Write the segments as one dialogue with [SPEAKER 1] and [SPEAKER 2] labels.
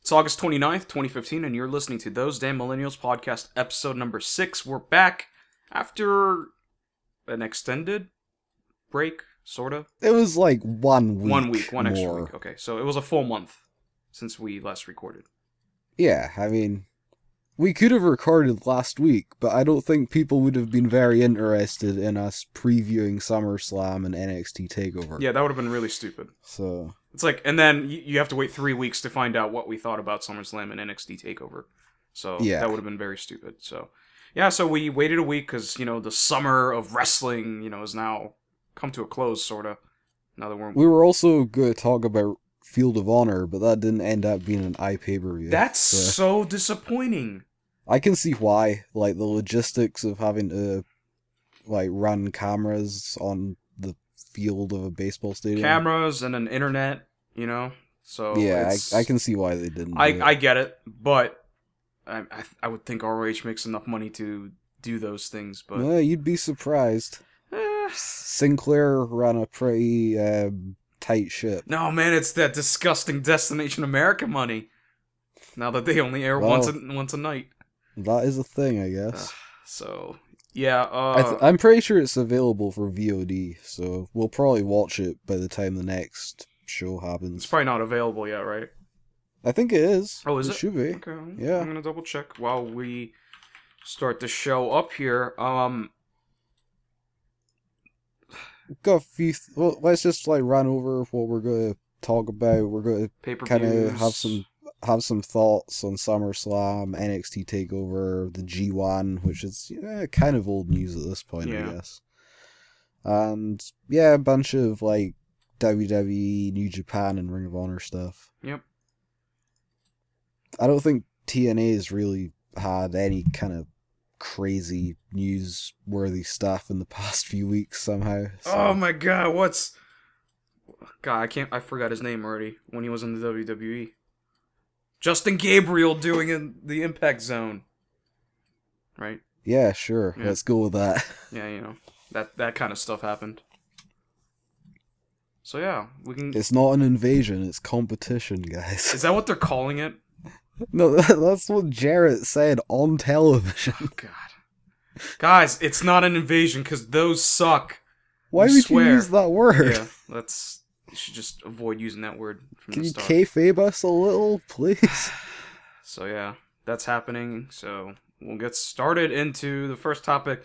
[SPEAKER 1] It's August 29th, 2015, and you're listening to Those Damn Millennials podcast, episode number six. We're back after an extended break, sort of.
[SPEAKER 2] It was like one week.
[SPEAKER 1] one week, one extra
[SPEAKER 2] more.
[SPEAKER 1] week. Okay, so it was a full month since we last recorded.
[SPEAKER 2] Yeah, I mean, we could have recorded last week, but I don't think people would have been very interested in us previewing SummerSlam and NXT Takeover.
[SPEAKER 1] Yeah, that would have been really stupid.
[SPEAKER 2] So
[SPEAKER 1] It's like, and then you, you have to wait three weeks to find out what we thought about SummerSlam and NXT Takeover. So
[SPEAKER 2] Yeah.
[SPEAKER 1] that would have been very stupid. So yeah, so we waited a week because you know the summer of wrestling, you know, is now come to a close, sort of. Now that we're
[SPEAKER 2] we were also going to talk about Field of Honor, but that didn't end up being an eye pay per view.
[SPEAKER 1] that's so disappointing.
[SPEAKER 2] I can see why. Like the logistics of having to like run cameras on the field of a baseball stadium.
[SPEAKER 1] Cameras and an internet, you know. So
[SPEAKER 2] Yeah,
[SPEAKER 1] oh, it's-
[SPEAKER 2] I, I can see why they didn't. do it.
[SPEAKER 1] I, I get it, but I, I I would think ROH makes enough money to do those things, but
[SPEAKER 2] Yeah, you'd be surprised.
[SPEAKER 1] Eh.
[SPEAKER 2] Sinclair ran a pretty um, tight ship.
[SPEAKER 1] no, man, it's that disgusting Destination America money. Now that they only air once a, once a night,
[SPEAKER 2] That is a thing, I
[SPEAKER 1] Ugh,
[SPEAKER 2] guess.
[SPEAKER 1] so yeah, uh,
[SPEAKER 2] I th- I'm pretty sure it's available for VOD, so we'll probably watch it by the time the next show
[SPEAKER 1] it's
[SPEAKER 2] happens.
[SPEAKER 1] probably not available yet, right?
[SPEAKER 2] I think it is.
[SPEAKER 1] Oh, is it?
[SPEAKER 2] Should be.
[SPEAKER 1] Okay. I'm-
[SPEAKER 2] Yeah.
[SPEAKER 1] I'm gonna double check while we start the show up here. Um,
[SPEAKER 2] Got a few. Th- well, let's just like run over what we're gonna talk about. We're gonna
[SPEAKER 1] pay per
[SPEAKER 2] kind of have some have some thoughts on SummerSlam, NXT Takeover, the G1, which is yeah, kind of old news at this point,
[SPEAKER 1] Yeah.
[SPEAKER 2] I guess. And yeah, a bunch of like WWE, New Japan, and Ring of Honor stuff.
[SPEAKER 1] Yep.
[SPEAKER 2] I don't think TNA's really had any kind of crazy newsworthy stuff in the past few weeks somehow. so-
[SPEAKER 1] Oh my god, what's God, I can't I forgot his name already when he was in the WWE. Justin Gabriel doing in the impact zone. Right?
[SPEAKER 2] yeah, sure.
[SPEAKER 1] Yeah.
[SPEAKER 2] Let's go with that.
[SPEAKER 1] Yeah, you know. That that kind of stuff happened. So yeah, we can
[SPEAKER 2] It's not an invasion; it's competition, guys.
[SPEAKER 1] Is that what they're calling it?
[SPEAKER 2] No, that- that's what Jarrett said on television.
[SPEAKER 1] Oh god. Guys, it's not an invasion cuz those suck.
[SPEAKER 2] Why
[SPEAKER 1] You
[SPEAKER 2] would
[SPEAKER 1] swear.
[SPEAKER 2] you use that word?
[SPEAKER 1] Yeah, that's you should just avoid using that word from
[SPEAKER 2] Can
[SPEAKER 1] the
[SPEAKER 2] you
[SPEAKER 1] start.
[SPEAKER 2] kayfabe us a little, please?
[SPEAKER 1] So yeah, that's happening. So we'll get started into the first topic: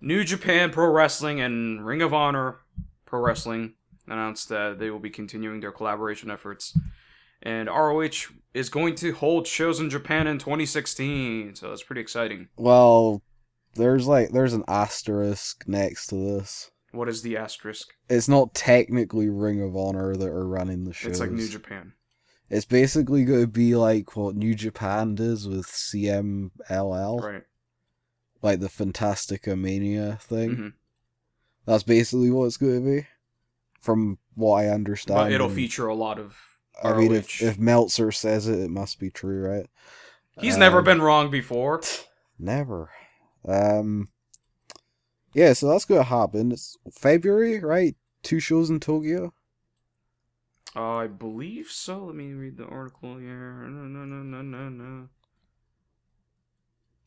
[SPEAKER 1] New Japan Pro Wrestling and Ring of Honor Pro Wrestling announced that they will be continuing their collaboration efforts, and ROH is going to hold shows in Japan in 2016. So that's pretty exciting.
[SPEAKER 2] well, there's like there's an asterisk next to this.
[SPEAKER 1] What is the asterisk?
[SPEAKER 2] It's not technically Ring of Honor that are running the shows.
[SPEAKER 1] It's like New Japan.
[SPEAKER 2] It's basically going to be like what New Japan does with CMLL,
[SPEAKER 1] Right.
[SPEAKER 2] like the Fantastica Mania thing.
[SPEAKER 1] Mhm.
[SPEAKER 2] That's basically what it's going to be, from what I understand.
[SPEAKER 1] But it'll
[SPEAKER 2] and-
[SPEAKER 1] feature a lot of.
[SPEAKER 2] I mean, if,
[SPEAKER 1] ROH.
[SPEAKER 2] if Meltzer says it, it must be true, right?
[SPEAKER 1] He's never
[SPEAKER 2] Um,
[SPEAKER 1] been wrong before.
[SPEAKER 2] Never. Um. Yeah, so that's gonna happen. It's February, right? Two shows in Tokyo.
[SPEAKER 1] Uh, I believe so. Let me read the article here. No, no, no, no, no, no.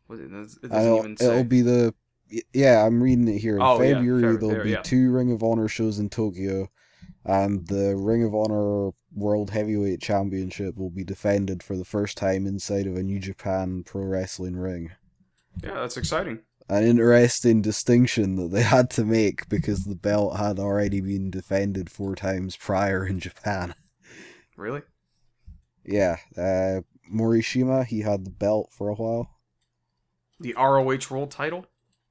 [SPEAKER 1] What it, does, it
[SPEAKER 2] I
[SPEAKER 1] doesn't
[SPEAKER 2] don't-
[SPEAKER 1] even say.
[SPEAKER 2] It'll be the y- yeah. I'm reading it here. In
[SPEAKER 1] Oh, yeah,
[SPEAKER 2] February,
[SPEAKER 1] February,
[SPEAKER 2] there'll be
[SPEAKER 1] yeah.
[SPEAKER 2] two Ring of Honor shows in Tokyo, and the Ring of Honor World Heavyweight Championship will be defended for the first time inside of a New Japan Pro Wrestling ring.
[SPEAKER 1] yeah, that's exciting.
[SPEAKER 2] an interesting distinction that they had to make because the belt had already been defended four times prior in Japan.
[SPEAKER 1] Really?
[SPEAKER 2] Yeah, uh, Morishima, he had the belt for a while.
[SPEAKER 1] The ROH World Title?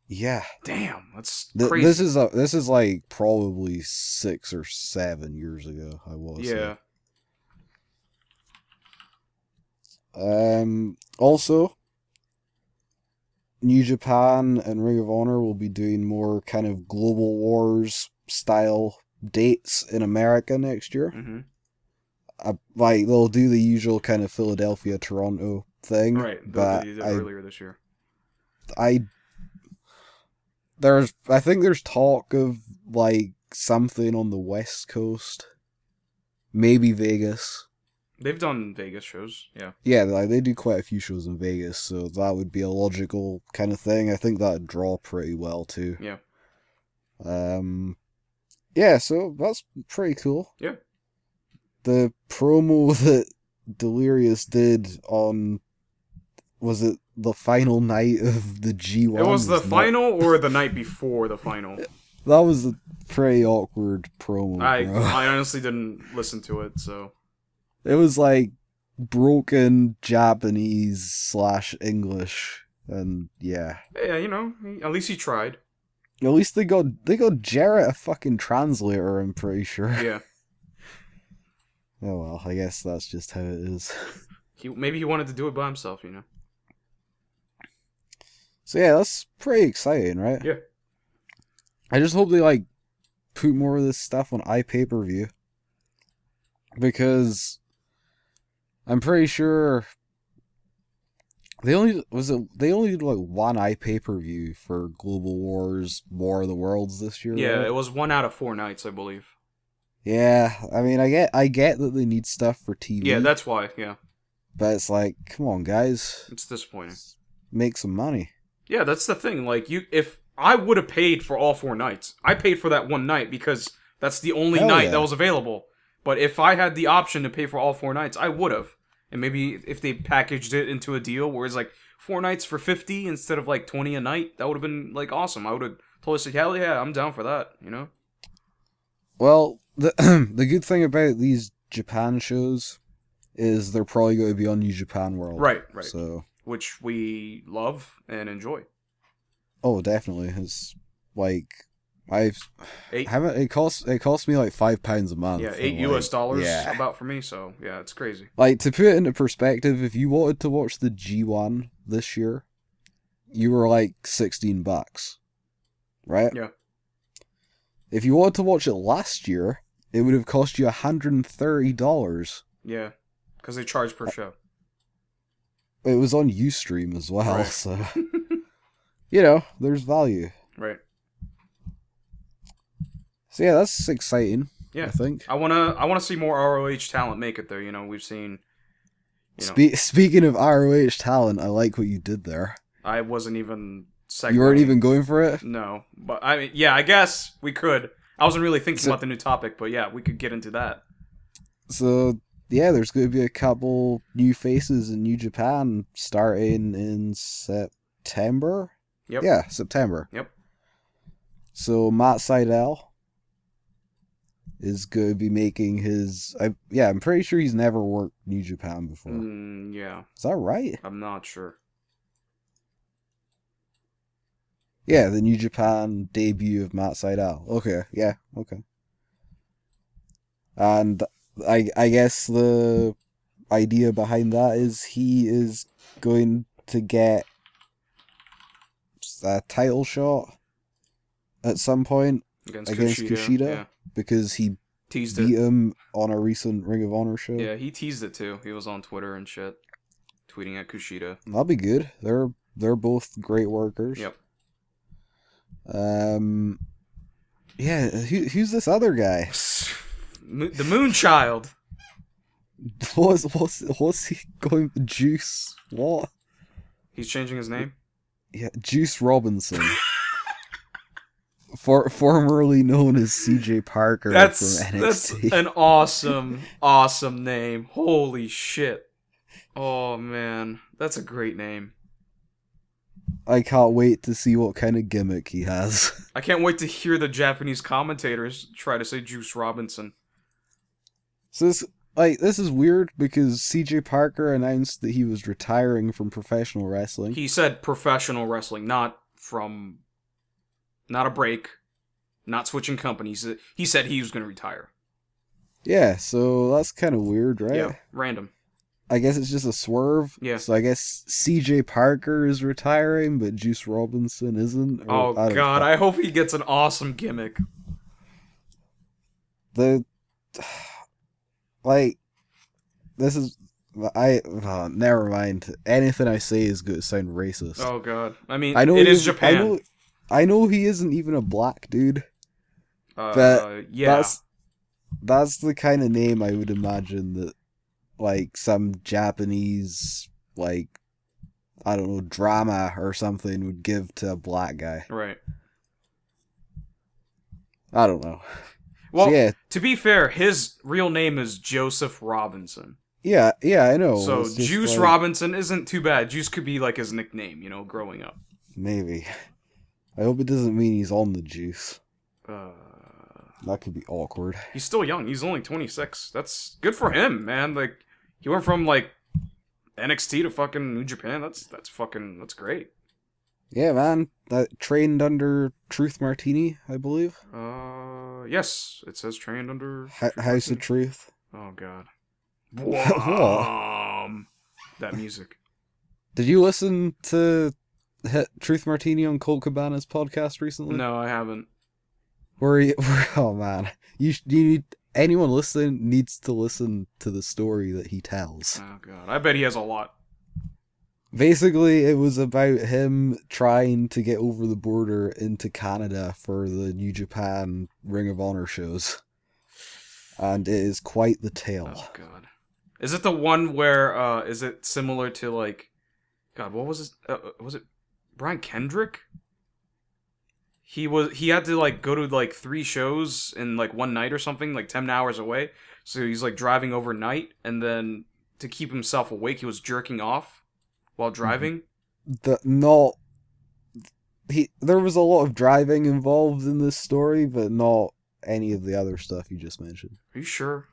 [SPEAKER 2] Yeah,
[SPEAKER 1] Damn, that's
[SPEAKER 2] Th-
[SPEAKER 1] crazy.
[SPEAKER 2] this is a, this is like probably six or seven years ago. I was
[SPEAKER 1] yeah.
[SPEAKER 2] Um, also, New Japan and Ring of Honor will be doing more kind of global wars style dates in America next year.
[SPEAKER 1] hmm
[SPEAKER 2] I, like they'll do the usual kind of Philadelphia Toronto thing,
[SPEAKER 1] Right. the-
[SPEAKER 2] But
[SPEAKER 1] the- the-
[SPEAKER 2] I,
[SPEAKER 1] earlier this year.
[SPEAKER 2] I there's I think there's talk of like something on the West Coast, maybe Vegas.
[SPEAKER 1] They've done Vegas shows. Yeah.
[SPEAKER 2] Yeah, like they do quite a few shows in Vegas, so that would be a logical kind of thing. I think that'd draw pretty well too.
[SPEAKER 1] Yeah.
[SPEAKER 2] Um, yeah, so that's pretty cool.
[SPEAKER 1] Yeah.
[SPEAKER 2] The promo that Delirious did on was it the final night of the G one?
[SPEAKER 1] It was the final or the night before the final.
[SPEAKER 2] That was a pretty awkward promo.
[SPEAKER 1] I
[SPEAKER 2] Oh, bro.
[SPEAKER 1] I honestly didn't listen to it, so
[SPEAKER 2] It was like broken Japanese slash English, and yeah.
[SPEAKER 1] yeah, you know, he- at least he tried.
[SPEAKER 2] At least they got they got Jarrett a fucking translator. I'm pretty sure.
[SPEAKER 1] Yeah.
[SPEAKER 2] Oh well, I guess that's just how it is.
[SPEAKER 1] He maybe he wanted to do it by himself, you know.
[SPEAKER 2] So yeah, that's pretty exciting, right?
[SPEAKER 1] Yeah.
[SPEAKER 2] I just hope they like put more of this stuff on iPay per view because I'm pretty sure they only was it they only did like one iPay per view for Global Wars War of the Worlds this year.
[SPEAKER 1] Yeah,
[SPEAKER 2] right?
[SPEAKER 1] it was one out of four nights, I believe.
[SPEAKER 2] yeah. I mean, I get I get that they need stuff for TV.
[SPEAKER 1] Yeah, that's why. Yeah,
[SPEAKER 2] but it's like, come on, guys,
[SPEAKER 1] it's disappointing.
[SPEAKER 2] make some money.
[SPEAKER 1] Yeah, that's the thing. Like you, if I would have paid for all four nights, I paid for that one night because that's the only
[SPEAKER 2] Hell
[SPEAKER 1] night
[SPEAKER 2] yeah.
[SPEAKER 1] that was available. But if I had the option to pay for all four nights, I would have. And maybe if they packaged it into a deal where it's like four nights for fifty instead of like twenty a night, that would have been like awesome. I would have totally said, "Hell yeah, I'm down for that." You know?
[SPEAKER 2] Well, the the good thing about these Japan shows is they're probably going to be on New Japan World.
[SPEAKER 1] Right, right.
[SPEAKER 2] Oh, So,
[SPEAKER 1] Which we love and enjoy.
[SPEAKER 2] oh, definitely. It's like I've
[SPEAKER 1] Eight-
[SPEAKER 2] haven't it costs it costs me like five pounds a month.
[SPEAKER 1] Yeah,
[SPEAKER 2] and,
[SPEAKER 1] eight
[SPEAKER 2] like,
[SPEAKER 1] U.S. dollars
[SPEAKER 2] Yeah.
[SPEAKER 1] about for me. So yeah, it's crazy.
[SPEAKER 2] Like to put it into perspective, if you wanted to watch the G one this year, you were like sixteen bucks, right?
[SPEAKER 1] Yeah.
[SPEAKER 2] If you wanted to watch it last year, it would have cost you hundred and thirty dollars.
[SPEAKER 1] Yeah, because they charge per show.
[SPEAKER 2] It was on UStream as well,
[SPEAKER 1] Right.
[SPEAKER 2] so you know there's value.
[SPEAKER 1] Right.
[SPEAKER 2] So yeah, that's exciting.
[SPEAKER 1] Yeah.
[SPEAKER 2] I think.
[SPEAKER 1] I wanna I wanna see more ROH talent make it there. You know, we've seen. You know,
[SPEAKER 2] Spe- speaking of ROH talent, I like what you did there.
[SPEAKER 1] I wasn't even. Segmenting.
[SPEAKER 2] You weren't even going for it.
[SPEAKER 1] No, but I mean, yeah, I guess we could. I wasn't really thinking
[SPEAKER 2] So-
[SPEAKER 1] about the new topic, but yeah, we could get into that.
[SPEAKER 2] So yeah, there's going to be a couple new faces in New Japan starting in September.
[SPEAKER 1] Yep.
[SPEAKER 2] Yeah, September.
[SPEAKER 1] Yep.
[SPEAKER 2] So Matt Seidel is going to be making his. I yeah, I'm pretty sure he's never worked New Japan before.
[SPEAKER 1] Mm, yeah,
[SPEAKER 2] Is that right?
[SPEAKER 1] I'm not sure.
[SPEAKER 2] Yeah, the New Japan debut of Matt Seidel. Okay, yeah, okay. And I I guess the idea behind that is he is going to get a title shot at some point
[SPEAKER 1] Against,
[SPEAKER 2] Against
[SPEAKER 1] Kushida.
[SPEAKER 2] Kushida?
[SPEAKER 1] Yeah.
[SPEAKER 2] because he
[SPEAKER 1] Teased
[SPEAKER 2] beat
[SPEAKER 1] it.
[SPEAKER 2] him on a recent Ring of Honor show.
[SPEAKER 1] Yeah, he teased it too. He was on Twitter and shit, tweeting at Kushida.
[SPEAKER 2] That'll be good. They're they're both great workers.
[SPEAKER 1] Yep.
[SPEAKER 2] Um yeah, who, who's this other guy?
[SPEAKER 1] Mo- the Moon Child.
[SPEAKER 2] What's what's what's he going juice? What?
[SPEAKER 1] He's changing his name.
[SPEAKER 2] Yeah, Juice Robinson. For, formerly known as CJ Parker
[SPEAKER 1] That's
[SPEAKER 2] from
[SPEAKER 1] that's
[SPEAKER 2] NXT.
[SPEAKER 1] an awesome, awesome name. Holy shit! Oh man, that's a great name.
[SPEAKER 2] I can't wait to see what kind of gimmick he has.
[SPEAKER 1] I can't wait to hear the Japanese commentators try to say Juice Robinson.
[SPEAKER 2] So this like this is weird because CJ Parker announced that he was retiring from professional wrestling.
[SPEAKER 1] He said professional wrestling, not from, not a break, not switching companies. He said he was going to retire.
[SPEAKER 2] yeah, so that's kind of weird, right?
[SPEAKER 1] Yeah, random.
[SPEAKER 2] I guess it's just a swerve.
[SPEAKER 1] Yeah.
[SPEAKER 2] So I guess CJ Parker is retiring, but Juice Robinson isn't. or-
[SPEAKER 1] Oh
[SPEAKER 2] I don't
[SPEAKER 1] god,
[SPEAKER 2] know.
[SPEAKER 1] I hope he gets an awesome gimmick.
[SPEAKER 2] the like this is I oh, never mind. Anything I say is going to sound racist.
[SPEAKER 1] Oh god, I mean,
[SPEAKER 2] I know
[SPEAKER 1] it
[SPEAKER 2] he
[SPEAKER 1] is
[SPEAKER 2] isn't-
[SPEAKER 1] Japan.
[SPEAKER 2] I know, I know he isn't even a black dude.
[SPEAKER 1] uh,
[SPEAKER 2] but
[SPEAKER 1] yeah,
[SPEAKER 2] That's that's the kind of name I would imagine that like some Japanese like I don't know drama or something would give to a black guy.
[SPEAKER 1] Right.
[SPEAKER 2] I don't know.
[SPEAKER 1] Well,
[SPEAKER 2] so yeah,
[SPEAKER 1] to be fair, his real name is Joseph Robinson.
[SPEAKER 2] yeah, yeah. I know.
[SPEAKER 1] so
[SPEAKER 2] It's just
[SPEAKER 1] Juice
[SPEAKER 2] Oh, like,
[SPEAKER 1] Robinson isn't too bad. Juice could be like his nickname, you know, growing up.
[SPEAKER 2] Maybe. I hope it doesn't mean he's on the juice.
[SPEAKER 1] Uh,
[SPEAKER 2] That could be awkward.
[SPEAKER 1] he's still young. He's only 26. That's good for him, man. Like he went from like NXT to fucking New Japan. That's that's fucking that's great.
[SPEAKER 2] Yeah, man. That trained under Truth Martini, I believe.
[SPEAKER 1] Uh, yes, it says trained under.
[SPEAKER 2] H- House of Truth.
[SPEAKER 1] Oh God.
[SPEAKER 2] Whoa.
[SPEAKER 1] Wham. that music.
[SPEAKER 2] Did you listen to Hit Truth Martini on Colt Cabana's podcast recently?
[SPEAKER 1] No, I haven't.
[SPEAKER 2] Where he, where, oh man, you sh- you need anyone listening needs to listen to the story that he tells.
[SPEAKER 1] Oh God, I bet he has a lot.
[SPEAKER 2] Basically, it was about him trying to get over the border into Canada for the New Japan Ring of Honor shows, and it is quite the tale.
[SPEAKER 1] Oh God. Is it the one where? Uh, is it similar to like? God, what was it? Uh, uh, was it Brian Kendrick? He was. He had to like go to like three shows in like one night or something, like ten hours away. So he's like driving overnight, and then to keep himself awake, he was jerking off while driving.
[SPEAKER 2] The not he there was a lot of driving involved in this story, but not any of the other stuff you just mentioned.
[SPEAKER 1] Are you sure?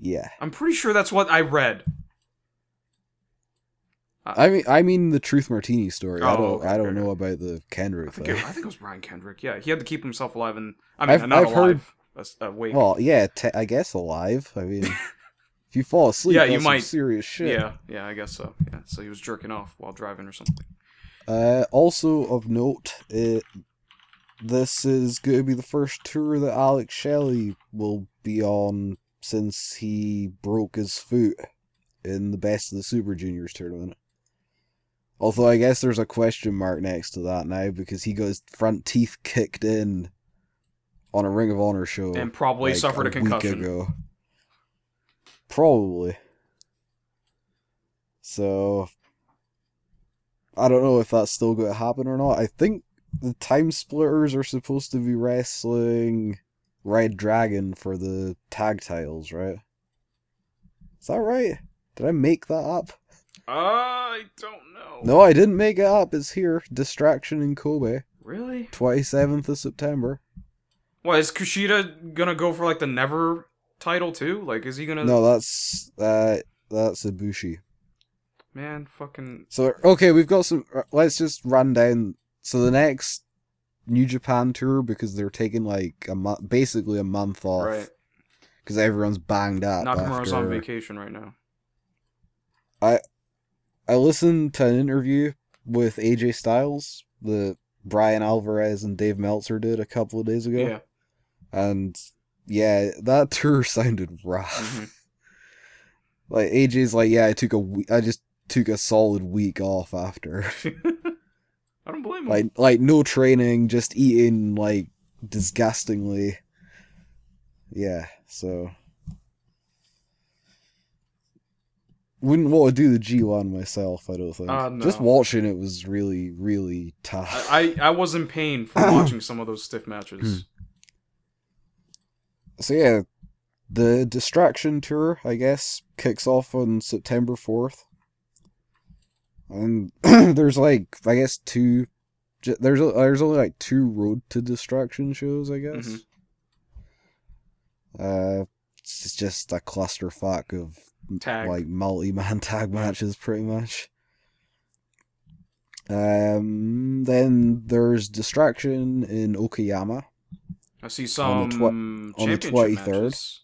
[SPEAKER 2] Yeah.
[SPEAKER 1] I'm pretty sure that's what I read.
[SPEAKER 2] I mean, I mean the Truth Martini story. I
[SPEAKER 1] Oh,
[SPEAKER 2] don't,
[SPEAKER 1] okay,
[SPEAKER 2] I don't
[SPEAKER 1] okay.
[SPEAKER 2] know about the Kendrick
[SPEAKER 1] I think,
[SPEAKER 2] thing.
[SPEAKER 1] it, I think it was Brian Kendrick. Yeah, he had to keep himself alive, and I mean,
[SPEAKER 2] I've-
[SPEAKER 1] not
[SPEAKER 2] I've heard-
[SPEAKER 1] alive, as- uh, awake.
[SPEAKER 2] Well, yeah, te- I guess alive. I mean, if you fall asleep,
[SPEAKER 1] Yeah,
[SPEAKER 2] that's
[SPEAKER 1] you
[SPEAKER 2] some
[SPEAKER 1] might.
[SPEAKER 2] serious shit.
[SPEAKER 1] Yeah, yeah, I guess so. Yeah, so he was jerking off while driving or something.
[SPEAKER 2] Uh, also of note, it, this is going to be the first tour that Alex Shelley will be on since he broke his foot in the Best of the Super Juniors tournament. Although I guess there's a question mark next to that now because he got his front teeth kicked in on a Ring of Honor show.
[SPEAKER 1] and probably
[SPEAKER 2] Oh, like,
[SPEAKER 1] suffered a concussion.
[SPEAKER 2] Week ago. Probably. So I don't know if that's still going to happen or not. I think the Time Splitters are supposed to be wrestling Red Dragon for the tag titles, right? Is that right? Did I make that up?
[SPEAKER 1] I don't know.
[SPEAKER 2] No, I didn't make it up. It's here. Distraction in Kobe,
[SPEAKER 1] Really?
[SPEAKER 2] 27th of September.
[SPEAKER 1] Well, is Kushida gonna go for like the never title too? Like, is he gonna?
[SPEAKER 2] No, that's uh that's Ibushi.
[SPEAKER 1] Man, fucking.
[SPEAKER 2] So okay, we've got some. uh, Let's just run down. So the next New Japan tour because they're taking like a month, basically a month
[SPEAKER 1] Right.
[SPEAKER 2] off, because everyone's banged up.
[SPEAKER 1] Nakamura's on
[SPEAKER 2] after-
[SPEAKER 1] vacation right now.
[SPEAKER 2] I listened to an interview with AJ Styles that Brian Alvarez and Dave Meltzer did a couple of days ago,
[SPEAKER 1] Yeah.
[SPEAKER 2] and yeah, that tour sounded rough.
[SPEAKER 1] mhm.
[SPEAKER 2] Like AJ's like, yeah, I took a we- I just took a solid week off after.
[SPEAKER 1] I don't blame him.
[SPEAKER 2] like like no training, just eating like disgustingly. Yeah, so wouldn't want to do the G one myself. I don't think.
[SPEAKER 1] Uh, no.
[SPEAKER 2] Just watching it was really really tough.
[SPEAKER 1] I, I I was in pain from watching some of those stiff matches.
[SPEAKER 2] so yeah, the distraction tour I guess kicks off on September fourth, and there's like I guess two. ju- There's there's only like two Road to Destruction shows, I guess.
[SPEAKER 1] Mhm.
[SPEAKER 2] Uh, it's just a clusterfuck of
[SPEAKER 1] Tag.
[SPEAKER 2] Hmm. like multi-man tag matches, pretty much. Um, then there's Distraction in Okayama.
[SPEAKER 1] I see
[SPEAKER 2] on
[SPEAKER 1] some
[SPEAKER 2] the twe- the
[SPEAKER 1] championship
[SPEAKER 2] 23rd.
[SPEAKER 1] matches.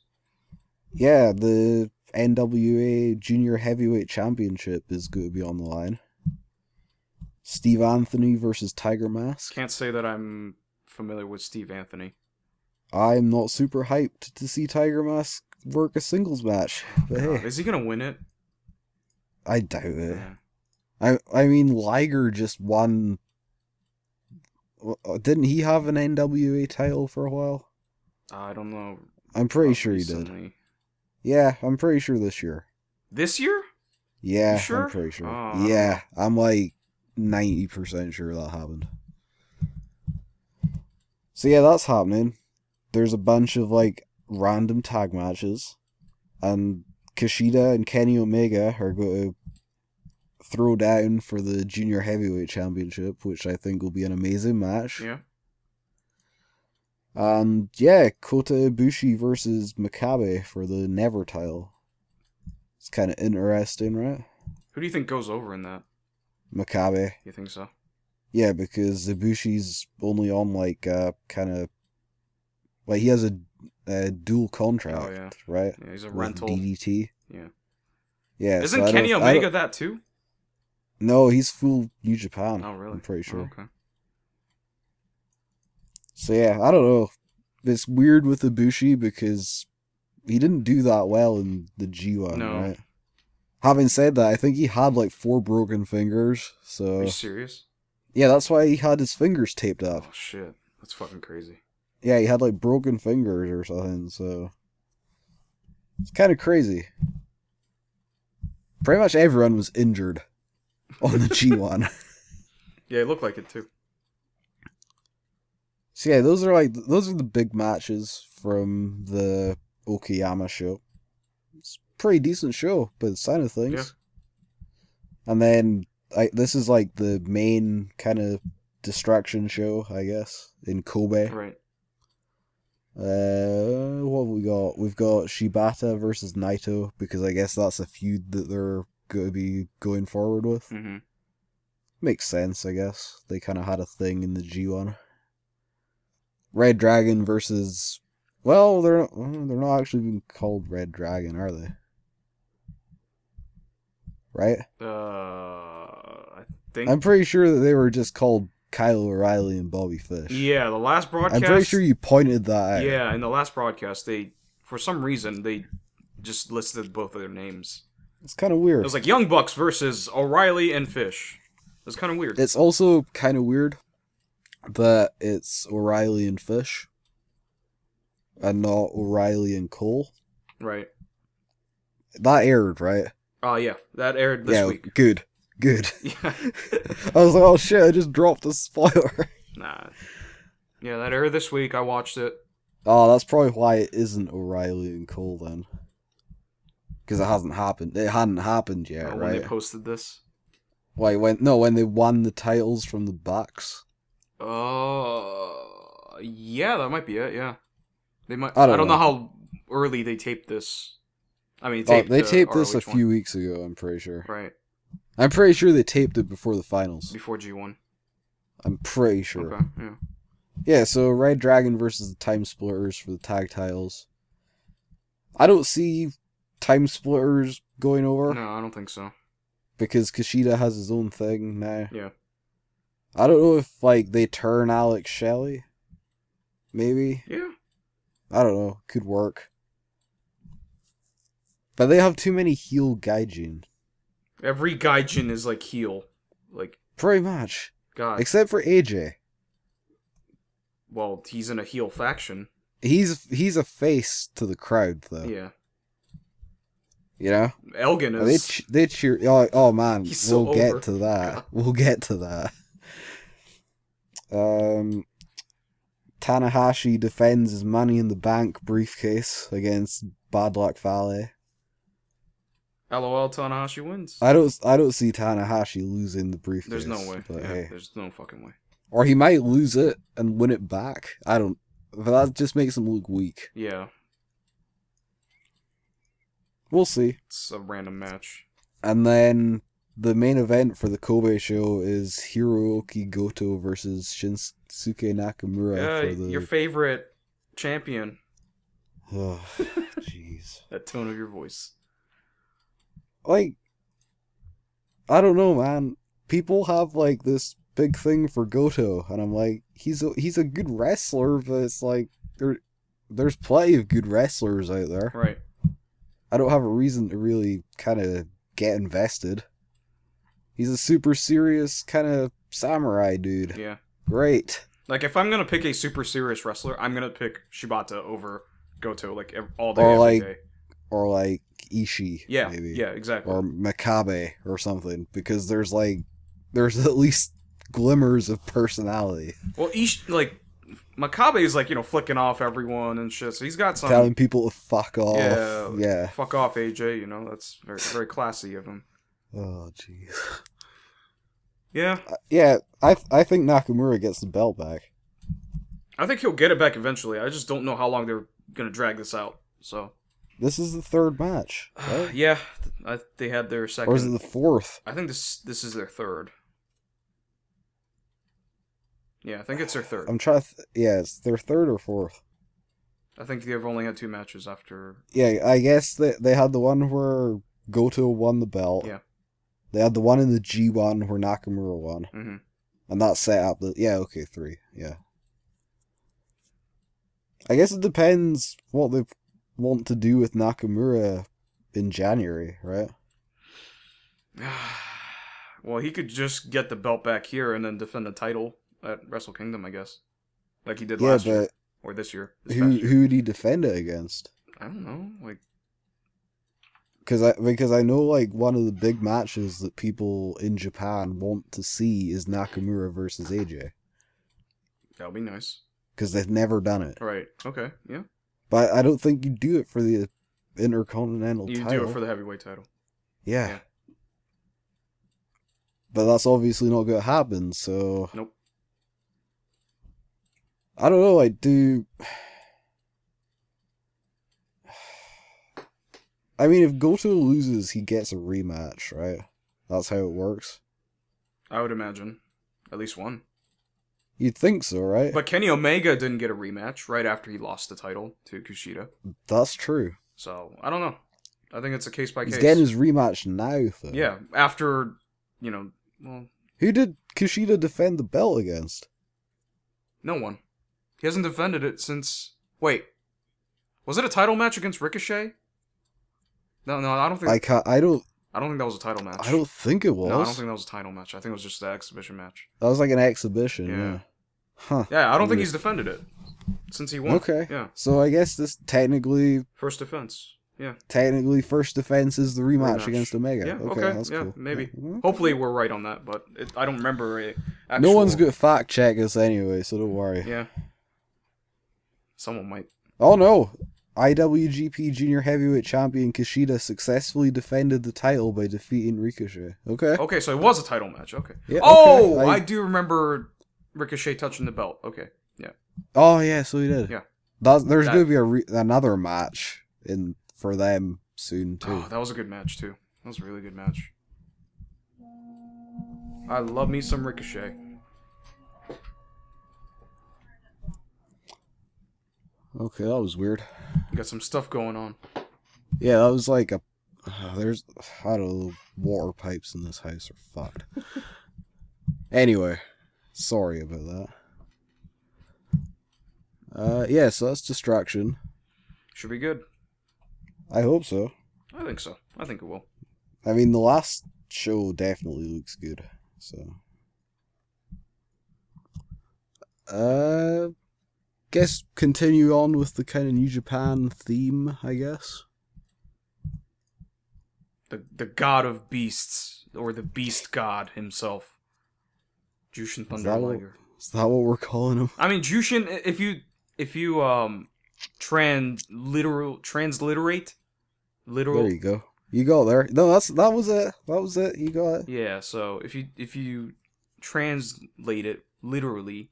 [SPEAKER 2] Yeah, the NWA Junior Heavyweight Championship is going to be on the line. Steve Anthony versus Tiger Mask.
[SPEAKER 1] Can't say that I'm familiar with Steve Anthony.
[SPEAKER 2] I'm not super hyped to see Tiger Mask work a singles match, but
[SPEAKER 1] God,
[SPEAKER 2] hey,
[SPEAKER 1] is he gonna win it?
[SPEAKER 2] I doubt it.
[SPEAKER 1] Yeah.
[SPEAKER 2] I I mean Liger just won. w- Didn't he have an NWA title for a while?
[SPEAKER 1] I don't know. uh,
[SPEAKER 2] I'm pretty sure he did. Yeah, I'm pretty sure this year.
[SPEAKER 1] This year?
[SPEAKER 2] Yeah,
[SPEAKER 1] sure?
[SPEAKER 2] I'm pretty sure.
[SPEAKER 1] Oh.
[SPEAKER 2] yeah, I'm like ninety percent sure that happened. So yeah, that's happening. There's a bunch of like random tag matches, and Kushida and Kenny Omega are going to throw down for the junior heavyweight championship, which I think will be an amazing match.
[SPEAKER 1] Yeah.
[SPEAKER 2] And yeah, Kota Ibushi versus Makabe for the Never title. It's kind of interesting, right?
[SPEAKER 1] Who do you think goes over in that?
[SPEAKER 2] Makabe.
[SPEAKER 1] You think so?
[SPEAKER 2] Yeah, because Ibushi's only on like uh kind of like he has a, a dual contract,
[SPEAKER 1] Oh, yeah.
[SPEAKER 2] right?
[SPEAKER 1] Yeah, he's a
[SPEAKER 2] With
[SPEAKER 1] rental.
[SPEAKER 2] DDT.
[SPEAKER 1] Yeah.
[SPEAKER 2] Yeah. so I
[SPEAKER 1] Isn't
[SPEAKER 2] don't-
[SPEAKER 1] Kenny
[SPEAKER 2] I don't-
[SPEAKER 1] Omega that too?
[SPEAKER 2] No, he's full New Japan.
[SPEAKER 1] Oh, really?
[SPEAKER 2] I'm pretty
[SPEAKER 1] Oh,
[SPEAKER 2] sure.
[SPEAKER 1] okay.
[SPEAKER 2] So yeah, I don't know. It's weird with Ibushi because he didn't do that well in the G1,
[SPEAKER 1] No.
[SPEAKER 2] right? Having said that, I think he had like four broken fingers. So
[SPEAKER 1] Are you serious?
[SPEAKER 2] yeah, that's why he had his fingers taped up.
[SPEAKER 1] Oh shit, that's fucking crazy.
[SPEAKER 2] Yeah, he had like broken fingers or something, so it's kind of crazy. Pretty much everyone was injured on the G1.
[SPEAKER 1] Yeah, it looked like it too.
[SPEAKER 2] So yeah, those are like those are the big matches from the Okayama show. It's a pretty decent show, by the sign of things. And then I, this is like the main kind of distraction show, I guess, in Kobe.
[SPEAKER 1] Right.
[SPEAKER 2] Uh, what have we got? We've got Shibata versus Naito because I guess that's a feud that they're going to be going forward with.
[SPEAKER 1] Mm-hmm.
[SPEAKER 2] Makes sense, I guess. They kind of had a thing in the G1. Red Dragon versus. Well, they're not, mm, they're not actually being called Red Dragon, are they? Right?
[SPEAKER 1] Uh, I think.
[SPEAKER 2] I'm pretty sure that they were just called Kyle O'Reilly and Bobby Fish.
[SPEAKER 1] yeah, the last broadcast.
[SPEAKER 2] I'm pretty sure you pointed that out.
[SPEAKER 1] Yeah, in the last broadcast, they for some reason they just listed both of their names.
[SPEAKER 2] It's kind of
[SPEAKER 1] It
[SPEAKER 2] weird.
[SPEAKER 1] was like Young Bucks versus O'Reilly and Fish. It was kind of weird.
[SPEAKER 2] It's also kind of weird that it's O'Reilly and Fish and not O'Reilly and Cole.
[SPEAKER 1] right.
[SPEAKER 2] That aired, right?
[SPEAKER 1] Oh yeah, that aired this
[SPEAKER 2] yeah,
[SPEAKER 1] week.
[SPEAKER 2] good. Good.
[SPEAKER 1] Yeah.
[SPEAKER 2] I was like, oh shit, I just dropped a spoiler.
[SPEAKER 1] nah. Yeah, that aired this week. I watched it.
[SPEAKER 2] oh, that's probably why it isn't O'Reilly and Cole then. Because it hasn't happened. It hadn't happened yet,
[SPEAKER 1] uh, when
[SPEAKER 2] right?
[SPEAKER 1] they posted this.
[SPEAKER 2] Wait, when no, when they won the titles from the Bucks.
[SPEAKER 1] Uh, yeah, that might be it. Yeah, they might. I
[SPEAKER 2] I
[SPEAKER 1] don't,
[SPEAKER 2] don't
[SPEAKER 1] know.
[SPEAKER 2] know.
[SPEAKER 1] how early they taped this. I mean,
[SPEAKER 2] Oh,
[SPEAKER 1] taped
[SPEAKER 2] they
[SPEAKER 1] the
[SPEAKER 2] taped this a
[SPEAKER 1] ROH one.
[SPEAKER 2] few weeks ago. I'm pretty sure.
[SPEAKER 1] right
[SPEAKER 2] I'm pretty sure they taped it before the finals.
[SPEAKER 1] before G one.
[SPEAKER 2] I'm pretty sure.
[SPEAKER 1] Okay, yeah,
[SPEAKER 2] Yeah, so Red Dragon versus the Time Splitters for the tag titles. I don't see Time Splitters going over
[SPEAKER 1] no, I don't think so.
[SPEAKER 2] because Kushida has his own thing now.
[SPEAKER 1] Yeah.
[SPEAKER 2] I don't know if like they turn Alex Shelley. Maybe.
[SPEAKER 1] Yeah,
[SPEAKER 2] I don't know. Could work. But they have too many heel gaijin.
[SPEAKER 1] every gaijin is like heel, like
[SPEAKER 2] Pretty much.
[SPEAKER 1] God.
[SPEAKER 2] Except for AJ.
[SPEAKER 1] well, he's in a heel faction.
[SPEAKER 2] He's he's a face to the crowd though.
[SPEAKER 1] Yeah,
[SPEAKER 2] You know?
[SPEAKER 1] Elgin
[SPEAKER 2] They
[SPEAKER 1] is.
[SPEAKER 2] che- they cheer. Oh, oh man,
[SPEAKER 1] He's so
[SPEAKER 2] we'll
[SPEAKER 1] over.
[SPEAKER 2] get to that. We'll get to that. Um, Tanahashi defends his Money in the Bank briefcase against Bad Luck Valley.
[SPEAKER 1] LOL, Tanahashi wins.
[SPEAKER 2] I don't. I don't see Tanahashi losing the briefcase.
[SPEAKER 1] There's no way.
[SPEAKER 2] but
[SPEAKER 1] yeah,
[SPEAKER 2] hey.
[SPEAKER 1] There's no fucking way.
[SPEAKER 2] Or he might lose it and win it back. I don't. But that just makes him look weak.
[SPEAKER 1] Yeah,
[SPEAKER 2] We'll see.
[SPEAKER 1] it's a random match.
[SPEAKER 2] And then the main event for the Kobe show is Hirooki Goto versus Shinsuke Nakamura
[SPEAKER 1] Yeah,
[SPEAKER 2] for the
[SPEAKER 1] your favorite champion.
[SPEAKER 2] Oh, jeez.
[SPEAKER 1] That tone of your voice.
[SPEAKER 2] Like, I don't know, man. People have like this big thing for Goto, and I'm like, he's a he's a good wrestler, but it's like there, there's plenty of good wrestlers out there.
[SPEAKER 1] Right.
[SPEAKER 2] I don't have a reason to really kind of get invested. He's a super serious kind of samurai dude.
[SPEAKER 1] Yeah.
[SPEAKER 2] Great.
[SPEAKER 1] Like if I'm gonna pick a super serious wrestler, I'm gonna pick Shibata over Goto like ev- all day.
[SPEAKER 2] Or,
[SPEAKER 1] every
[SPEAKER 2] like-
[SPEAKER 1] day.
[SPEAKER 2] Or like Ishii.
[SPEAKER 1] Yeah,
[SPEAKER 2] maybe.
[SPEAKER 1] yeah, exactly.
[SPEAKER 2] or Makabe or something because there's like there's at least glimmers of personality
[SPEAKER 1] well, Ish like Makabe is like you know flicking off everyone and shit, so he's got some
[SPEAKER 2] telling people to fuck off.
[SPEAKER 1] Yeah.
[SPEAKER 2] Yeah.
[SPEAKER 1] fuck off AJ. You know that's very very classy of him.
[SPEAKER 2] Oh jeez.
[SPEAKER 1] Yeah,
[SPEAKER 2] Uh, Yeah, I I think Nakamura gets the belt back.
[SPEAKER 1] I think he'll get it back eventually. I just don't know how long they're gonna drag this out. So
[SPEAKER 2] This is the third match, right?
[SPEAKER 1] yeah, th- I, they had their second.
[SPEAKER 2] or is it the fourth?
[SPEAKER 1] I think this this is their third. Yeah, I think it's their third.
[SPEAKER 2] I'm trying. Th- yeah, it's their third or fourth.
[SPEAKER 1] I think they've only had two matches after.
[SPEAKER 2] Yeah, I guess they they had the one where Goto won the belt.
[SPEAKER 1] Yeah.
[SPEAKER 2] They had the one in the G1 where Nakamura won,
[SPEAKER 1] hmm
[SPEAKER 2] and that set up the yeah okay three yeah. I guess it depends what they want to do with Nakamura in January, right?
[SPEAKER 1] well, he could just get the belt back here and then defend the title at Wrestle Kingdom, I guess, like he did
[SPEAKER 2] yeah,
[SPEAKER 1] last year
[SPEAKER 2] but
[SPEAKER 1] or this year. This
[SPEAKER 2] who
[SPEAKER 1] past year.
[SPEAKER 2] who would he defend it against?
[SPEAKER 1] I don't know. Like,
[SPEAKER 2] Because I because I know like one of the big matches that people in Japan want to see is Nakamura versus AJ
[SPEAKER 1] that'll be nice.
[SPEAKER 2] because they've never done it.
[SPEAKER 1] All right. Okay. Yeah.
[SPEAKER 2] But I don't think you do it for the intercontinental
[SPEAKER 1] You
[SPEAKER 2] title.
[SPEAKER 1] do it for the heavyweight title.
[SPEAKER 2] yeah.
[SPEAKER 1] yeah.
[SPEAKER 2] But that's obviously not going to happen. So
[SPEAKER 1] Nope.
[SPEAKER 2] I don't know. I do. I mean, if Goto loses, he gets a rematch, right? That's how it works.
[SPEAKER 1] I would imagine at least one.
[SPEAKER 2] You'd think so, right?
[SPEAKER 1] But Kenny Omega didn't get a rematch right after he lost the title to Kushida.
[SPEAKER 2] that's true.
[SPEAKER 1] So I don't know. I think it's a case by
[SPEAKER 2] He's
[SPEAKER 1] case.
[SPEAKER 2] getting his rematch now, though.
[SPEAKER 1] yeah, after you know, well,
[SPEAKER 2] Who did Kushida defend the belt against?
[SPEAKER 1] no one. He hasn't defended it since. Wait, was it a title match against Ricochet? No, no, I don't think.
[SPEAKER 2] I can't. I don't.
[SPEAKER 1] I don't think that was a title match.
[SPEAKER 2] I don't think it was.
[SPEAKER 1] no, I don't think that was a title match. I think it was just the exhibition match.
[SPEAKER 2] That was like an exhibition.
[SPEAKER 1] Yeah.
[SPEAKER 2] Yeah. Huh.
[SPEAKER 1] Yeah, I don't think
[SPEAKER 2] Weird.
[SPEAKER 1] he's defended it since he won.
[SPEAKER 2] Okay.
[SPEAKER 1] Yeah,
[SPEAKER 2] So I guess this technically,
[SPEAKER 1] first defense. Yeah.
[SPEAKER 2] technically, first defense is the rematch,
[SPEAKER 1] Rematch.
[SPEAKER 2] against Omega.
[SPEAKER 1] Yeah,
[SPEAKER 2] Okay.
[SPEAKER 1] okay,
[SPEAKER 2] That's
[SPEAKER 1] yeah,
[SPEAKER 2] cool.
[SPEAKER 1] maybe.
[SPEAKER 2] Yeah.
[SPEAKER 1] Hopefully we're right on that, but it, I don't remember a.
[SPEAKER 2] No
[SPEAKER 1] actual-
[SPEAKER 2] one's gonna fact check us anyway, so don't worry.
[SPEAKER 1] Yeah. Someone might.
[SPEAKER 2] Oh no. IWGP Junior Heavyweight Champion Kushida successfully defended the title by defeating Ricochet. Okay.
[SPEAKER 1] Okay, so it was a title match. Okay.
[SPEAKER 2] Yeah,
[SPEAKER 1] oh,
[SPEAKER 2] okay,
[SPEAKER 1] I...
[SPEAKER 2] I-
[SPEAKER 1] do remember Ricochet touching the belt. Okay.
[SPEAKER 2] Oh yeah, so he did.
[SPEAKER 1] Yeah.
[SPEAKER 2] That, there's
[SPEAKER 1] That-
[SPEAKER 2] gonna be a re- another match in for them soon too.
[SPEAKER 1] Oh, that was a good match too. That was a really good match. I love me some Ricochet.
[SPEAKER 2] Okay, that was weird.
[SPEAKER 1] You got some stuff going on.
[SPEAKER 2] Yeah, that was like a. Uh, there's I don't know. Water pipes in this house are fucked. anyway, sorry about that. Uh, yeah, so that's distraction.
[SPEAKER 1] Should be good.
[SPEAKER 2] I hope so.
[SPEAKER 1] I think so. I think it will.
[SPEAKER 2] I mean, the last show definitely looks good. So, uh, guess continue on with the kind of New Japan theme. I guess.
[SPEAKER 1] The the god of beasts or the beast god himself. Jushin Thunder
[SPEAKER 2] that what-
[SPEAKER 1] Liger.
[SPEAKER 2] Is that what we're calling him?
[SPEAKER 1] I mean Jushin i- if you if you um trans literal transliterate literal
[SPEAKER 2] There you go. You go there. No, that's that was it. That was it. You got it.
[SPEAKER 1] Yeah, so if you if you translate it literally,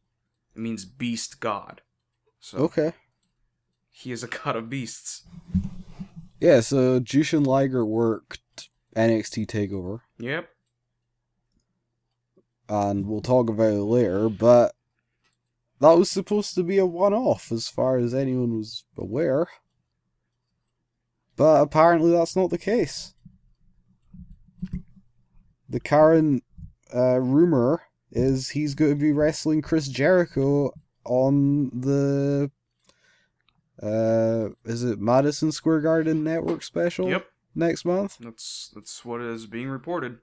[SPEAKER 1] it means beast god. So
[SPEAKER 2] Okay.
[SPEAKER 1] he is a god of beasts.
[SPEAKER 2] Yeah. So Jushin Liger worked NXT Takeover,
[SPEAKER 1] Yep.
[SPEAKER 2] and we'll talk about it later. But that was supposed to be a one-off, as far as anyone was aware. But apparently, that's not the case. The current uh, rumor is he's going to be wrestling Chris Jericho on the uh is it Madison Square Garden network special
[SPEAKER 1] Yep.
[SPEAKER 2] next month?
[SPEAKER 1] That's that's what is being reported.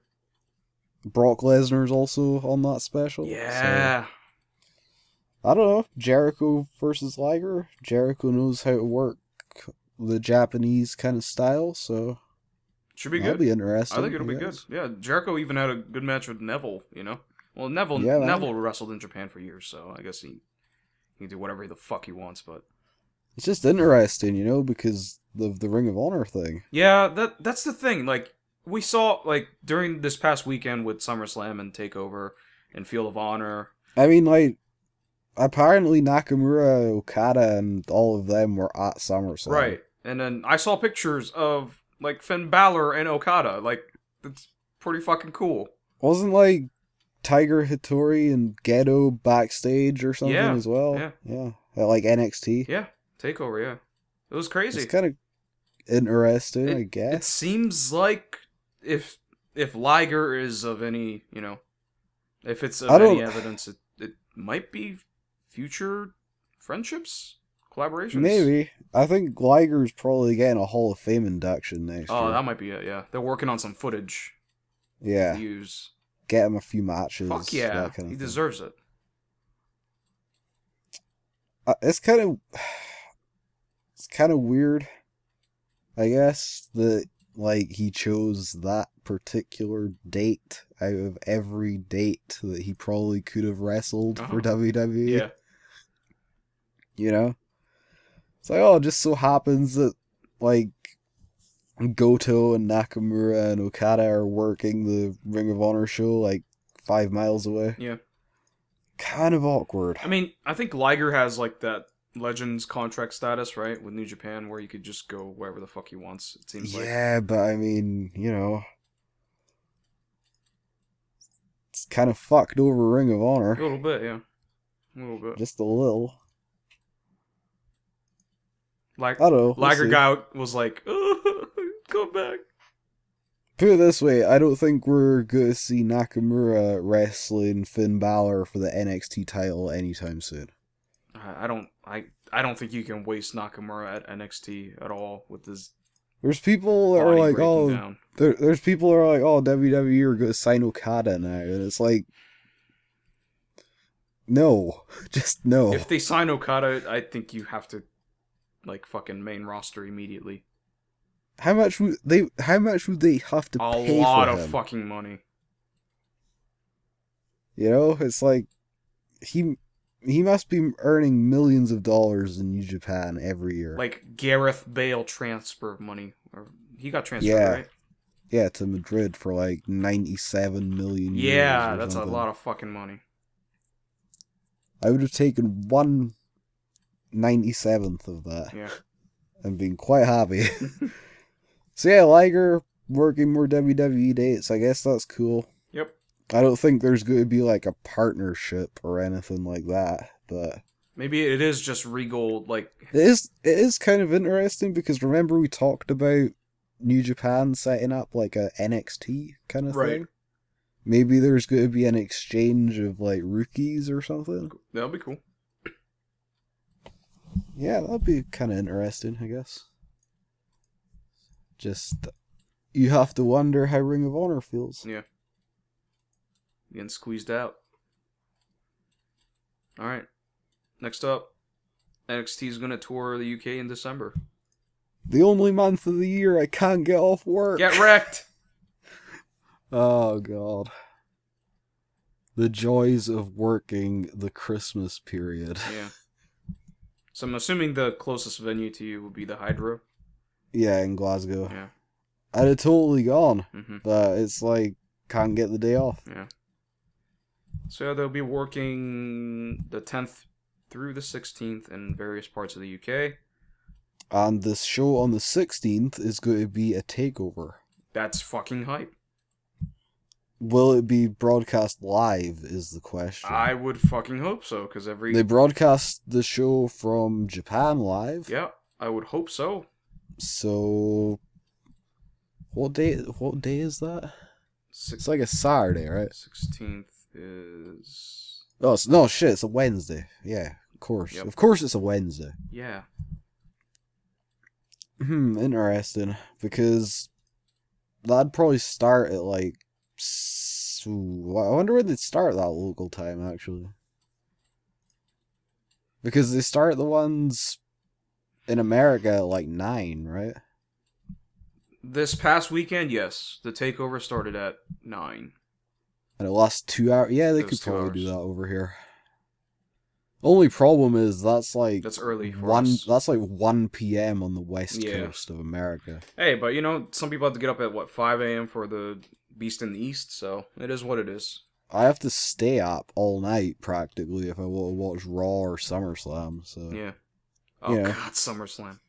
[SPEAKER 2] Brock Lesnar's also on that special. so-
[SPEAKER 1] Yeah.
[SPEAKER 2] I don't know. Jericho versus Liger. Jericho knows how to work the Japanese kind of style, so
[SPEAKER 1] Should be
[SPEAKER 2] That'll
[SPEAKER 1] good.
[SPEAKER 2] be interesting.
[SPEAKER 1] I think it'll be
[SPEAKER 2] yeah.
[SPEAKER 1] good. Yeah, Jericho even had a good match with Neville. You know, well Neville
[SPEAKER 2] Yeah, man.
[SPEAKER 1] Neville wrestled in Japan for years, so I guess he he can do whatever the fuck he wants. But
[SPEAKER 2] It's just interesting, you know, because of the Ring of Honor thing.
[SPEAKER 1] yeah, that that's the thing. Like we saw like during this past weekend with SummerSlam and Takeover and Field of Honor.
[SPEAKER 2] I mean, like, apparently Nakamura, Okada, and all of them were at SummerSlam.
[SPEAKER 1] Right, and then I saw pictures of like Finn Balor and Okada. Like it's pretty fucking cool.
[SPEAKER 2] Wasn't like Tiger Hattori and Ghetto backstage or something
[SPEAKER 1] Yeah,
[SPEAKER 2] as well?
[SPEAKER 1] yeah.
[SPEAKER 2] Yeah. At like NXT.
[SPEAKER 1] Yeah, Takeover. Yeah, it was crazy.
[SPEAKER 2] It's kind of interesting, I
[SPEAKER 1] It
[SPEAKER 2] guess.
[SPEAKER 1] seems like if if Liger is of any, you know, if it's of
[SPEAKER 2] I don't-
[SPEAKER 1] any evidence, it, it might be future friendships, collaborations.
[SPEAKER 2] Maybe. I think Liger's probably getting a Hall of Fame induction next
[SPEAKER 1] Oh,
[SPEAKER 2] year.
[SPEAKER 1] that might be it. Yeah, they're working on some footage to
[SPEAKER 2] yeah.
[SPEAKER 1] use.
[SPEAKER 2] Get him a few matches.
[SPEAKER 1] Fuck yeah,
[SPEAKER 2] that kind
[SPEAKER 1] he
[SPEAKER 2] of thing.
[SPEAKER 1] deserves it.
[SPEAKER 2] uh, it's kind of it's kind of weird i guess that like he chose that particular date out of every date that he probably could have wrestled for E.
[SPEAKER 1] Uh-huh.
[SPEAKER 2] wwe
[SPEAKER 1] Yeah,
[SPEAKER 2] you know it's like oh it just so happens that like goto and nakamura and okada are working the ring of honor show like five miles away
[SPEAKER 1] Yeah.
[SPEAKER 2] kind of awkward
[SPEAKER 1] I mean, I think Liger has like that Legends contract status, right, with New Japan, where you could just go wherever the fuck he wants. It seems like.
[SPEAKER 2] Yeah, but I mean, you know, it's kind of fucked over Ring of
[SPEAKER 1] A
[SPEAKER 2] Honor,
[SPEAKER 1] little bit, yeah, a little bit.
[SPEAKER 2] just a little.
[SPEAKER 1] Like
[SPEAKER 2] I don't know. oh, we'll
[SPEAKER 1] Lager
[SPEAKER 2] see.
[SPEAKER 1] guy was like, come back.
[SPEAKER 2] Put it this way, I don't think we're going to see Nakamura wrestling Finn Balor for the NXT title anytime soon.
[SPEAKER 1] I I don't, I, I don't think you can waste Nakamura at NXT at all with his
[SPEAKER 2] There's people that
[SPEAKER 1] body
[SPEAKER 2] are like,
[SPEAKER 1] breaking
[SPEAKER 2] oh,
[SPEAKER 1] down.
[SPEAKER 2] there, there's people that are like, oh, WWE are going to sign Okada now, and it's like, no, just no.
[SPEAKER 1] If they sign Okada, I think you have to, like, fucking main roster immediately.
[SPEAKER 2] How much would they? How much would they have to
[SPEAKER 1] A
[SPEAKER 2] pay for
[SPEAKER 1] lot of
[SPEAKER 2] him?
[SPEAKER 1] fucking money.
[SPEAKER 2] You know, it's like he he must be earning millions of dollars in New Japan every year.
[SPEAKER 1] Like Gareth Bale transfer money, or he got transferred,
[SPEAKER 2] Yeah.
[SPEAKER 1] right?
[SPEAKER 2] yeah, to Madrid for like ninety seven million. euros
[SPEAKER 1] Yeah,
[SPEAKER 2] or
[SPEAKER 1] that's
[SPEAKER 2] something.
[SPEAKER 1] a lot of fucking money.
[SPEAKER 2] I would have taken one ninety seventh of that
[SPEAKER 1] Yeah,
[SPEAKER 2] and been quite happy. so yeah, Liger working more WWE dates. I guess that's cool.
[SPEAKER 1] yep.
[SPEAKER 2] I don't think there's going to be like a partnership or anything like that, but
[SPEAKER 1] Maybe it is just Regal, like,
[SPEAKER 2] It is it is kind of interesting because remember we talked about New Japan setting up like a NXT kind of
[SPEAKER 1] Right.
[SPEAKER 2] thing. Maybe there's going to be an exchange of like rookies or something.
[SPEAKER 1] that'll be cool.
[SPEAKER 2] Yeah, that'd be kind of interesting, I guess. Just you have to wonder how Ring of Honor feels.
[SPEAKER 1] getting squeezed out. All right. Next up, NXT is going to tour the UK in December.
[SPEAKER 2] The only month of the year I can't get off work.
[SPEAKER 1] Get wrecked.
[SPEAKER 2] Oh god. The joys of working the Christmas period.
[SPEAKER 1] yeah. So I'm assuming the closest venue to you would be the Hydro.
[SPEAKER 2] Yeah, in Glasgow.
[SPEAKER 1] Yeah.
[SPEAKER 2] I'd have totally gone,
[SPEAKER 1] hmm
[SPEAKER 2] but it's like can't get the day off.
[SPEAKER 1] So they'll be working the 10th through the 16th in various parts of the UK.
[SPEAKER 2] And this show on the sixteenth is going to be a takeover.
[SPEAKER 1] That's fucking hype.
[SPEAKER 2] Will it be broadcast live? Is the question.
[SPEAKER 1] I would fucking hope so because every
[SPEAKER 2] They broadcast the show from Japan live.
[SPEAKER 1] yeah, I would hope so.
[SPEAKER 2] So, what day? What day is that?
[SPEAKER 1] Six,
[SPEAKER 2] It's like a Saturday, right?
[SPEAKER 1] 16th is
[SPEAKER 2] Oh it's, no, shit! It's a Wednesday. Yeah, of course.
[SPEAKER 1] Yep.
[SPEAKER 2] Of course, it's a Wednesday.
[SPEAKER 1] yeah.
[SPEAKER 2] Hmm, interesting. Because that'd probably start at like. s- ooh, I wonder when they'd start that local time actually. Because they start the ones in America at like nine, right?
[SPEAKER 1] This past weekend, yes, the takeover started at nine.
[SPEAKER 2] and it lasts two hours. Yeah, they
[SPEAKER 1] Those
[SPEAKER 2] could
[SPEAKER 1] two
[SPEAKER 2] probably do
[SPEAKER 1] hours.
[SPEAKER 2] that over here. Only problem is that's like
[SPEAKER 1] That's early for
[SPEAKER 2] one.
[SPEAKER 1] us.
[SPEAKER 2] That's like one p.m. on the west
[SPEAKER 1] Yeah.
[SPEAKER 2] coast of America.
[SPEAKER 1] Hey, but you know, some people have to get up at what five a.m. for the Beast in the East, so it is what it is.
[SPEAKER 2] I have to stay up all night practically if I want to watch Raw or SummerSlam. So
[SPEAKER 1] Yeah. Oh
[SPEAKER 2] Uh, Yeah.
[SPEAKER 1] God, SummerSlam.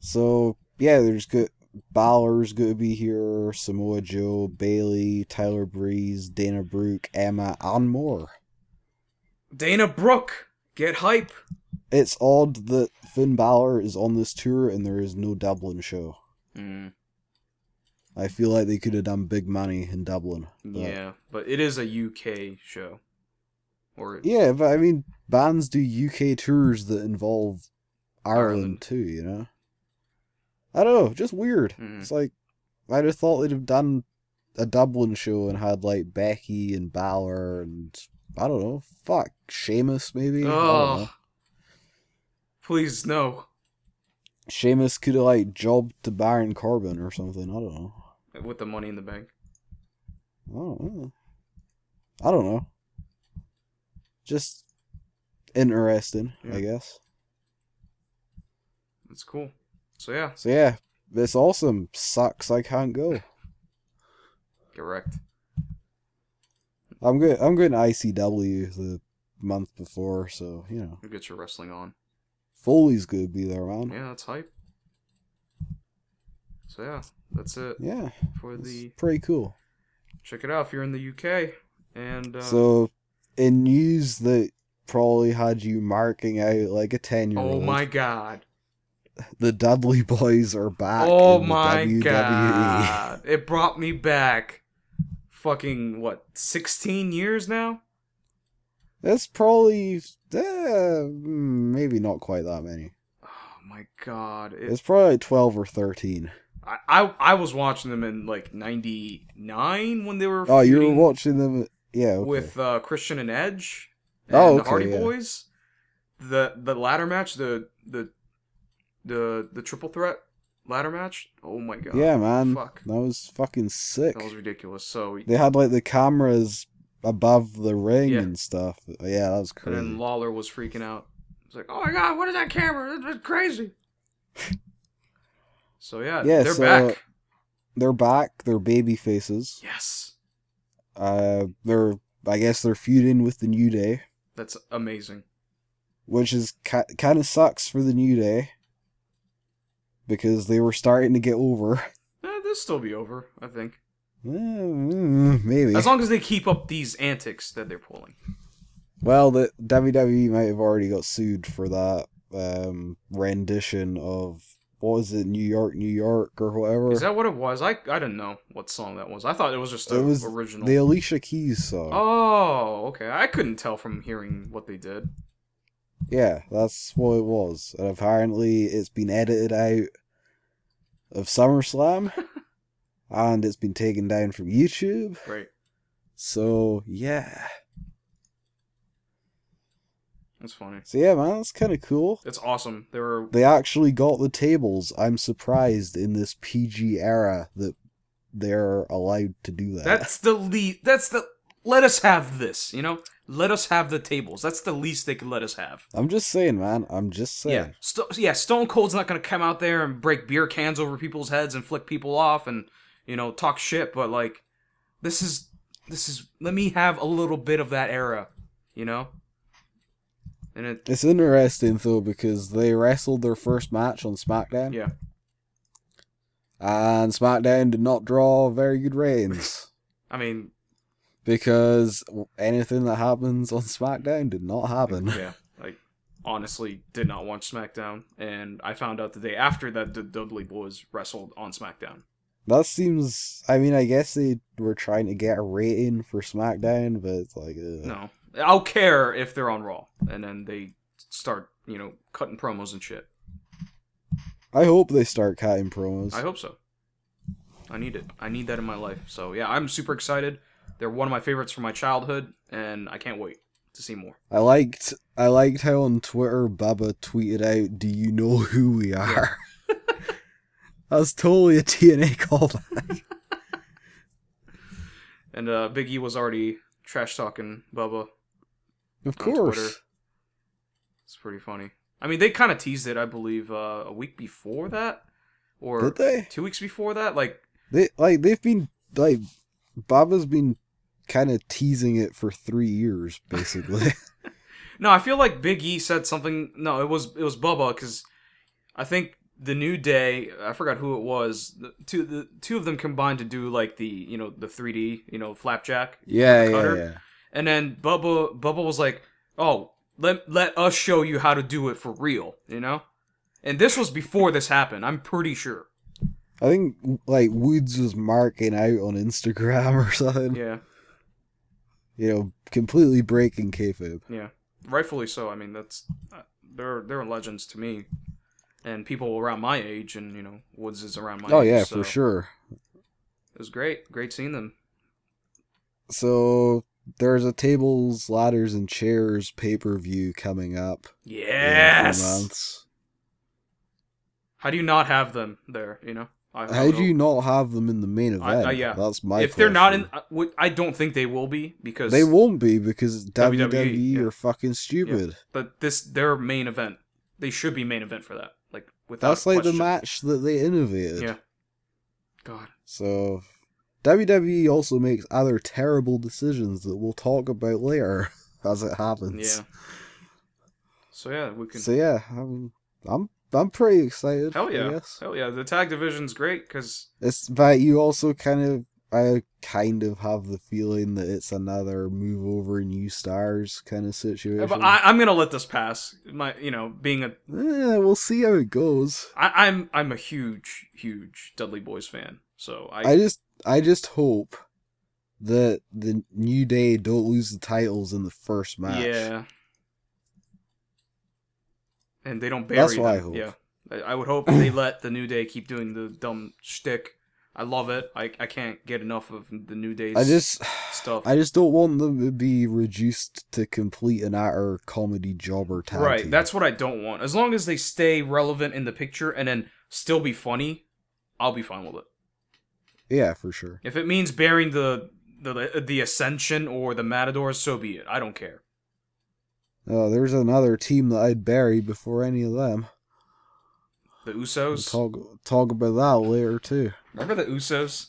[SPEAKER 2] So yeah, there's good. Balor's gonna be here. Samoa Joe, Bailey, Tyler Breeze, Dana Brooke, Emma, and more.
[SPEAKER 1] Dana Brooke, get hype.
[SPEAKER 2] It's odd that Finn Balor is on this tour and there is no Dublin show.
[SPEAKER 1] Mm,
[SPEAKER 2] I feel like they could have done big money in Dublin. but-
[SPEAKER 1] yeah, but it is a UK show. Or
[SPEAKER 2] Yeah, but I mean, bands do UK tours that involve Ireland,
[SPEAKER 1] Ireland.
[SPEAKER 2] too, you know? I don't know, just weird.
[SPEAKER 1] Mhm.
[SPEAKER 2] It's like, I'd have thought they'd have done a Dublin show and had, like, Becky and Balor and, I don't know, fuck, Seamus maybe? I don't know.
[SPEAKER 1] oh, please no.
[SPEAKER 2] Seamus could have, like, jobbed to Baron Corbin or something, I don't know.
[SPEAKER 1] With the money in the bank.
[SPEAKER 2] I don't know. I don't know. Just interesting,
[SPEAKER 1] Yeah.
[SPEAKER 2] I guess.
[SPEAKER 1] That's cool. So yeah,
[SPEAKER 2] So yeah, it's awesome. Sucks I can't go.
[SPEAKER 1] get wrecked.
[SPEAKER 2] I'm good. I'm going to ICW the month before, so you know
[SPEAKER 1] Get your wrestling on.
[SPEAKER 2] Foley's gonna be there, man.
[SPEAKER 1] Yeah, that's hype. So yeah, that's it
[SPEAKER 2] Yeah,
[SPEAKER 1] for
[SPEAKER 2] it's
[SPEAKER 1] the
[SPEAKER 2] pretty cool.
[SPEAKER 1] check it out if you're in the UK and uh,
[SPEAKER 2] So, in news that probably had you marking out like a ten year
[SPEAKER 1] oh
[SPEAKER 2] old,
[SPEAKER 1] my god,
[SPEAKER 2] the Dudley Boys are back.
[SPEAKER 1] oh
[SPEAKER 2] in the E.
[SPEAKER 1] my
[SPEAKER 2] WWE.
[SPEAKER 1] god, it brought me back. Fucking what, sixteen years now?
[SPEAKER 2] That's probably eh, mm, maybe not quite that many.
[SPEAKER 1] Oh my god, it,
[SPEAKER 2] It's probably like twelve or thirteen.
[SPEAKER 1] I, I I was watching them in like '99 when they were.
[SPEAKER 2] Oh, you were
[SPEAKER 1] feuding
[SPEAKER 2] watching them. Yeah. okay.
[SPEAKER 1] with uh, Christian and Edge and
[SPEAKER 2] Oh,
[SPEAKER 1] the
[SPEAKER 2] okay,
[SPEAKER 1] Hardy
[SPEAKER 2] yeah.
[SPEAKER 1] Boys. The the ladder match, the the the the triple threat ladder match. Oh my god!
[SPEAKER 2] yeah, man.
[SPEAKER 1] fuck.
[SPEAKER 2] That was fucking sick.
[SPEAKER 1] that was ridiculous. So
[SPEAKER 2] They had like the cameras above the ring
[SPEAKER 1] Yeah.
[SPEAKER 2] and stuff. Yeah, that was
[SPEAKER 1] and
[SPEAKER 2] crazy.
[SPEAKER 1] then Lawler was freaking out. It's like, oh my god, what is that camera? That's crazy. so yeah,
[SPEAKER 2] Yeah,
[SPEAKER 1] they're
[SPEAKER 2] so-
[SPEAKER 1] back.
[SPEAKER 2] they're back. They're baby faces.
[SPEAKER 1] Yes,
[SPEAKER 2] Uh, they're I guess they're feuding with the New Day,
[SPEAKER 1] that's amazing.
[SPEAKER 2] which is ki- kind of sucks for the New Day because they were starting to get over.
[SPEAKER 1] Eh, this still be over, I think.
[SPEAKER 2] Mm, Maybe.
[SPEAKER 1] As long as they keep up these antics that they're pulling.
[SPEAKER 2] Well, the WWE might have already got sued for that um, rendition of what was it, New York, New York, or whatever.
[SPEAKER 1] Is that what it was? I I didn't know what song that was. I thought it was just
[SPEAKER 2] It
[SPEAKER 1] the
[SPEAKER 2] was
[SPEAKER 1] original.
[SPEAKER 2] the Alicia Keys song.
[SPEAKER 1] Oh, okay. I couldn't tell from hearing what they did.
[SPEAKER 2] Yeah, that's what it was. And apparently it's been edited out of SummerSlam and it's been taken down from YouTube.
[SPEAKER 1] Great.
[SPEAKER 2] So yeah.
[SPEAKER 1] That's funny.
[SPEAKER 2] So yeah, man, that's kinda cool.
[SPEAKER 1] It's awesome. They were
[SPEAKER 2] They actually got the tables. I'm surprised in this PG era that they're allowed to do that.
[SPEAKER 1] that's the least that's the let us have this, you know? Let us have the tables. That's the least they could let us have.
[SPEAKER 2] I'm just saying, man. I'm just
[SPEAKER 1] Yeah.
[SPEAKER 2] saying.
[SPEAKER 1] Sto- yeah, Stone Cold's not going to come out there and break beer cans over people's heads and flick people off and, you know, talk shit, but like this is this is let me have a little bit of that era, you know? And it
[SPEAKER 2] It's interesting though because they wrestled their first match on SmackDown.
[SPEAKER 1] yeah.
[SPEAKER 2] And SmackDown did not draw very good ratings.
[SPEAKER 1] I mean,
[SPEAKER 2] because anything that happens on SmackDown did not happen.
[SPEAKER 1] yeah, like honestly, did not watch SmackDown, and I found out the day after that the Dudley Boys wrestled on SmackDown.
[SPEAKER 2] That seems. I mean, I guess they were trying to get a rating for SmackDown, but it's like, ugh.
[SPEAKER 1] No, I'll care if they're on Raw, and then they start, you know, cutting promos and shit.
[SPEAKER 2] I hope they start cutting promos.
[SPEAKER 1] I hope so. I need it. I need that in my life. So yeah, I'm super excited. They're one of my favorites from my childhood, and I can't wait to see more.
[SPEAKER 2] I liked. I liked how on Twitter Baba tweeted out, "Do you know who we are?" That's totally a TNA callback.
[SPEAKER 1] And uh, Big E was already trash talking Bubba.
[SPEAKER 2] of
[SPEAKER 1] On Twitter.
[SPEAKER 2] course.
[SPEAKER 1] It's pretty funny. I mean, they kind of teased it, I believe, uh, a week before that, or
[SPEAKER 2] Did they?
[SPEAKER 1] two weeks before that. Like,
[SPEAKER 2] They like they've been like Baba's been kind of teasing it for three years, basically.
[SPEAKER 1] no, I feel like Big E said something. No, it was it was Bubba because I think the New Day. I forgot who it was. The two the two of them combined to do like the you know the 3D you know flapjack
[SPEAKER 2] yeah, yeah,
[SPEAKER 1] Cutter.
[SPEAKER 2] yeah.
[SPEAKER 1] And then Bubba Bubba was like, "Oh, let let us show you how to do it for real," you know. And this was before this happened. I'm pretty sure.
[SPEAKER 2] I think like Woods was marking out on Instagram or something.
[SPEAKER 1] Yeah,
[SPEAKER 2] You know, completely breaking kayfabe.
[SPEAKER 1] rightfully so. I mean, that's uh, they're they're legends to me, and people around my age, and you know, Woods is around my.
[SPEAKER 2] Oh
[SPEAKER 1] age,
[SPEAKER 2] yeah,
[SPEAKER 1] so
[SPEAKER 2] for sure.
[SPEAKER 1] It was great. Great seeing them.
[SPEAKER 2] So there's a tables, ladders, and chairs pay per view coming up. in a few
[SPEAKER 1] Yes.
[SPEAKER 2] months.
[SPEAKER 1] How do you not have them there? You know. I,
[SPEAKER 2] How do you not have them in the main event?
[SPEAKER 1] I- I- yeah.
[SPEAKER 2] That's my.
[SPEAKER 1] If they're not in,
[SPEAKER 2] question.
[SPEAKER 1] I would- I don't think they will be because
[SPEAKER 2] they won't be because WWE,
[SPEAKER 1] WWE,
[SPEAKER 2] are fucking stupid.
[SPEAKER 1] But this their main event. They should be main event for that. Like without
[SPEAKER 2] That's like
[SPEAKER 1] question.
[SPEAKER 2] the match that they innovated.
[SPEAKER 1] Yeah. God.
[SPEAKER 2] So WWE also makes other terrible decisions that we'll talk about later as it happens.
[SPEAKER 1] Yeah. So yeah, we can.
[SPEAKER 2] So yeah, I'm I'm I'm pretty excited.
[SPEAKER 1] hell yeah,
[SPEAKER 2] I guess.
[SPEAKER 1] hell yeah. The tag division's great because
[SPEAKER 2] It's but you also kind of I kind of have the feeling that it's another move over new stars kind of situation.
[SPEAKER 1] I, I'm gonna let this pass. My, you know, being a,
[SPEAKER 2] yeah, Eh, we'll see how it goes.
[SPEAKER 1] I, I'm I'm a huge, huge Dudley Boys fan. So I,
[SPEAKER 2] I just I just hope that the New Day don't lose the titles in the first match.
[SPEAKER 1] yeah. And they don't bury.
[SPEAKER 2] That's what I
[SPEAKER 1] them.
[SPEAKER 2] hope.
[SPEAKER 1] Yeah, I, I would hope they let the New Day keep doing the dumb shtick. I love it. I, I can't get enough of the New Day's
[SPEAKER 2] I just
[SPEAKER 1] stuff.
[SPEAKER 2] I just don't want them to be reduced to complete and utter comedy jobber tag
[SPEAKER 1] Right,
[SPEAKER 2] team.
[SPEAKER 1] that's what I don't want. As long as they stay relevant in the picture and then still be funny, I'll be fine with it.
[SPEAKER 2] yeah, for sure.
[SPEAKER 1] If it means burying the the the Ascension or the Matadors, so be it. I don't care.
[SPEAKER 2] Oh, there's another team that I'd bury before any of them.
[SPEAKER 1] The
[SPEAKER 2] We'll
[SPEAKER 1] Usos.
[SPEAKER 2] talk talk about that later too.
[SPEAKER 1] Remember the Usos?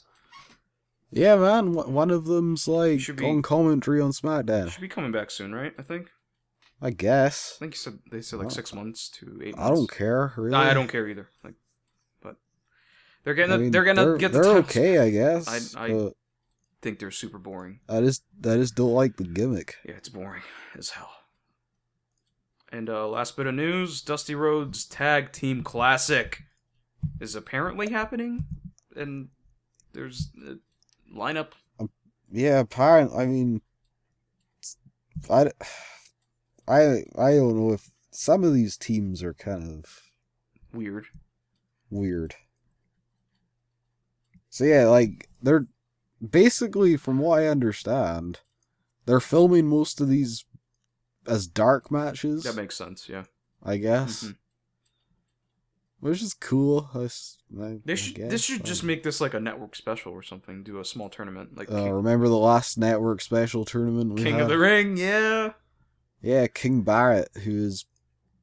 [SPEAKER 2] Yeah, man, one one of them's like
[SPEAKER 1] Should be-
[SPEAKER 2] on commentary on SmackDown.
[SPEAKER 1] Should be coming back soon, right? I think.
[SPEAKER 2] I
[SPEAKER 1] I
[SPEAKER 2] guess.
[SPEAKER 1] think you said they said like six months to eight.
[SPEAKER 2] I
[SPEAKER 1] months.
[SPEAKER 2] don't care. Really.
[SPEAKER 1] No, I don't care either. Like, but they're
[SPEAKER 2] I
[SPEAKER 1] getting
[SPEAKER 2] mean,
[SPEAKER 1] they're gonna
[SPEAKER 2] they're,
[SPEAKER 1] get the
[SPEAKER 2] they're
[SPEAKER 1] titles.
[SPEAKER 2] okay, I guess.
[SPEAKER 1] I- I-
[SPEAKER 2] but
[SPEAKER 1] I think they're super boring.
[SPEAKER 2] I just I just don't like the gimmick.
[SPEAKER 1] Yeah, it's boring as hell. And uh, last bit of news: Dusty Rhodes Tag Team Classic is apparently happening, and there's a lineup.
[SPEAKER 2] Yeah, apparently, I mean, I, I, I don't know if some of these teams are kind of
[SPEAKER 1] Weird.
[SPEAKER 2] weird. So yeah, like they're basically, from what I understand, they're filming most of these as dark matches.
[SPEAKER 1] That makes sense. Yeah.
[SPEAKER 2] I guess,
[SPEAKER 1] Mhm.
[SPEAKER 2] which is cool. I s- I- I
[SPEAKER 1] They should.
[SPEAKER 2] guess,
[SPEAKER 1] Mm-hmm. This should
[SPEAKER 2] I-
[SPEAKER 1] just make this like a network special or something. Do a small tournament like
[SPEAKER 2] Uh,
[SPEAKER 1] King,
[SPEAKER 2] remember the last network special tournament we
[SPEAKER 1] King
[SPEAKER 2] had?
[SPEAKER 1] of the Ring. Yeah.
[SPEAKER 2] Yeah, King Barrett, who's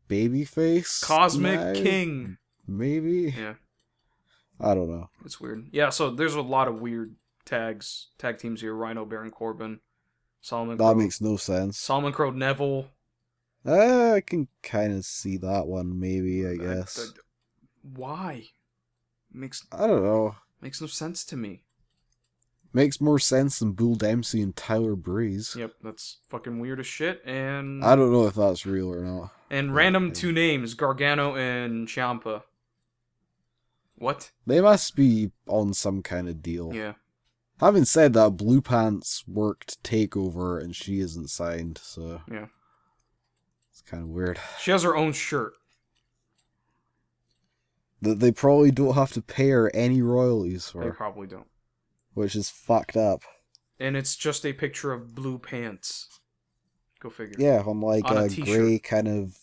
[SPEAKER 2] babyface.
[SPEAKER 1] Cosmic
[SPEAKER 2] now,
[SPEAKER 1] King.
[SPEAKER 2] Maybe.
[SPEAKER 1] Yeah.
[SPEAKER 2] I don't know.
[SPEAKER 1] It's weird. Yeah. So there's a lot of weird tags, tag teams here: Rhino, Baron Corbin, Solomon.
[SPEAKER 2] That
[SPEAKER 1] Crow-
[SPEAKER 2] makes no sense.
[SPEAKER 1] Solomon Crow, Neville.
[SPEAKER 2] Uh, I can kind of see that one, maybe, I
[SPEAKER 1] I-
[SPEAKER 2] guess. Uh,
[SPEAKER 1] I- why? Makes
[SPEAKER 2] I don't know.
[SPEAKER 1] makes no sense to me.
[SPEAKER 2] Makes more sense than Bull Dempsey and Tyler Breeze.
[SPEAKER 1] Yep, that's fucking weird as shit. And
[SPEAKER 2] I don't know if that's real or not.
[SPEAKER 1] and random two names, Gargano and Ciampa. What?
[SPEAKER 2] They must be on some kind of deal.
[SPEAKER 1] Yeah.
[SPEAKER 2] Having said that, Blue Pants worked Takeover and she isn't signed, so.
[SPEAKER 1] Yeah.
[SPEAKER 2] It's kind of weird.
[SPEAKER 1] She has her own shirt.
[SPEAKER 2] That they probably don't have to pay her any royalties
[SPEAKER 1] They
[SPEAKER 2] for,
[SPEAKER 1] probably don't.
[SPEAKER 2] which is fucked up.
[SPEAKER 1] And it's just a picture of blue pants. Go figure.
[SPEAKER 2] Yeah, on like
[SPEAKER 1] On a
[SPEAKER 2] a,
[SPEAKER 1] t-shirt.
[SPEAKER 2] gray kind of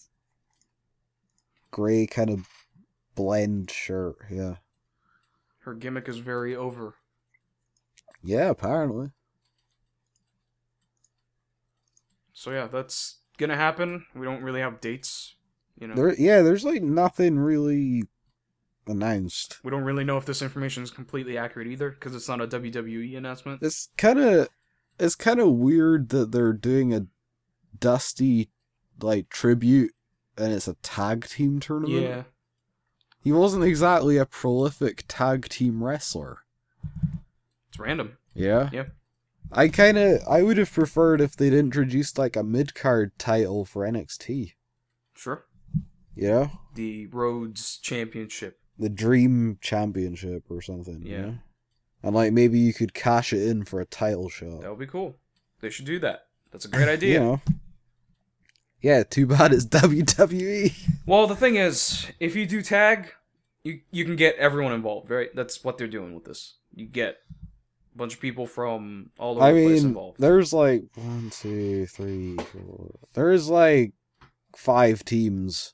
[SPEAKER 2] gray kind of blend shirt. Yeah,
[SPEAKER 1] Her gimmick is very over.
[SPEAKER 2] Yeah, apparently.
[SPEAKER 1] So yeah, that's gonna happen. We don't really have dates. You know,
[SPEAKER 2] There, yeah, there's like nothing really announced.
[SPEAKER 1] we don't really know if this information is completely accurate either because it's not a WWE announcement.
[SPEAKER 2] It's kind of, it's kind of weird that they're doing a dusty, like tribute, and it's a tag team tournament.
[SPEAKER 1] Yeah,
[SPEAKER 2] He wasn't exactly a prolific tag team wrestler.
[SPEAKER 1] it's random.
[SPEAKER 2] Yeah.
[SPEAKER 1] Yep.
[SPEAKER 2] I kind of I would have preferred if they'd introduced like a mid card title for NXT.
[SPEAKER 1] Sure.
[SPEAKER 2] Yeah.
[SPEAKER 1] The Rhodes Championship.
[SPEAKER 2] The Dream Championship or something. Yeah.
[SPEAKER 1] Yeah.
[SPEAKER 2] And like maybe you could cash it in for a title shot.
[SPEAKER 1] That would be cool. They should do that. That's a great
[SPEAKER 2] You
[SPEAKER 1] idea.
[SPEAKER 2] know. Yeah. Too bad it's E. WWE.
[SPEAKER 1] Well, the thing is, if you do tag, you you can get everyone involved, right? That's what they're doing with this. You get a bunch of people from all over
[SPEAKER 2] I
[SPEAKER 1] the place
[SPEAKER 2] mean,
[SPEAKER 1] involved.
[SPEAKER 2] there's like one, two, three, four. There's like five teams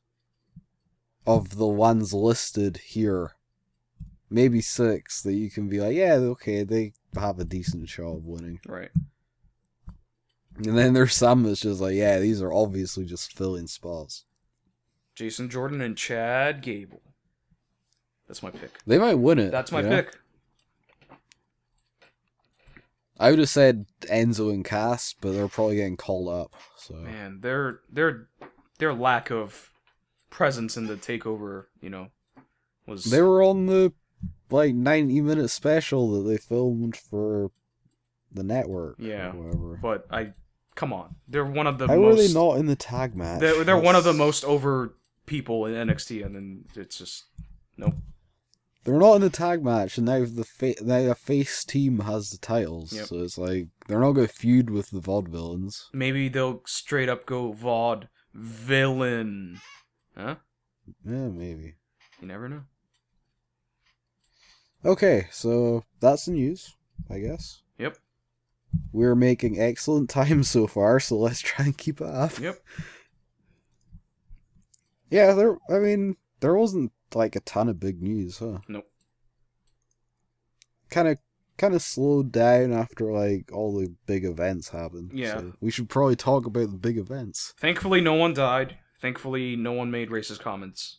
[SPEAKER 2] of the ones listed here. Maybe six that you can be like, yeah, okay, they have a decent shot of winning.
[SPEAKER 1] Right.
[SPEAKER 2] And then there's some that's just like, yeah, these are obviously just filling spots.
[SPEAKER 1] Jason Jordan and Chad Gable. That's my pick.
[SPEAKER 2] They might win it.
[SPEAKER 1] That's my
[SPEAKER 2] you know?
[SPEAKER 1] pick.
[SPEAKER 2] I would have said Enzo and Cass, but they're probably getting called up. So
[SPEAKER 1] Man, their their their lack of presence in the takeover, you know, was
[SPEAKER 2] They were on the like ninety minute special that they filmed for the network.
[SPEAKER 1] Yeah.
[SPEAKER 2] Or whatever.
[SPEAKER 1] but I come on. They're one of the
[SPEAKER 2] How were
[SPEAKER 1] most
[SPEAKER 2] they not in the tag match?
[SPEAKER 1] They're, they're one of the
[SPEAKER 2] That's-
[SPEAKER 1] most over people in NXT, and then it's just nope.
[SPEAKER 2] They're not in the tag match, and now the fa- now the face team has the titles,
[SPEAKER 1] Yep.
[SPEAKER 2] so it's like they're not going to feud with the vaudevillains.
[SPEAKER 1] Maybe they'll straight up go VOD villain. Huh?
[SPEAKER 2] Yeah, maybe.
[SPEAKER 1] You never know.
[SPEAKER 2] Okay, so that's the news, I guess.
[SPEAKER 1] Yep.
[SPEAKER 2] We're making excellent time so far, so let's try and keep it up.
[SPEAKER 1] Yep.
[SPEAKER 2] Yeah, there. I mean, there wasn't like a ton of big news, huh?
[SPEAKER 1] Nope.
[SPEAKER 2] Kind of, kind of slowed down after like all the big events happened.
[SPEAKER 1] Yeah.
[SPEAKER 2] so we should probably talk about the big events.
[SPEAKER 1] Thankfully, no one died. Thankfully, no one made racist comments.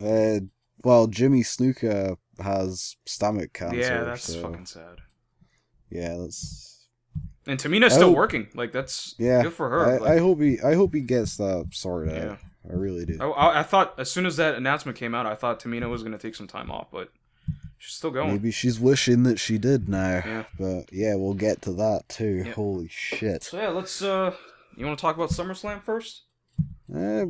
[SPEAKER 2] Uh, well, Jimmy Snuka has stomach cancer.
[SPEAKER 1] yeah, that's
[SPEAKER 2] so-
[SPEAKER 1] fucking sad.
[SPEAKER 2] Yeah, that's.
[SPEAKER 1] And Tamina's still
[SPEAKER 2] Oh.
[SPEAKER 1] working. Like that's
[SPEAKER 2] Yeah,
[SPEAKER 1] good for
[SPEAKER 2] I,
[SPEAKER 1] her.
[SPEAKER 2] I
[SPEAKER 1] like,
[SPEAKER 2] hope he. I hope he gets that sorted
[SPEAKER 1] yeah.
[SPEAKER 2] out. I really do.
[SPEAKER 1] I, Oh, I, I thought as soon as that announcement came out, I thought Tamina was gonna take some time off, but she's still going.
[SPEAKER 2] Maybe she's wishing that she did now.
[SPEAKER 1] Yeah.
[SPEAKER 2] But yeah, we'll get to that too.
[SPEAKER 1] Yep.
[SPEAKER 2] Holy shit.
[SPEAKER 1] So yeah, let's. uh You want to talk about SummerSlam first?
[SPEAKER 2] Uh,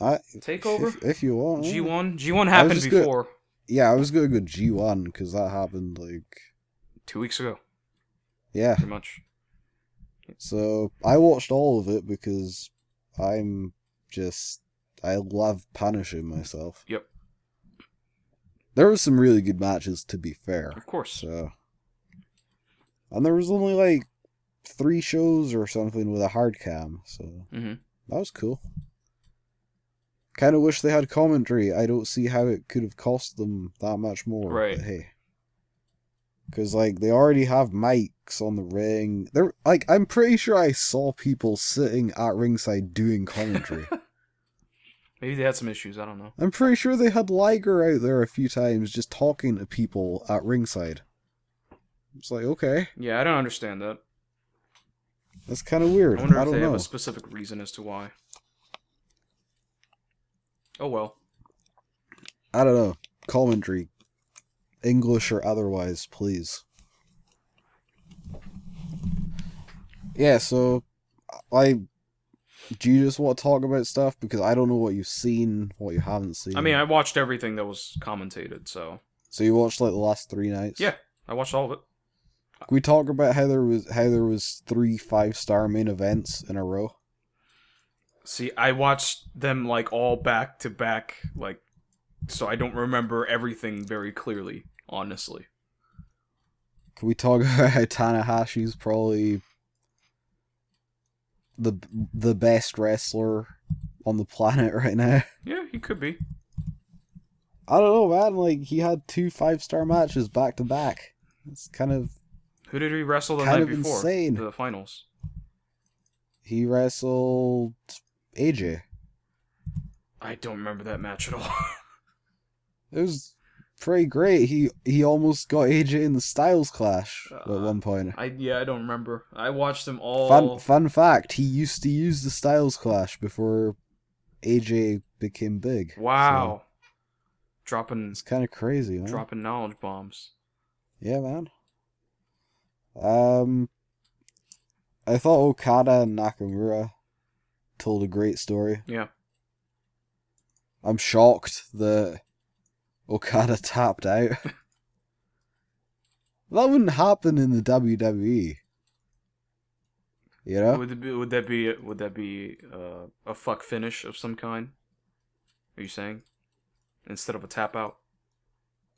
[SPEAKER 1] Takeover.
[SPEAKER 2] if, if you want. yeah.
[SPEAKER 1] G one. G one
[SPEAKER 2] I was
[SPEAKER 1] happened
[SPEAKER 2] just gonna-
[SPEAKER 1] before
[SPEAKER 2] Yeah, I was going to go G1 because that happened like.
[SPEAKER 1] two weeks ago,
[SPEAKER 2] Yeah.
[SPEAKER 1] pretty much.
[SPEAKER 2] So I watched all of it because I'm just. I love punishing myself.
[SPEAKER 1] Yep.
[SPEAKER 2] There was some really good matches, to be fair.
[SPEAKER 1] Of course.
[SPEAKER 2] So. And there was only like three shows or something with a hard cam, so.
[SPEAKER 1] hmm
[SPEAKER 2] That was cool. Kind of wish they had commentary. I don't see how it could have cost them that much more.
[SPEAKER 1] Right.
[SPEAKER 2] But hey. Because, like, they already have mics on the ring. They're, like, I'm pretty sure I saw people sitting at ringside doing commentary.
[SPEAKER 1] Maybe they had some issues. I don't know.
[SPEAKER 2] I'm pretty sure they had Liger out there a few times just talking to people at ringside. It's like, okay.
[SPEAKER 1] Yeah, I don't understand that.
[SPEAKER 2] That's kind of weird.
[SPEAKER 1] I
[SPEAKER 2] I,
[SPEAKER 1] wonder if
[SPEAKER 2] don't
[SPEAKER 1] they have
[SPEAKER 2] know.
[SPEAKER 1] a specific reason as to why. Oh well.
[SPEAKER 2] I don't know. Commentary. English or otherwise, please. Yeah, so I do you just want to talk about stuff? Because I don't know what you've seen, what you haven't seen.
[SPEAKER 1] I mean, I watched everything that was commentated, so
[SPEAKER 2] So you watched like the last three nights?
[SPEAKER 1] Yeah. I watched all of it.
[SPEAKER 2] Can we talk about how there was how there was three five star main events in a row?
[SPEAKER 1] See, I watched them like all back to back, like, so I don't remember everything very clearly. Honestly,
[SPEAKER 2] Can we talk about how Tanahashi's probably the the best wrestler on the planet right now?
[SPEAKER 1] yeah, he could be.
[SPEAKER 2] I don't know, man. Like he had two five star matches back to back. It's kind of
[SPEAKER 1] Who did he wrestle the
[SPEAKER 2] Kind
[SPEAKER 1] night
[SPEAKER 2] of
[SPEAKER 1] before?
[SPEAKER 2] insane.
[SPEAKER 1] The finals.
[SPEAKER 2] he wrestled AJ.
[SPEAKER 1] I don't remember that match at all.
[SPEAKER 2] It was pretty great. He he almost got AJ in the Styles Clash at
[SPEAKER 1] Uh, oh.
[SPEAKER 2] one point.
[SPEAKER 1] I yeah, I don't remember. I watched them all.
[SPEAKER 2] Fun fun fact: he used to use the Styles Clash before AJ became big.
[SPEAKER 1] Wow.
[SPEAKER 2] So
[SPEAKER 1] Dropping
[SPEAKER 2] it's kind of crazy, man.
[SPEAKER 1] dropping knowledge bombs.
[SPEAKER 2] Yeah, man. Um, I thought Okada and Nakamura told a great story.
[SPEAKER 1] Yeah.
[SPEAKER 2] I'm shocked that Okada tapped out. that wouldn't happen in the WWE. You know?
[SPEAKER 1] Would it be, would that be would that be uh, a fuck finish of some kind? Are you saying instead of a tap out?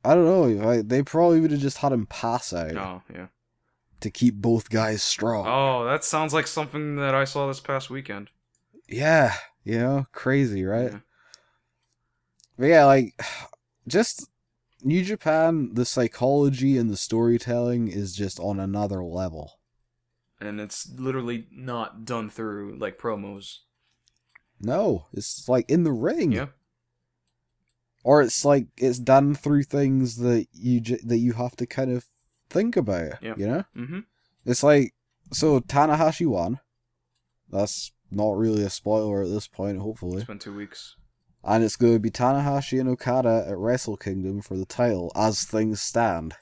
[SPEAKER 2] I don't know. Like, they probably would have just had him pass out
[SPEAKER 1] Oh yeah.
[SPEAKER 2] to keep both guys strong.
[SPEAKER 1] Oh, that sounds like something that I saw this past weekend.
[SPEAKER 2] Yeah. You know? Crazy, right?
[SPEAKER 1] Yeah.
[SPEAKER 2] But yeah, like just New Japan, the psychology and the storytelling is just on another level.
[SPEAKER 1] And it's literally not done through like promos.
[SPEAKER 2] No, it's like in the ring.
[SPEAKER 1] Yeah.
[SPEAKER 2] Or it's like it's done through things that you ju- that you have to kind of think about.
[SPEAKER 1] Yeah.
[SPEAKER 2] You know,
[SPEAKER 1] Mm-hmm.
[SPEAKER 2] it's like so Tanahashi won. That's not really a spoiler at this point, hopefully.
[SPEAKER 1] It's been two weeks.
[SPEAKER 2] And it's going to be Tanahashi and Okada at Wrestle Kingdom for the title as things stand.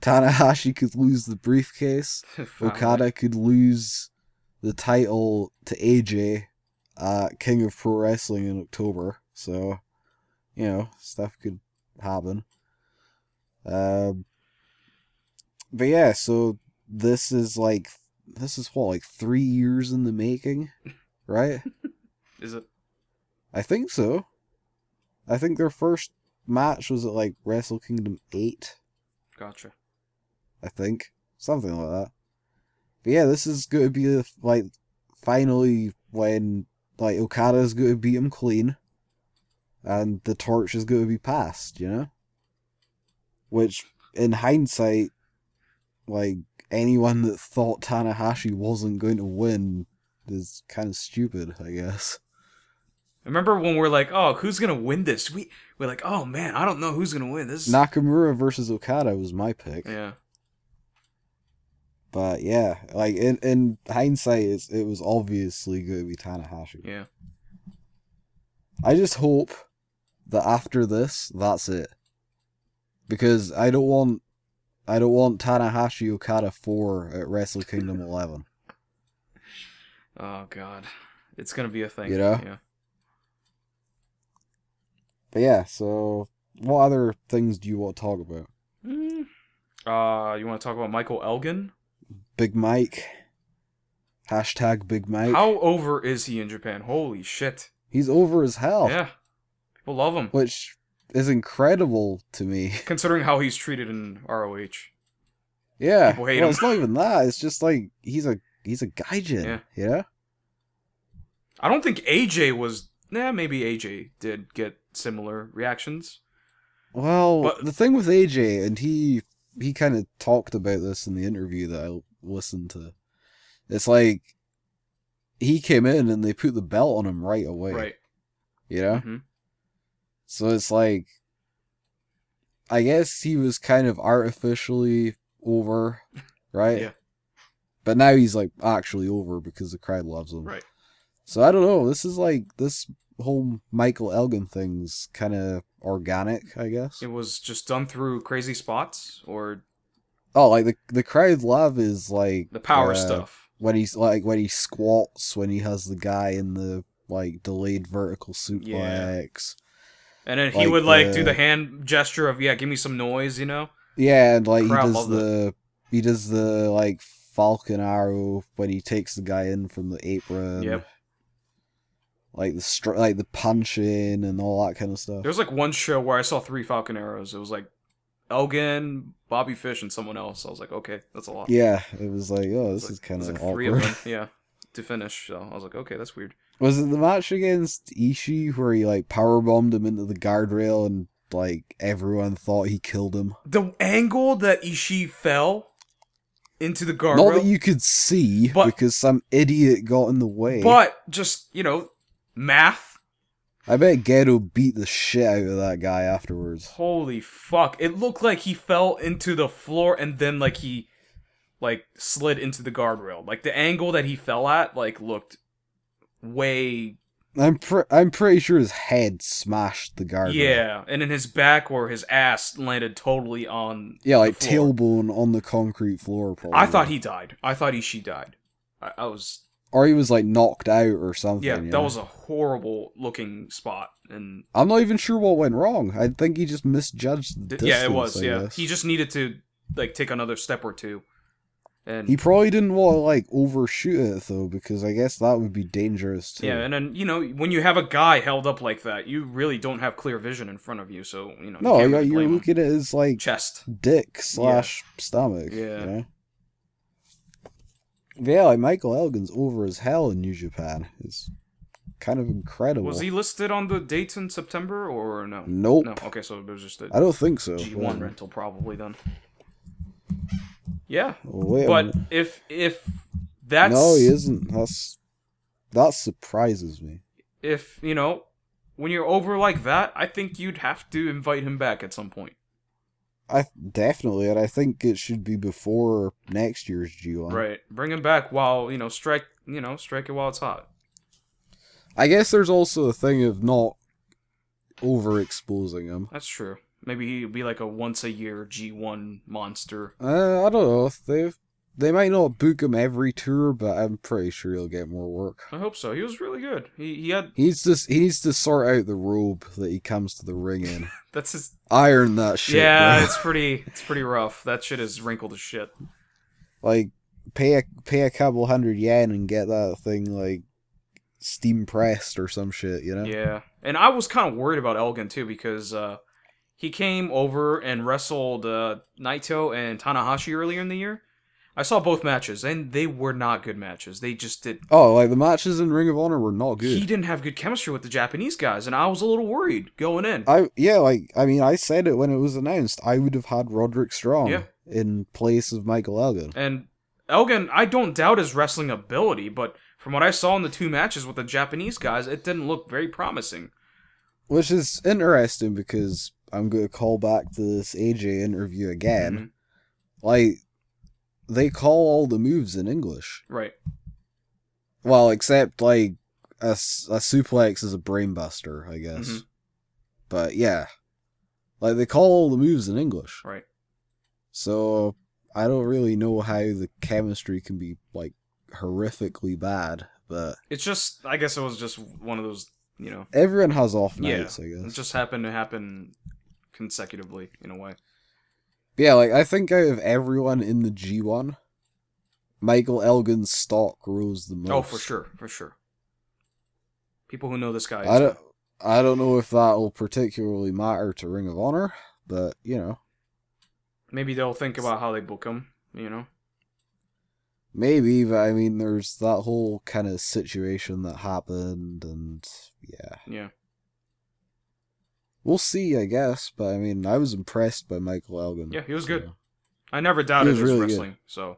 [SPEAKER 2] Tanahashi could lose the briefcase.
[SPEAKER 1] Finally.
[SPEAKER 2] Okada could lose the title to AJ at King of Pro Wrestling in October. So, you know, stuff could happen. Um, but yeah, so this is like, this is what, like three years in the making, right?
[SPEAKER 1] Is it?
[SPEAKER 2] I think so. I think their first match was at like Wrestle Kingdom 8.
[SPEAKER 1] Gotcha.
[SPEAKER 2] I think. Something like that. But yeah, this is going to be the, like finally when like Okada's going to beat him clean, and the torch is going to be passed. You know, which in hindsight, like anyone that thought Tanahashi wasn't going to win is kind of stupid, I guess.
[SPEAKER 1] Remember when we're like, oh, who's gonna win this? We we're like, oh man, I don't know who's gonna win this.
[SPEAKER 2] Nakamura versus Okada was my pick.
[SPEAKER 1] yeah.
[SPEAKER 2] But yeah, like in, in hindsight, it's, it was obviously going to be Tanahashi.
[SPEAKER 1] Yeah.
[SPEAKER 2] I just hope that after this, that's it. Because I don't want, I don't want Tanahashi Okada four at Wrestle Kingdom eleven.
[SPEAKER 1] Oh god. It's gonna be a thing.
[SPEAKER 2] You know?
[SPEAKER 1] Yeah.
[SPEAKER 2] But yeah, so what other things do you want to talk about?
[SPEAKER 1] Mm. Uh, you want to talk about Michael Elgin?
[SPEAKER 2] Big Mike, hashtag Big Mike.
[SPEAKER 1] How over is he in Japan? Holy shit!
[SPEAKER 2] He's over as hell,
[SPEAKER 1] Yeah, people love him
[SPEAKER 2] which is incredible to me.
[SPEAKER 1] considering how he's treated in ROH.
[SPEAKER 2] Yeah.
[SPEAKER 1] People hate
[SPEAKER 2] well,
[SPEAKER 1] him.
[SPEAKER 2] it's not even that. It's just like he's a he's a gaijin.
[SPEAKER 1] Yeah.
[SPEAKER 2] Yeah.
[SPEAKER 1] I don't think AJ was. Nah, maybe AJ did get similar reactions.
[SPEAKER 2] Well,
[SPEAKER 1] But-
[SPEAKER 2] the thing with AJ, and he he kind of talked about this in the interview that I listened to. It's like he came in and they put the belt on him right away.
[SPEAKER 1] Right.
[SPEAKER 2] You know.
[SPEAKER 1] Mhm.
[SPEAKER 2] So it's like, I guess he was kind of artificially over, right?
[SPEAKER 1] Yeah.
[SPEAKER 2] But now he's like actually over because the crowd loves him.
[SPEAKER 1] Right.
[SPEAKER 2] So I don't know. This is like this whole Michael Elgin thing's kind of organic, I guess.
[SPEAKER 1] It was just done through crazy spots or
[SPEAKER 2] Oh, like the the crowd love is like
[SPEAKER 1] the power
[SPEAKER 2] uh,
[SPEAKER 1] stuff.
[SPEAKER 2] when he's like when he squats when he has the guy in the like delayed vertical suplex.
[SPEAKER 1] And then he
[SPEAKER 2] like
[SPEAKER 1] would like do
[SPEAKER 2] the-
[SPEAKER 1] the hand gesture of yeah, give me some noise, you know.
[SPEAKER 2] Yeah, and like he
[SPEAKER 1] Crowd
[SPEAKER 2] does
[SPEAKER 1] loved
[SPEAKER 2] the he does the like falcon arrow when he takes the guy in from the apron.
[SPEAKER 1] Yep.
[SPEAKER 2] Like the str- like the punching and all that kind of stuff.
[SPEAKER 1] There was like one show where I saw three Falcon arrows. It was like Elgin, Bobby Fish, and someone else. I was like, okay, that's a lot.
[SPEAKER 2] Yeah, it was like oh, this
[SPEAKER 1] It's
[SPEAKER 2] is kind
[SPEAKER 1] it's
[SPEAKER 2] of
[SPEAKER 1] like three
[SPEAKER 2] awkward.
[SPEAKER 1] them, yeah, to finish. So I was like, okay, that's weird.
[SPEAKER 2] Was it the match against Ishii where he like power bombed him into the guardrail and like everyone thought he killed him.
[SPEAKER 1] The angle that Ishii fell into the
[SPEAKER 2] Not that
[SPEAKER 1] guardrail,
[SPEAKER 2] you could see
[SPEAKER 1] But-
[SPEAKER 2] because some idiot got in the way.
[SPEAKER 1] but just you know, math.
[SPEAKER 2] I bet Ghetto beat the shit out of that guy afterwards.
[SPEAKER 1] Holy fuck! It looked like he fell into the floor and then like he, like slid into the guardrail. Like the angle that he fell at, like looked way
[SPEAKER 2] I'm pre- I'm pretty sure his head smashed the guardrail.
[SPEAKER 1] yeah, and in his back or his ass landed totally on.
[SPEAKER 2] Yeah, like
[SPEAKER 1] the floor.
[SPEAKER 2] tailbone on the concrete floor. Probably.
[SPEAKER 1] I thought he died. I thought Ishii died. I, I was
[SPEAKER 2] or he was like knocked out or something.
[SPEAKER 1] yeah,
[SPEAKER 2] you
[SPEAKER 1] that
[SPEAKER 2] know?
[SPEAKER 1] was a horrible looking spot and
[SPEAKER 2] I'm not even sure what went wrong. I think he just misjudged the
[SPEAKER 1] d-
[SPEAKER 2] distance.
[SPEAKER 1] yeah, it was.
[SPEAKER 2] I
[SPEAKER 1] yeah,
[SPEAKER 2] guess.
[SPEAKER 1] he just needed to like take another step or two, and
[SPEAKER 2] He probably didn't want to like overshoot it though, because I guess that would be dangerous too.
[SPEAKER 1] yeah, and then you know when you have a guy held up like that, you really don't have clear vision in front of you, so you know.
[SPEAKER 2] no,
[SPEAKER 1] you can't
[SPEAKER 2] yeah,
[SPEAKER 1] really
[SPEAKER 2] you're
[SPEAKER 1] blame him.
[SPEAKER 2] looking at his like
[SPEAKER 1] chest.
[SPEAKER 2] dick slash stomach.
[SPEAKER 1] Yeah.
[SPEAKER 2] Yeah. You know? Yeah, like Michael Elgin's over as hell in New Japan. It's kind of incredible.
[SPEAKER 1] Was he listed on the dates in September or no?
[SPEAKER 2] Nope.
[SPEAKER 1] No. Okay, so it was just a
[SPEAKER 2] I don't think so.
[SPEAKER 1] G
[SPEAKER 2] Wait a
[SPEAKER 1] one
[SPEAKER 2] minute.
[SPEAKER 1] rental probably then. Yeah,
[SPEAKER 2] Wait a
[SPEAKER 1] but
[SPEAKER 2] minute.
[SPEAKER 1] if if that's
[SPEAKER 2] no, he isn't. That's that surprises me.
[SPEAKER 1] if you know when you're over like that, I think you'd have to invite him back at some point.
[SPEAKER 2] I definitely, and I think it should be before next year's G1.
[SPEAKER 1] Right. Bring him back while, you know, strike, you know, strike it while it's hot.
[SPEAKER 2] I guess there's also a thing of not overexposing him.
[SPEAKER 1] That's true. Maybe he'll be like a once a year G1 monster.
[SPEAKER 2] Uh, I don't know. They they might not book him every tour, but I'm pretty sure he'll get more work.
[SPEAKER 1] I hope so. He was really good. He he had
[SPEAKER 2] He needs to he needs to sort out the robe that he comes to the ring in.
[SPEAKER 1] that's his
[SPEAKER 2] Iron that shit.
[SPEAKER 1] Yeah,
[SPEAKER 2] bro.
[SPEAKER 1] it's pretty it's pretty rough. That shit is wrinkled as shit.
[SPEAKER 2] like pay a pay a couple hundred yen and get that thing like steam pressed or some shit. You know.
[SPEAKER 1] Yeah. And I was kind of worried about Elgin too because uh he came over and wrestled uh Naito and Tanahashi earlier in the year. I saw both matches and they were not good matches. They just did
[SPEAKER 2] Oh, like the matches in Ring of Honor were not good.
[SPEAKER 1] He didn't have good chemistry with the Japanese guys, and I was a little worried going in.
[SPEAKER 2] I yeah, like I mean, I said it when it was announced. I would have had Roderick Strong
[SPEAKER 1] Yeah.
[SPEAKER 2] in place of Michael Elgin.
[SPEAKER 1] and Elgin, I don't doubt his wrestling ability, but from what I saw in the two matches with the Japanese guys, it didn't look very promising.
[SPEAKER 2] Which is interesting because I'm going to call back to this AJ interview again.
[SPEAKER 1] Mhm.
[SPEAKER 2] Like, they call all the moves in English.
[SPEAKER 1] Right.
[SPEAKER 2] Well, except, like, a, s- a suplex is a brainbuster, I guess.
[SPEAKER 1] Mhm.
[SPEAKER 2] But yeah. Like, they call all the moves in English.
[SPEAKER 1] Right.
[SPEAKER 2] So, I don't really know how the chemistry can be, like, horrifically bad, but
[SPEAKER 1] It's just, I guess it was just one of those, you know,
[SPEAKER 2] everyone has off
[SPEAKER 1] Yeah.
[SPEAKER 2] nights, I
[SPEAKER 1] it
[SPEAKER 2] guess.
[SPEAKER 1] just happened to happen consecutively in a way.
[SPEAKER 2] Yeah, like I think out of everyone in the G one, Michael Elgin's stock rose the most.
[SPEAKER 1] Oh, for sure, for sure. People who know this guy.
[SPEAKER 2] I don't, I don't know if that'll particularly matter to Ring of Honor, but you know,
[SPEAKER 1] Maybe they'll think about how they book him. You know.
[SPEAKER 2] maybe. But I mean, there's that whole kind of situation that happened, and yeah,
[SPEAKER 1] Yeah.
[SPEAKER 2] we'll see, I guess. But I mean, I was impressed by Michael Elgin.
[SPEAKER 1] Yeah, he was good.
[SPEAKER 2] so.
[SPEAKER 1] I never doubted
[SPEAKER 2] was
[SPEAKER 1] his
[SPEAKER 2] really good.
[SPEAKER 1] wrestling, so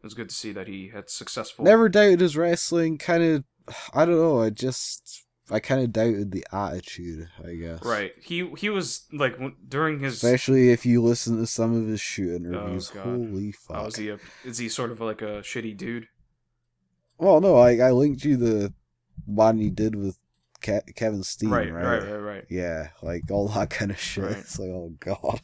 [SPEAKER 1] it was good to see that he had successful.
[SPEAKER 2] Never doubted his wrestling. Kind of, I don't know. I just, I kind of doubted the attitude. I guess.
[SPEAKER 1] Right. He he was like w- during his.
[SPEAKER 2] Especially if you listen to some of his shoot interviews.
[SPEAKER 1] God.
[SPEAKER 2] Holy
[SPEAKER 1] Oh,
[SPEAKER 2] fuck.
[SPEAKER 1] is he a, is he sort of like a shitty dude?
[SPEAKER 2] Well, no, I, I linked you the one he did with Ke- Kevin Steen,
[SPEAKER 1] right,
[SPEAKER 2] right,
[SPEAKER 1] right, right, right.
[SPEAKER 2] Yeah, like all that kind of shit.
[SPEAKER 1] Right.
[SPEAKER 2] It's like, oh god.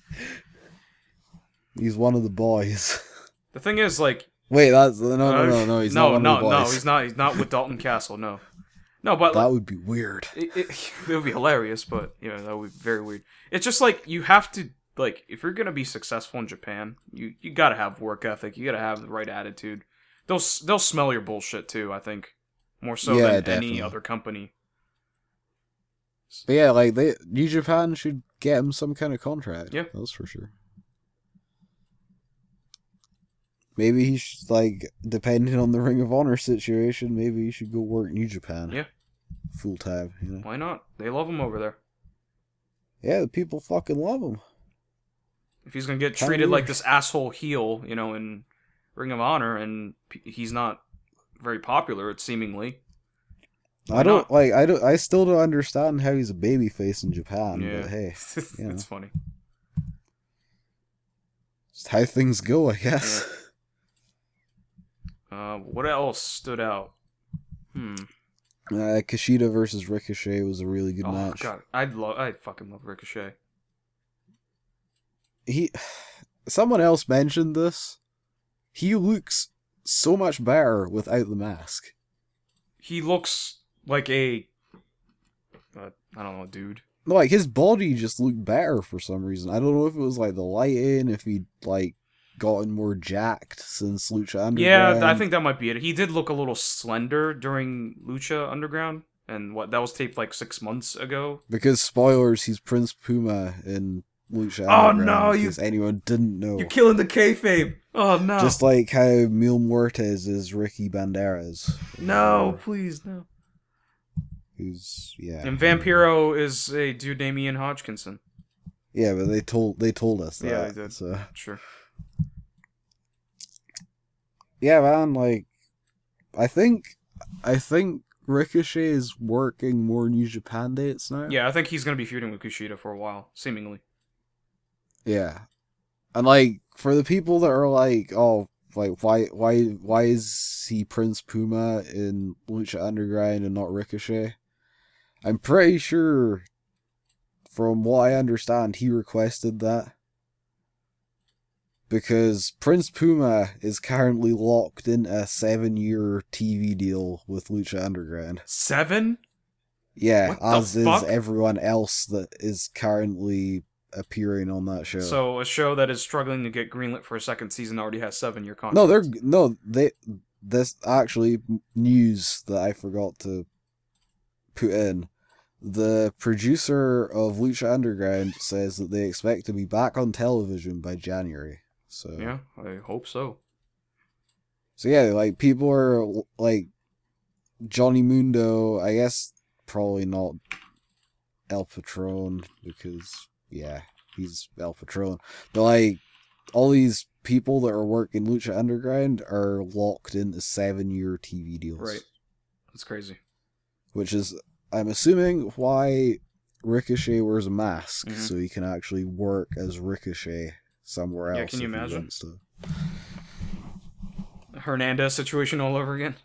[SPEAKER 2] He's one of the boys.
[SPEAKER 1] The thing is, like,
[SPEAKER 2] Wait, that's no,
[SPEAKER 1] uh,
[SPEAKER 2] no, no, no. He's not one
[SPEAKER 1] no,
[SPEAKER 2] of the
[SPEAKER 1] no,
[SPEAKER 2] boys.
[SPEAKER 1] he's not. He's not with Dalton Castle. No, no, but like,
[SPEAKER 2] That would be weird.
[SPEAKER 1] it, it, it would be hilarious. But you know, that would be very weird. It's just like you have to like if you're gonna be successful in Japan, you you gotta have work ethic. You gotta have the right attitude. They'll s- they'll smell your bullshit too. I think more so
[SPEAKER 2] Yeah,
[SPEAKER 1] than any
[SPEAKER 2] definitely.
[SPEAKER 1] other company.
[SPEAKER 2] But yeah, like they New Japan should get him some kind of contract.
[SPEAKER 1] Yeah.
[SPEAKER 2] that's for sure. Maybe he should like, depending on the Ring of Honor situation, maybe he should go work New Japan.
[SPEAKER 1] Yeah.
[SPEAKER 2] full time. You know,
[SPEAKER 1] Why not? They love him over there.
[SPEAKER 2] Yeah, the people fucking love him.
[SPEAKER 1] If he's gonna get
[SPEAKER 2] Kinda
[SPEAKER 1] treated like
[SPEAKER 2] weird.
[SPEAKER 1] this asshole heel, you know, in Ring of Honor, and p- he's not very popular, it's seemingly. Why
[SPEAKER 2] I don't
[SPEAKER 1] not?
[SPEAKER 2] like. I don't. I still don't understand how he's a babyface in Japan.
[SPEAKER 1] yeah,
[SPEAKER 2] But hey,
[SPEAKER 1] it's
[SPEAKER 2] you know.
[SPEAKER 1] funny.
[SPEAKER 2] it's how things go, I guess.
[SPEAKER 1] Uh, what else stood out? Hmm.
[SPEAKER 2] Uh, Kushida versus Ricochet was a really good
[SPEAKER 1] oh
[SPEAKER 2] match.
[SPEAKER 1] god, I'd love, I fucking love Ricochet.
[SPEAKER 2] He, someone else mentioned this. He looks so much better without the mask.
[SPEAKER 1] He looks like a, uh, I don't know, dude.
[SPEAKER 2] No, Like his body just looked better for some reason. I don't know if it was like the lighting, if he'd like gotten more jacked since Lucha Underground.
[SPEAKER 1] Yeah, th- I think that might be it. He did look a little slender during Lucha Underground, and what that was taped like six months ago.
[SPEAKER 2] because spoilers, he's Prince Puma in Lucha.
[SPEAKER 1] Oh,
[SPEAKER 2] Underground,
[SPEAKER 1] no,
[SPEAKER 2] in
[SPEAKER 1] you-
[SPEAKER 2] case anyone didn't know.
[SPEAKER 1] You're killing the kayfabe. Oh no,
[SPEAKER 2] Oh. Just like how Mil Muertes is Ricky Banderas.
[SPEAKER 1] no, please no.
[SPEAKER 2] Who's yeah.
[SPEAKER 1] And Vampiro is a dude named Ian Hodgkinson.
[SPEAKER 2] Yeah, but they told they told us that.
[SPEAKER 1] Yeah, they did.
[SPEAKER 2] So
[SPEAKER 1] Sure.
[SPEAKER 2] yeah, man, like I think I think Ricochet is working more New Japan dates now.
[SPEAKER 1] Yeah, I think he's gonna be feuding with Kushida for a while, seemingly.
[SPEAKER 2] Yeah. And like for the people that are like, oh, like why why why is he Prince Puma in Lucha Underground and not Ricochet? I'm pretty sure from what I understand he requested that. Because Prince Puma is currently locked in a seven year TV deal with Lucha Underground.
[SPEAKER 1] Seven?
[SPEAKER 2] Yeah,
[SPEAKER 1] What the
[SPEAKER 2] as is
[SPEAKER 1] fuck?
[SPEAKER 2] everyone else that is currently appearing on that show.
[SPEAKER 1] So a show that is struggling to get greenlit for a second season already has seven year contracts.
[SPEAKER 2] No, they're no they. This actually news that I forgot to put in. The producer of Lucha Underground says that they expect to be back on television by January. So
[SPEAKER 1] Yeah, I hope so.
[SPEAKER 2] so yeah, like people are like Johnny Mundo. I guess probably not El Patron because yeah, he's El Patron. But like all these people that are working Lucha Underground are locked into seven-year TV deals,
[SPEAKER 1] Right. That's crazy.
[SPEAKER 2] Which is, I'm assuming, why Ricochet wears a mask
[SPEAKER 1] Mhm.
[SPEAKER 2] so he can actually work as Ricochet somewhere else.
[SPEAKER 1] Yeah, can you
[SPEAKER 2] if he
[SPEAKER 1] imagine?
[SPEAKER 2] wants to.
[SPEAKER 1] Hernandez situation all over again.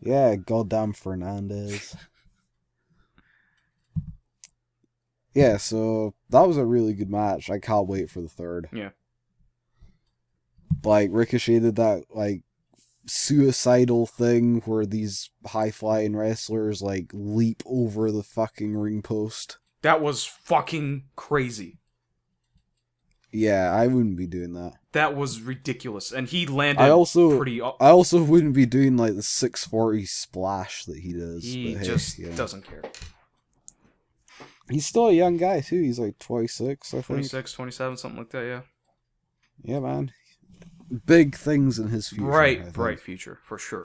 [SPEAKER 2] Yeah, goddamn Fernandez. yeah, so that was a really good match. I can't wait for the third.
[SPEAKER 1] Yeah.
[SPEAKER 2] Like Ricochet did that like suicidal thing where these high flying wrestlers like leap over the fucking ring post.
[SPEAKER 1] That was fucking crazy.
[SPEAKER 2] Yeah, I wouldn't be doing that.
[SPEAKER 1] That was ridiculous. And he landed
[SPEAKER 2] I also
[SPEAKER 1] pretty. Up-
[SPEAKER 2] I also wouldn't be doing like the six forty splash that he does.
[SPEAKER 1] he
[SPEAKER 2] but hey,
[SPEAKER 1] just
[SPEAKER 2] you know.
[SPEAKER 1] doesn't care.
[SPEAKER 2] He's still a young guy too. He's like twenty six, I think.
[SPEAKER 1] 26, 27, something like that, yeah.
[SPEAKER 2] Yeah, man. Big things in his future. I
[SPEAKER 1] bright,
[SPEAKER 2] think.
[SPEAKER 1] bright future, for sure.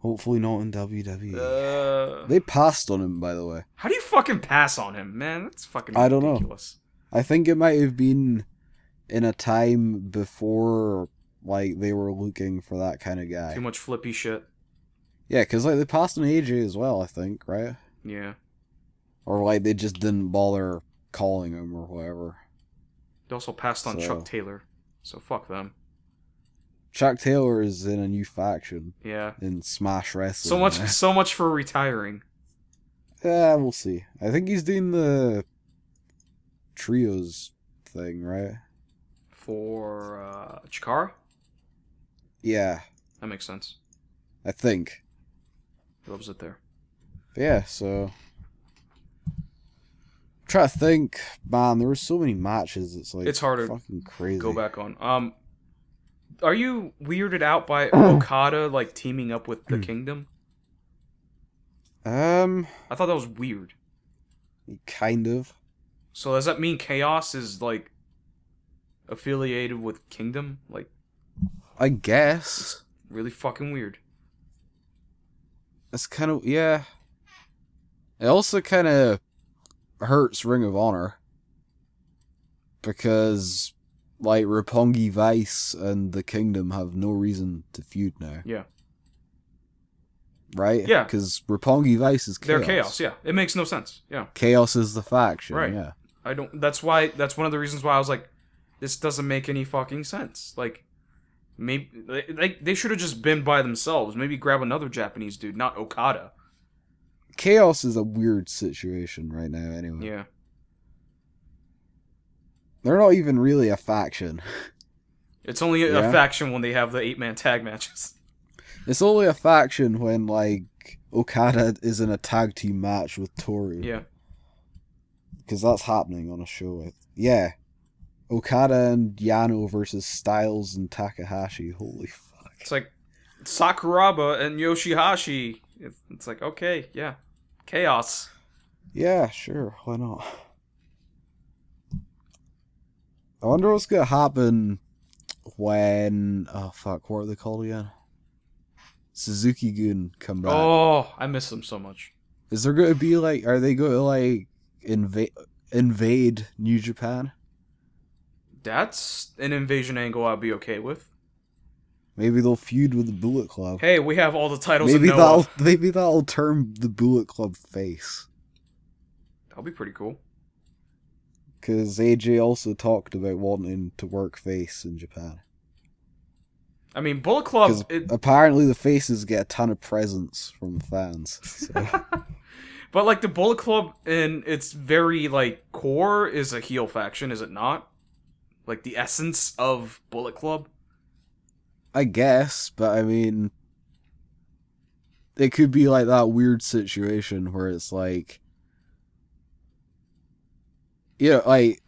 [SPEAKER 2] Hopefully not in WWE.
[SPEAKER 1] Uh,
[SPEAKER 2] they passed on him, by the way.
[SPEAKER 1] how do you fucking pass on him, man? That's fucking
[SPEAKER 2] I don't know.
[SPEAKER 1] ridiculous.
[SPEAKER 2] I think it might have been in a time before, like they were looking for that kind of guy.
[SPEAKER 1] Too much flippy shit.
[SPEAKER 2] Yeah, because like they passed on AJ as well, I think, right?
[SPEAKER 1] Yeah.
[SPEAKER 2] Or like they just didn't bother calling him or whatever.
[SPEAKER 1] They also passed on
[SPEAKER 2] So-
[SPEAKER 1] Chuck Taylor, so fuck them.
[SPEAKER 2] Chuck Taylor is in a new faction
[SPEAKER 1] Yeah.
[SPEAKER 2] in Smash Wrestling.
[SPEAKER 1] So much,
[SPEAKER 2] man.
[SPEAKER 1] so much for retiring.
[SPEAKER 2] Yeah, Eh, we'll see. I think he's doing the trios thing, right?
[SPEAKER 1] For uh, Chikara,
[SPEAKER 2] Yeah,
[SPEAKER 1] that makes sense.
[SPEAKER 2] I think.
[SPEAKER 1] He loves it there.
[SPEAKER 2] But yeah, so try to think, man. There were so many matches. It's like
[SPEAKER 1] It's hard to
[SPEAKER 2] fucking crazy.
[SPEAKER 1] Go back on. Um, are you weirded out by Okada like teaming up with
[SPEAKER 2] Hmm.
[SPEAKER 1] the Kingdom?
[SPEAKER 2] Um,
[SPEAKER 1] I thought that was weird.
[SPEAKER 2] kind of.
[SPEAKER 1] So does that mean Chaos is like affiliated with Kingdom? Like
[SPEAKER 2] I guess
[SPEAKER 1] really fucking weird.
[SPEAKER 2] it's kind of yeah. It also kind of hurts Ring of Honor because like Rapongi Vice and the Kingdom have no reason to feud now.
[SPEAKER 1] Yeah.
[SPEAKER 2] Right?
[SPEAKER 1] Yeah.
[SPEAKER 2] Because Rapongi Vice is
[SPEAKER 1] They're
[SPEAKER 2] chaos.
[SPEAKER 1] chaos. Yeah, it makes no sense. Yeah,
[SPEAKER 2] Chaos is the faction.
[SPEAKER 1] Right.
[SPEAKER 2] Yeah.
[SPEAKER 1] I don't. That's why. That's one of the reasons why I was like, this doesn't make any fucking sense. Like, maybe like they should have just been by themselves. Maybe grab another Japanese dude, not Okada.
[SPEAKER 2] Chaos is a weird situation right now, anyway.
[SPEAKER 1] Yeah,
[SPEAKER 2] They're not even really a faction.
[SPEAKER 1] it's only a,
[SPEAKER 2] Yeah.
[SPEAKER 1] a faction when they have the eight man tag matches.
[SPEAKER 2] It's only a faction when, like, Okada is in a tag team match with Toru.
[SPEAKER 1] Yeah,
[SPEAKER 2] Because that's happening on a show. I- Yeah. Okada and Yano versus Styles and Takahashi. Holy fuck.
[SPEAKER 1] it's like Sakuraba and Yoshihashi. It's, it's like okay, yeah, chaos.
[SPEAKER 2] Yeah, sure. Why not? I wonder what's gonna happen when oh fuck, what are they called again? Suzuki Gun come back.
[SPEAKER 1] Oh, I miss them so much.
[SPEAKER 2] Is there gonna be like? Are they gonna like invade invade New Japan?
[SPEAKER 1] That's an invasion angle I'd be okay with.
[SPEAKER 2] Maybe they'll feud with the Bullet Club.
[SPEAKER 1] Hey, we have all the titles.
[SPEAKER 2] maybe
[SPEAKER 1] in Noah.
[SPEAKER 2] that'll maybe that'll turn the Bullet Club face.
[SPEAKER 1] That'll be pretty cool.
[SPEAKER 2] Because AJ also talked about wanting to work face in Japan.
[SPEAKER 1] I mean, Bullet
[SPEAKER 2] Because uh,
[SPEAKER 1] Club. Oh, It,
[SPEAKER 2] apparently the faces get a ton of presents from fans. So.
[SPEAKER 1] but like the Bullet Club in its very like core is a heel faction, is it not? Like the essence of Bullet Club.
[SPEAKER 2] I guess, but I mean, it could be like that weird situation where it's like, you know, like,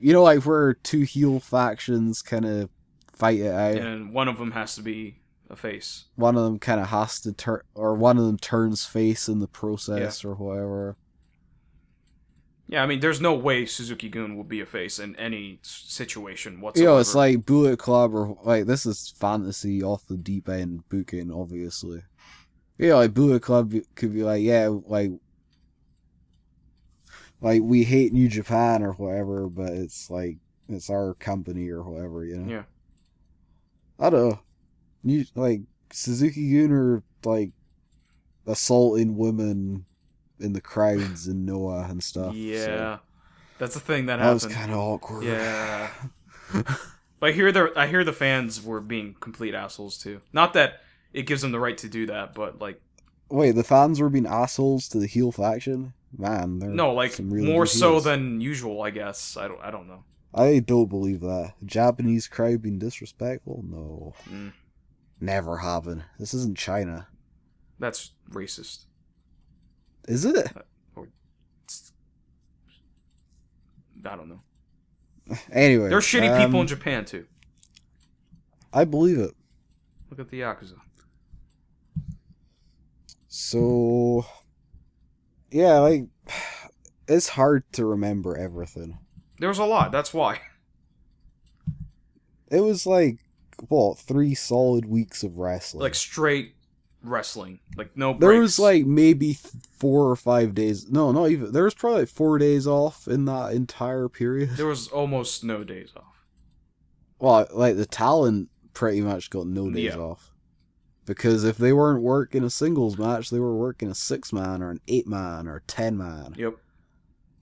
[SPEAKER 2] you know, like where two heel factions kind of fight it out.
[SPEAKER 1] and one of them has to be a face.
[SPEAKER 2] One of them kind of has to turn, or one of them turns face in the process, or whatever.
[SPEAKER 1] Yeah, I mean, there's no way Suzuki Goon will be a face in any s- situation
[SPEAKER 2] You
[SPEAKER 1] whatsoever.
[SPEAKER 2] know, it's like Bullet Club, or like this is fantasy off the deep end booking, obviously. Yeah, like Bullet Club could be like, yeah, like, like we hate New Japan or whatever, but it's like it's our company or whatever, you know.
[SPEAKER 1] Yeah.
[SPEAKER 2] I don't know. New, like Suzuki Gun or like assaulting women in the crowds in Noah and stuff. uh, so
[SPEAKER 1] yeah, that's the thing that,
[SPEAKER 2] that
[SPEAKER 1] happens.
[SPEAKER 2] was kind of awkward.
[SPEAKER 1] Yeah. but I hear the I hear the fans were being complete assholes too. Not that it gives them the right to do that, but like
[SPEAKER 2] Wait, the fans were being assholes to the heel faction? Man, they're
[SPEAKER 1] no, like
[SPEAKER 2] some really
[SPEAKER 1] more
[SPEAKER 2] good
[SPEAKER 1] so
[SPEAKER 2] heels.
[SPEAKER 1] than usual, I guess. I don't I don't know.
[SPEAKER 2] I don't believe that. Japanese crowd being disrespectful? No.
[SPEAKER 1] Mm.
[SPEAKER 2] Never happen. This isn't China.
[SPEAKER 1] That's racist.
[SPEAKER 2] Is it?
[SPEAKER 1] It's- I don't know.
[SPEAKER 2] Anyway.
[SPEAKER 1] There's shitty people
[SPEAKER 2] um,
[SPEAKER 1] in Japan too.
[SPEAKER 2] I believe it.
[SPEAKER 1] Look at the yakuza.
[SPEAKER 2] So yeah, like it's hard to remember everything.
[SPEAKER 1] There was a lot. That's why.
[SPEAKER 2] It was like what, three solid weeks of wrestling.
[SPEAKER 1] Like straight wrestling. Like no.
[SPEAKER 2] There
[SPEAKER 1] breaks.
[SPEAKER 2] was like maybe th- four or five days. No, not even. There was probably like four days off in that entire period.
[SPEAKER 1] there was almost no days off.
[SPEAKER 2] Well, like the talent pretty much got no days
[SPEAKER 1] Yeah.
[SPEAKER 2] off because if they weren't working a singles match, they were working a six man or an eight man or ten man
[SPEAKER 1] Yep.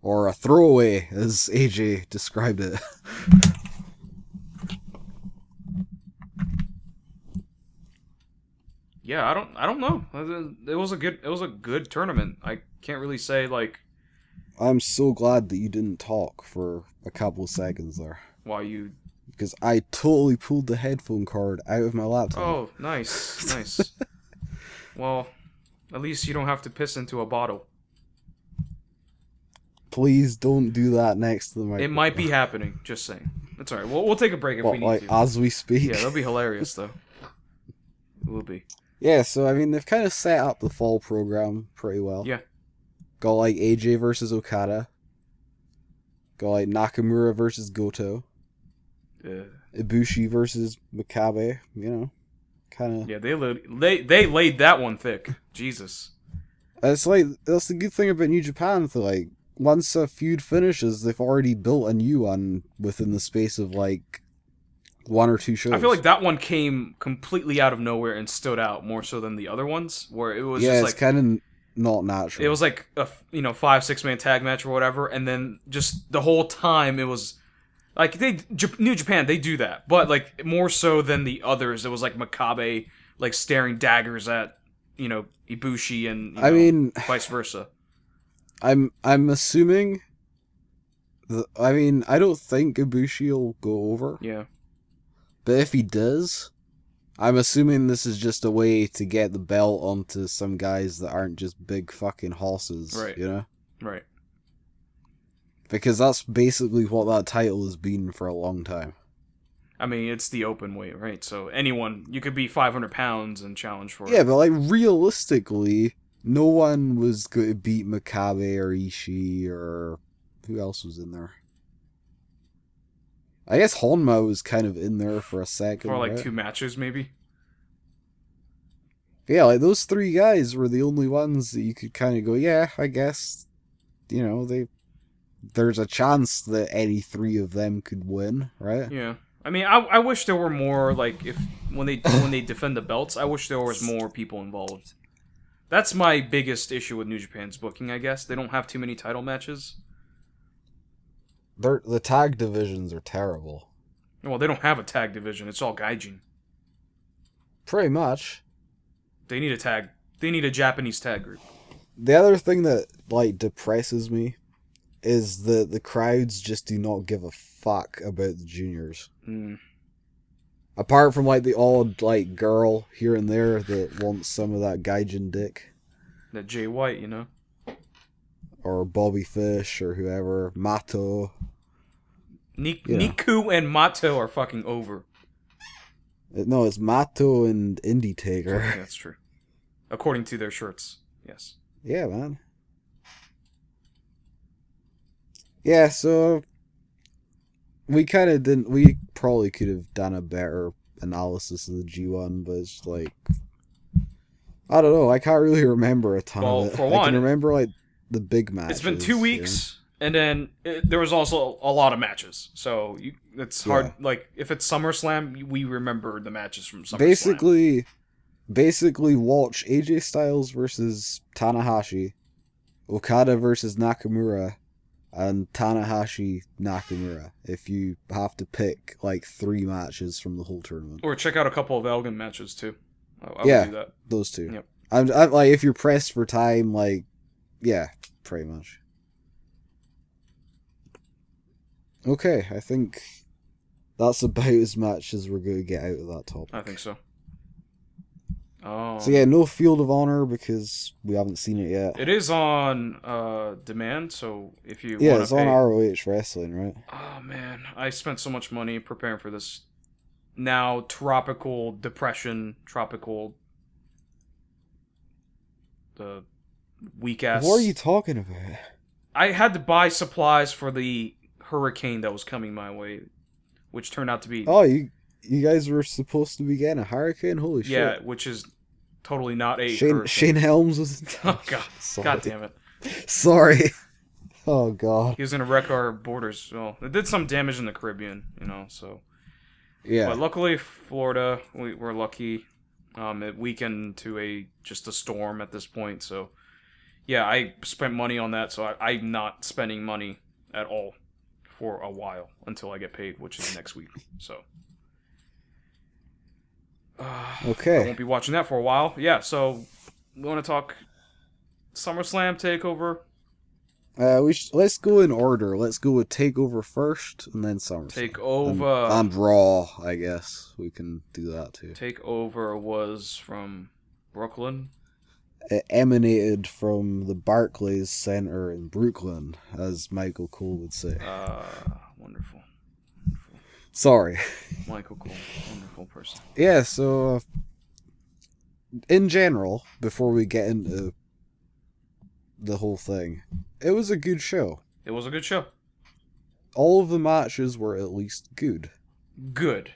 [SPEAKER 2] or a throwaway, as AJ described it.
[SPEAKER 1] yeah i don't i don't know Uh, it was a good it was a good tournament i can't really say like
[SPEAKER 2] I'm so glad that you didn't talk for a couple of seconds there
[SPEAKER 1] why you
[SPEAKER 2] because I totally pulled the headphone cord out of my laptop.
[SPEAKER 1] oh nice nice well at least you don't have to piss into a bottle
[SPEAKER 2] Please don't do that next to the microphone.
[SPEAKER 1] it might be happening just saying that's all right we'll, we'll take a break if we
[SPEAKER 2] What,
[SPEAKER 1] need
[SPEAKER 2] uh, like
[SPEAKER 1] to
[SPEAKER 2] as we speak.
[SPEAKER 1] yeah that'll be hilarious though it will be
[SPEAKER 2] Yeah, so I mean they've kind of set up the fall program pretty well.
[SPEAKER 1] Yeah.
[SPEAKER 2] Got like AJ versus Okada. Got like Nakamura versus Goto.
[SPEAKER 1] uh,
[SPEAKER 2] Ibushi versus Makabe. You know, kind of.
[SPEAKER 1] yeah they laid, they they laid that one thick jesus
[SPEAKER 2] It's like that's the good thing about New Japan. That like once a feud finishes, they've already built a new one within the space of like one or two shows.
[SPEAKER 1] I feel like that one came completely out of nowhere and stood out more so than the other ones, where it was
[SPEAKER 2] yeah,
[SPEAKER 1] just
[SPEAKER 2] it's
[SPEAKER 1] like
[SPEAKER 2] kind of not natural.
[SPEAKER 1] it was like a f- you know five six man tag match or whatever, and then just the whole time it was like they J- New Japan they do that, but like more so than the others, it was like Makabe like staring daggers at you know Ibushi and you
[SPEAKER 2] I
[SPEAKER 1] know,
[SPEAKER 2] mean,
[SPEAKER 1] vice versa.
[SPEAKER 2] I'm I'm assuming. The, I mean, I don't think Ibushi will go over,
[SPEAKER 1] Yeah,
[SPEAKER 2] but if he does, I'm assuming this is just a way to get the belt onto some guys that aren't just big fucking horses,
[SPEAKER 1] Right.
[SPEAKER 2] You know,
[SPEAKER 1] right.
[SPEAKER 2] because that's basically what that title has been for a long time.
[SPEAKER 1] I mean, it's the open weight, right? So anyone, you could be 500 pounds and challenge for
[SPEAKER 2] Yeah,
[SPEAKER 1] it.
[SPEAKER 2] but like realistically, no one was going to beat Makabe or Ishii or who else was in there. I guess Honma was kind of in there for a second.
[SPEAKER 1] for like
[SPEAKER 2] right?
[SPEAKER 1] two matches, maybe.
[SPEAKER 2] Yeah, like those three guys were the only ones that you could kind of go, yeah, I guess, you know, they there's a chance that any three of them could win, right?
[SPEAKER 1] Yeah, I mean, I, I wish there were more like if when they when they defend the belts, I wish there was more people involved. That's my biggest issue with New Japan's booking. I guess they don't have too many title matches.
[SPEAKER 2] They're, the tag divisions are terrible.
[SPEAKER 1] Well, they don't have a tag division. It's all gaijin.
[SPEAKER 2] Pretty much.
[SPEAKER 1] They need a tag. They need a Japanese tag group.
[SPEAKER 2] the other thing that like depresses me is that the crowds just do not give a fuck about the juniors.
[SPEAKER 1] Mm.
[SPEAKER 2] Apart from like the odd like girl here and there that wants some of that gaijin dick
[SPEAKER 1] That Jay White, you know,
[SPEAKER 2] or Bobby Fish or whoever, Mato.
[SPEAKER 1] Ni-
[SPEAKER 2] Yeah.
[SPEAKER 1] Niku and Mato are fucking over.
[SPEAKER 2] No, it's Mato and Indie Taker.
[SPEAKER 1] That's true, according to their shirts. Yes.
[SPEAKER 2] Yeah, man. Yeah, so we kind of didn't. We probably could have done a better analysis of the G1, but it's like I don't know. I can't really remember a ton
[SPEAKER 1] Well,
[SPEAKER 2] of it.
[SPEAKER 1] for
[SPEAKER 2] I
[SPEAKER 1] one,
[SPEAKER 2] can remember like the big match.
[SPEAKER 1] it's been two weeks and then it, there was also a lot of matches so you, it's hard
[SPEAKER 2] Yeah.
[SPEAKER 1] like if it's summerslam we remember the matches from summerslam
[SPEAKER 2] Basically, basically watch AJ Styles versus Tanahashi, Okada versus Nakamura, and Tanahashi Nakamura. If you have to pick like three matches from the whole tournament,
[SPEAKER 1] or check out a couple of elgin matches too i, I
[SPEAKER 2] Yeah.
[SPEAKER 1] would do that
[SPEAKER 2] those two.
[SPEAKER 1] Yep.
[SPEAKER 2] I'm, I'm like, if you're pressed for time, like, yeah, pretty much. Okay, I think that's about as much as we're gonna get out of that topic.
[SPEAKER 1] i think so oh
[SPEAKER 2] So yeah, no Field of Honor because we haven't seen it yet.
[SPEAKER 1] it is on uh demand so if you
[SPEAKER 2] yeah,
[SPEAKER 1] wanna
[SPEAKER 2] it's on
[SPEAKER 1] pay-
[SPEAKER 2] ROH wrestling, right?
[SPEAKER 1] oh man i spent so much money preparing for this now tropical depression tropical the weak ass
[SPEAKER 2] What are you talking about?
[SPEAKER 1] I had to buy supplies for the hurricane that was coming my way, which turned out to be
[SPEAKER 2] Oh, you you guys were supposed to be getting a hurricane. Holy
[SPEAKER 1] yeah, which is totally not a
[SPEAKER 2] shit! Shane
[SPEAKER 1] hurricane.
[SPEAKER 2] Shane Helms was.
[SPEAKER 1] Oh, God.
[SPEAKER 2] Sorry.
[SPEAKER 1] God damn it!
[SPEAKER 2] Sorry. Oh god.
[SPEAKER 1] He was gonna wreck our borders. Well, it did some damage in the Caribbean, you know. So,
[SPEAKER 2] Yeah.
[SPEAKER 1] but luckily, Florida, we were lucky. Um, it weakened to a just a storm at this point. So, yeah, I spent money on that. So I, I'm not spending money at all for a while until I get paid, which is next week. So. Uh, I
[SPEAKER 2] Okay.
[SPEAKER 1] won't be watching that for a while. Yeah, so we want to talk SummerSlam Takeover,
[SPEAKER 2] Uh, we sh- let's go in order. Let's go with Takeover first, and then SummerSlam. And,
[SPEAKER 1] Takeover.
[SPEAKER 2] and Raw, I guess we can do that too.
[SPEAKER 1] Takeover was from Brooklyn.
[SPEAKER 2] It e-, emanated from the Barclays Center in Brooklyn, as Michael Cole would say.
[SPEAKER 1] Uh, wonderful,
[SPEAKER 2] Sorry.
[SPEAKER 1] Michael Cole, wonderful person.
[SPEAKER 2] Yeah, so uh, in general, before we get into the whole thing, it was a good show.
[SPEAKER 1] It was a good show.
[SPEAKER 2] All of the matches were at least good.
[SPEAKER 1] Good.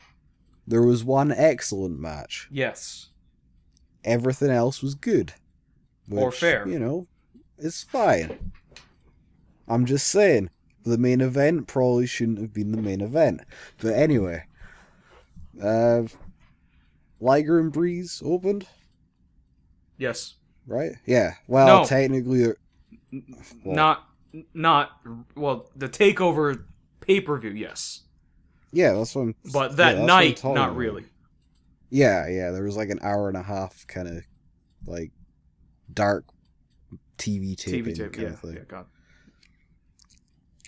[SPEAKER 2] There was one excellent match.
[SPEAKER 1] Yes.
[SPEAKER 2] Everything else was good.
[SPEAKER 1] Or fair.
[SPEAKER 2] You know, it's fine. I'm just saying, the main event probably shouldn't have been the main event. But anyway, uh, Liger and Breeze opened,
[SPEAKER 1] Yes.
[SPEAKER 2] right? Yeah. Well,
[SPEAKER 1] No.
[SPEAKER 2] technically, it- well,
[SPEAKER 1] Not not well, the takeover pay-per-view, yes.
[SPEAKER 2] Yeah, that's what. I'm,
[SPEAKER 1] But
[SPEAKER 2] yeah,
[SPEAKER 1] that
[SPEAKER 2] that's what I'm
[SPEAKER 1] night
[SPEAKER 2] talking
[SPEAKER 1] not
[SPEAKER 2] about.
[SPEAKER 1] really.
[SPEAKER 2] Yeah, yeah. There was like an hour and a half kind of like dark TV
[SPEAKER 1] TV
[SPEAKER 2] taping
[SPEAKER 1] tape,
[SPEAKER 2] kind
[SPEAKER 1] yeah.
[SPEAKER 2] of thing.
[SPEAKER 1] yeah, God.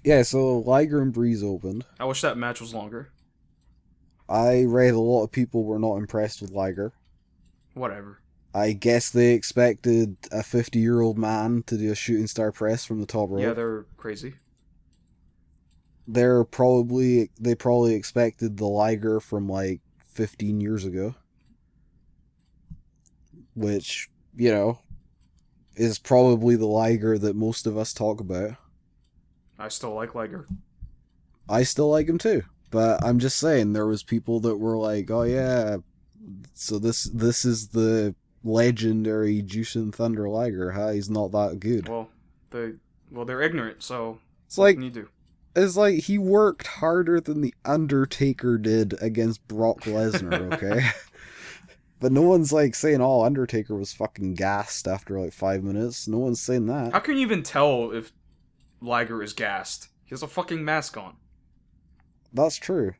[SPEAKER 2] Yeah, so Liger and Breeze opened.
[SPEAKER 1] I wish that match was longer.
[SPEAKER 2] I read a lot of people were not impressed with Liger.
[SPEAKER 1] Whatever.
[SPEAKER 2] I guess they expected a 50 year old man to do a shooting star press from the top rope.
[SPEAKER 1] Yeah, they're crazy.
[SPEAKER 2] they're probably they probably expected the Liger from like 15 years ago, which you know is probably the Liger that most of us talk about.
[SPEAKER 1] I still like Liger.
[SPEAKER 2] I still like him too, but I'm just saying there was people that were like, "Oh yeah, so this this is the legendary Jushin Thunder Liger. Huh? He's not that good."
[SPEAKER 1] Well, they well they're ignorant, so
[SPEAKER 2] It's like
[SPEAKER 1] what can you do?
[SPEAKER 2] It's like he worked harder than the Undertaker did against Brock Lesnar, okay? but no one's like saying, "Oh, Undertaker was fucking gassed after like five minutes." No one's saying
[SPEAKER 1] How
[SPEAKER 2] that.
[SPEAKER 1] can you even tell if Liger is gassed? He has a fucking mask on.
[SPEAKER 2] That's true.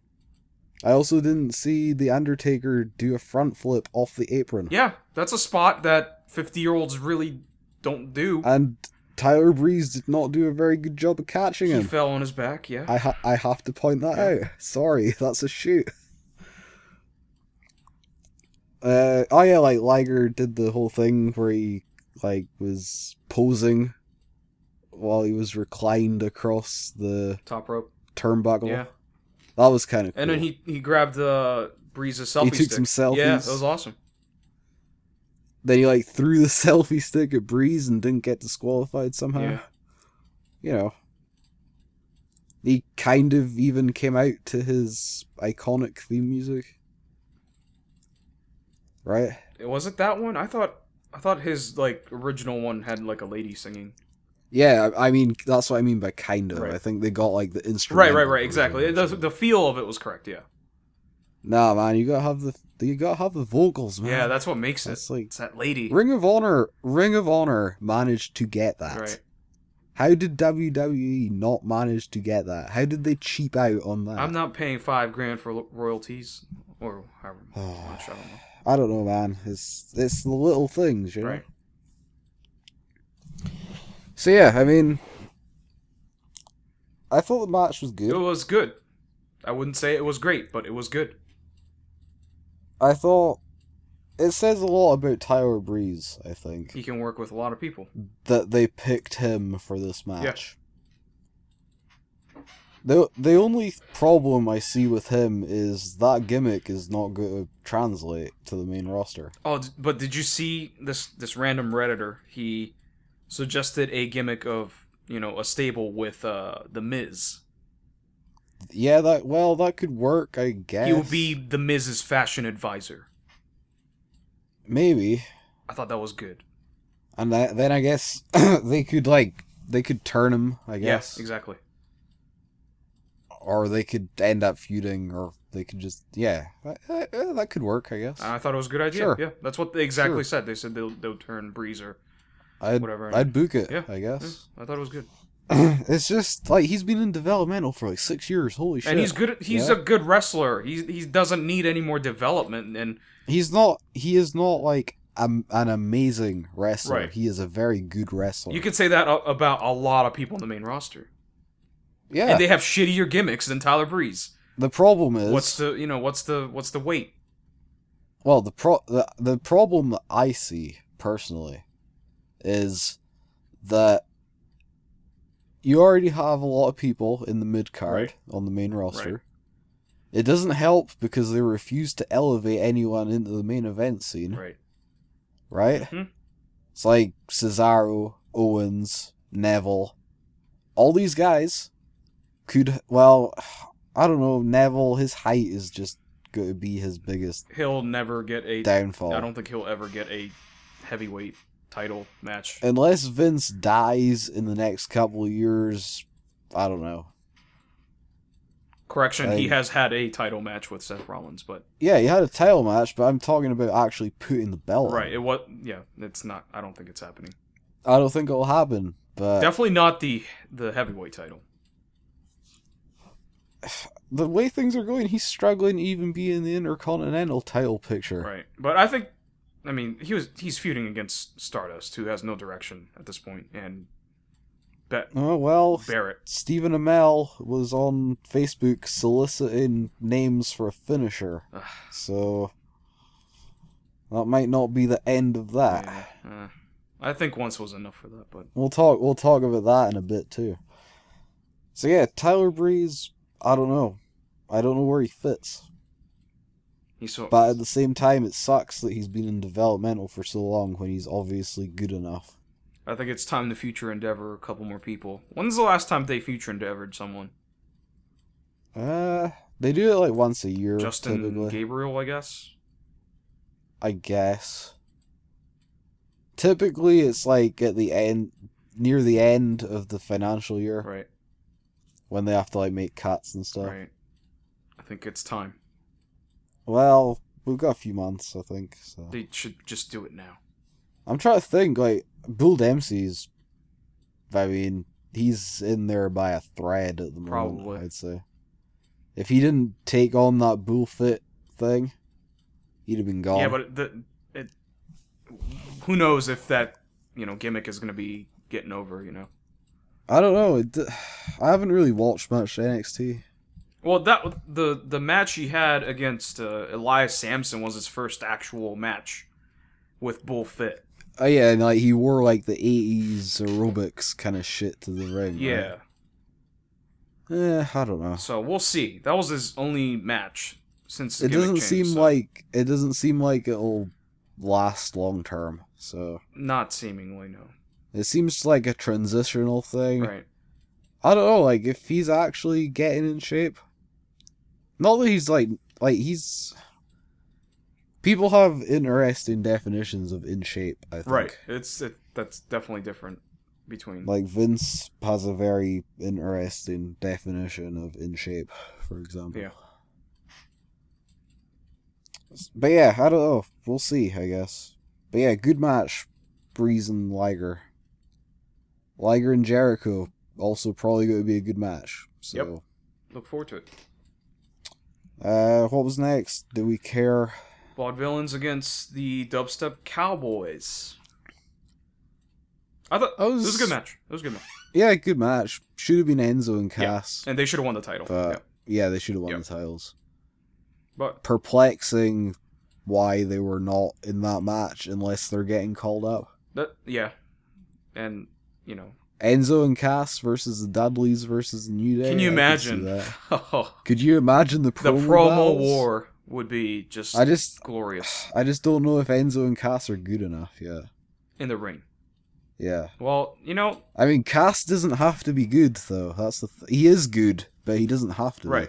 [SPEAKER 2] I also didn't see the Undertaker do a front flip off the apron,
[SPEAKER 1] Yeah, that's a spot that 50 year olds really don't do.
[SPEAKER 2] and Tyler Breeze did not do a very good job of catching
[SPEAKER 1] He
[SPEAKER 2] him.
[SPEAKER 1] fell on his back, yeah.
[SPEAKER 2] I ha- I have to point that out. Sorry, that's a shoot. Uh, oh yeah, like Liger did the whole thing where he like was posing while he was reclined across the
[SPEAKER 1] Top rope.
[SPEAKER 2] turnbuckle.
[SPEAKER 1] Yeah.
[SPEAKER 2] That was kind of cool.
[SPEAKER 1] And then he, he grabbed uh, Breeze's selfie
[SPEAKER 2] He took
[SPEAKER 1] stick.
[SPEAKER 2] some
[SPEAKER 1] Yeah,
[SPEAKER 2] selfies.
[SPEAKER 1] that was awesome.
[SPEAKER 2] then he like threw the selfie stick at Breeze and didn't get disqualified somehow.
[SPEAKER 1] Yeah.
[SPEAKER 2] You know. He kind of even came out to his iconic theme music. Right?
[SPEAKER 1] Was it that one? I thought I thought his like original one had like a lady singing.
[SPEAKER 2] Yeah, I I mean that's what I mean by kind of.
[SPEAKER 1] Right.
[SPEAKER 2] I think they got like the Uh-huh. instrument.
[SPEAKER 1] Right, right, right. Exactly. The, the feel of it was correct. Yeah.
[SPEAKER 2] Nah, man, you gotta have the you gotta have the vocals, man.
[SPEAKER 1] Yeah, that's what makes it.
[SPEAKER 2] that's like
[SPEAKER 1] It's that lady.
[SPEAKER 2] Ring of Honor. Ring of Honor managed to get that.
[SPEAKER 1] Right.
[SPEAKER 2] How did WWE not manage to get that? How did they cheap out on that?
[SPEAKER 1] I'm not paying five grand for lo- royalties or however
[SPEAKER 2] Oh.
[SPEAKER 1] much. I don't know.
[SPEAKER 2] I don't know, man. It's it's the little things, you know.
[SPEAKER 1] Right.
[SPEAKER 2] So yeah, I mean, I thought the match was
[SPEAKER 1] It
[SPEAKER 2] good.
[SPEAKER 1] was good. I wouldn't say it was great, but it was good.
[SPEAKER 2] I thought it says a lot about Tyler Breeze. I think
[SPEAKER 1] He can work with a lot of people.
[SPEAKER 2] that they picked him for this match. The the only problem I see with him is that gimmick is not going to translate to the main roster.
[SPEAKER 1] Oh, d- but did you see this this random redditor? He suggested a gimmick of you know a stable with uh the Miz.
[SPEAKER 2] Yeah, that well, that could work, I guess.
[SPEAKER 1] He will be the Miz's fashion advisor.
[SPEAKER 2] maybe.
[SPEAKER 1] I thought that was good.
[SPEAKER 2] And that, then I guess they could like they could turn him, I guess,
[SPEAKER 1] Yes, exactly.
[SPEAKER 2] or they could end up feuding, or they could just yeah, that, that that could work, I guess.
[SPEAKER 1] I thought it was a good idea.
[SPEAKER 2] Sure.
[SPEAKER 1] Yeah, that's what they exactly
[SPEAKER 2] Sure.
[SPEAKER 1] said. They said they'll they'll turn Breeze or
[SPEAKER 2] I'd
[SPEAKER 1] whatever.
[SPEAKER 2] I'd book it,
[SPEAKER 1] Yeah,
[SPEAKER 2] I
[SPEAKER 1] Yeah,
[SPEAKER 2] guess.
[SPEAKER 1] I thought it was good.
[SPEAKER 2] it's just like he's been in developmental for like six years. Holy shit!
[SPEAKER 1] And he's good. He's
[SPEAKER 2] Yeah.
[SPEAKER 1] a good wrestler. He he doesn't need any more development. And
[SPEAKER 2] He's not. He is not like um, an amazing wrestler.
[SPEAKER 1] Right.
[SPEAKER 2] He is a very good wrestler.
[SPEAKER 1] you could say that a- about a lot of people in the main roster.
[SPEAKER 2] yeah.
[SPEAKER 1] And they have shittier gimmicks than Tyler Breeze.
[SPEAKER 2] the problem is
[SPEAKER 1] What's the you know what's the what's the weight?
[SPEAKER 2] Well, the pro the, the problem that I see personally is that you already have a lot of people in the mid card
[SPEAKER 1] Right.
[SPEAKER 2] on the main roster. It doesn't help because they refuse to elevate anyone into the main event scene, right?
[SPEAKER 1] Right. Mhm.
[SPEAKER 2] It's like Cesaro, Owens, Neville, all these guys could well, I don't know. Neville, his height is just going to be his biggest
[SPEAKER 1] He'll never get a.
[SPEAKER 2] downfall.
[SPEAKER 1] I don't think he'll ever get a heavyweight title match.
[SPEAKER 2] Unless Vince dies in the next couple of years, I don't know.
[SPEAKER 1] Correction, he
[SPEAKER 2] I-
[SPEAKER 1] has had a title match with Seth Rollins, but
[SPEAKER 2] Yeah, he had a title match, but I'm talking about actually putting the belt. on.
[SPEAKER 1] right, it was yeah, it's not. I don't think it's happening.
[SPEAKER 2] I don't think it'll happen, but
[SPEAKER 1] Definitely not the the heavyweight title.
[SPEAKER 2] the way things are going, he's struggling to even be in the Intercontinental title picture.
[SPEAKER 1] Right, but I think, I mean, he was he's feuding against Stardust, who has no direction at this point, and Bet
[SPEAKER 2] Oh well,
[SPEAKER 1] Barrett.
[SPEAKER 2] Stephen Amell was on Facebook soliciting names for a finisher,
[SPEAKER 1] Ugh.
[SPEAKER 2] so that might not be the end of that.
[SPEAKER 1] Yeah, uh, I think once was enough for that, but
[SPEAKER 2] We'll talk. We'll talk about that in a bit too. So yeah, Tyler Breeze. I don't know. I don't know where he fits,
[SPEAKER 1] he's so
[SPEAKER 2] but at the same time, it sucks that he's been in developmental for so long when he's obviously good enough.
[SPEAKER 1] I think it's time to future endeavor a couple more people. When's the last time they future endeavored someone?
[SPEAKER 2] Uh, they do it like once a year,
[SPEAKER 1] Justin
[SPEAKER 2] typically.
[SPEAKER 1] Gabriel, I guess.
[SPEAKER 2] I guess. Typically, it's like at the end, near the end of the financial year,
[SPEAKER 1] Right,
[SPEAKER 2] when they have to like make cuts and stuff.
[SPEAKER 1] right. I think it's time.
[SPEAKER 2] Well, we've got a few months, I think. So
[SPEAKER 1] They should just do it now.
[SPEAKER 2] I'm trying to think. Like Bill Dempsey's, I mean, he's in there by a thread at the moment.
[SPEAKER 1] Probably.
[SPEAKER 2] I'd say. If he didn't take on that bullfit thing, he'd have been gone.
[SPEAKER 1] Yeah, but the it, who knows if that you know gimmick is gonna be getting over? You know.
[SPEAKER 2] I don't know. It, d- I haven't really watched much NXT.
[SPEAKER 1] Well, that the the match he had against uh, Elias Sampson was his first actual match with Bull Fit.
[SPEAKER 2] Oh yeah, and like he wore like the eighties aerobics kind of shit to the ring.
[SPEAKER 1] Yeah.
[SPEAKER 2] Right? Eh, I don't know.
[SPEAKER 1] So we'll see. That was his only match since. the
[SPEAKER 2] It
[SPEAKER 1] gimmick
[SPEAKER 2] doesn't
[SPEAKER 1] changed,
[SPEAKER 2] seem
[SPEAKER 1] so-
[SPEAKER 2] like it doesn't seem like it'll last long term. So
[SPEAKER 1] not seemingly no.
[SPEAKER 2] it seems like a transitional thing.
[SPEAKER 1] Right.
[SPEAKER 2] I don't know, like if he's actually getting in shape. Not that he's like like he's people have interesting definitions of in shape, I think.
[SPEAKER 1] Right. It's it, that's definitely different between.
[SPEAKER 2] Like Vince has a very interesting definition of in shape, for example.
[SPEAKER 1] Yeah.
[SPEAKER 2] But yeah, I don't know. We'll see, I guess. But yeah, good match, Breeze and Liger. Liger and Jericho also probably going to be a good match. So,
[SPEAKER 1] Look forward to it.
[SPEAKER 2] uh, what was next? Do we care?
[SPEAKER 1] Vaudevillains against the Dubstep Cowboys. I thought
[SPEAKER 2] I was-
[SPEAKER 1] this was a good match. It was a good match,
[SPEAKER 2] Yeah, good match. Should have been Enzo and
[SPEAKER 1] Yeah.
[SPEAKER 2] Cass,
[SPEAKER 1] and they should have won the title.
[SPEAKER 2] but
[SPEAKER 1] yeah.
[SPEAKER 2] yeah, they should have won
[SPEAKER 1] Yeah.
[SPEAKER 2] the titles.
[SPEAKER 1] But
[SPEAKER 2] perplexing why they were not in that match unless they're getting called up.
[SPEAKER 1] that yeah, and you know,
[SPEAKER 2] Enzo and Cass versus the Dudleys versus the New Day.
[SPEAKER 1] can you
[SPEAKER 2] I could see
[SPEAKER 1] imagine?
[SPEAKER 2] that.
[SPEAKER 1] the
[SPEAKER 2] Could you imagine the promo,
[SPEAKER 1] promo
[SPEAKER 2] battles?
[SPEAKER 1] war would be just
[SPEAKER 2] I just,
[SPEAKER 1] glorious
[SPEAKER 2] I just don't know if Enzo and Cass are good enough. Yeah,
[SPEAKER 1] in the ring.
[SPEAKER 2] yeah.
[SPEAKER 1] Well, you know,
[SPEAKER 2] I mean, Cass doesn't have to be good though. That's the th- he is good, but he doesn't have to. be.
[SPEAKER 1] right.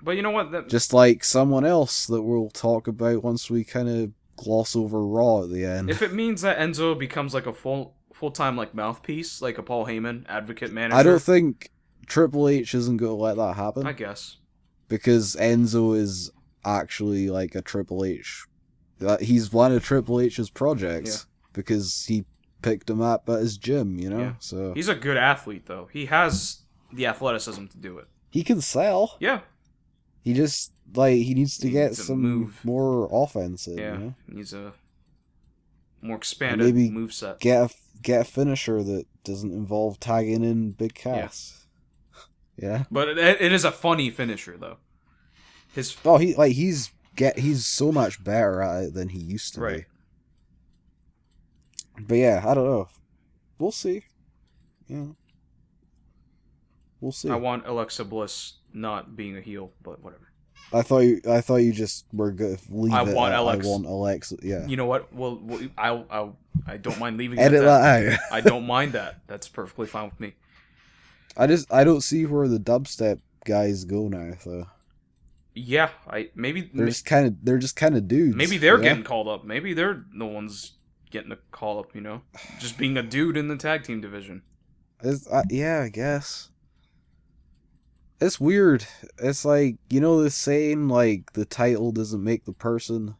[SPEAKER 1] But you know what? That,
[SPEAKER 2] Just like someone else that we'll talk about once we kind of gloss over Raw at the end.
[SPEAKER 1] if it means that Enzo becomes like a full full time like mouthpiece, like a Paul Heyman advocate manager,
[SPEAKER 2] I don't think Triple H isn't going to let that happen.
[SPEAKER 1] I guess.
[SPEAKER 2] because Enzo is actually like a Triple H. that- He's one of Triple H's projects because he picked him up at his gym, you know.
[SPEAKER 1] Yeah.
[SPEAKER 2] So
[SPEAKER 1] He's a good athlete though. He has the athleticism to do it.
[SPEAKER 2] he can sell.
[SPEAKER 1] Yeah,
[SPEAKER 2] He just like he needs to
[SPEAKER 1] He
[SPEAKER 2] get
[SPEAKER 1] needs to
[SPEAKER 2] some
[SPEAKER 1] move.
[SPEAKER 2] more offensive.
[SPEAKER 1] yeah.
[SPEAKER 2] You know?
[SPEAKER 1] He's a more expanded
[SPEAKER 2] Maybe
[SPEAKER 1] move set.
[SPEAKER 2] Get a get a finisher that doesn't involve tagging in Big Cass. Yeah.
[SPEAKER 1] But it, it is a funny finisher though. His
[SPEAKER 2] Oh, he like he's get he's so much better at it than he used to
[SPEAKER 1] Right.
[SPEAKER 2] be. But yeah, I don't know. We'll see. Yeah. We'll see.
[SPEAKER 1] I
[SPEAKER 2] I
[SPEAKER 1] want Alexa Bliss not being a heel, but whatever.
[SPEAKER 2] thought you I thought you just were good leave
[SPEAKER 1] I
[SPEAKER 2] it
[SPEAKER 1] want
[SPEAKER 2] at,
[SPEAKER 1] Alex.
[SPEAKER 2] I want Alexa. Yeah.
[SPEAKER 1] You know what? Well, well I, I I don't mind leaving. it at
[SPEAKER 2] Edit
[SPEAKER 1] that.
[SPEAKER 2] that out.
[SPEAKER 1] I don't mind that. That's perfectly fine with me.
[SPEAKER 2] I just I don't see where the dubstep guys go now though.
[SPEAKER 1] Yeah, I maybe
[SPEAKER 2] They're just kind of they're just kind of dudes.
[SPEAKER 1] Maybe they're
[SPEAKER 2] yeah?
[SPEAKER 1] getting called up. Maybe they're the ones getting the call up, you know, just being a dude in the tag team division.
[SPEAKER 2] It's, uh, yeah, I guess. It's weird. It's like, you know, the saying, like, the title doesn't make the person,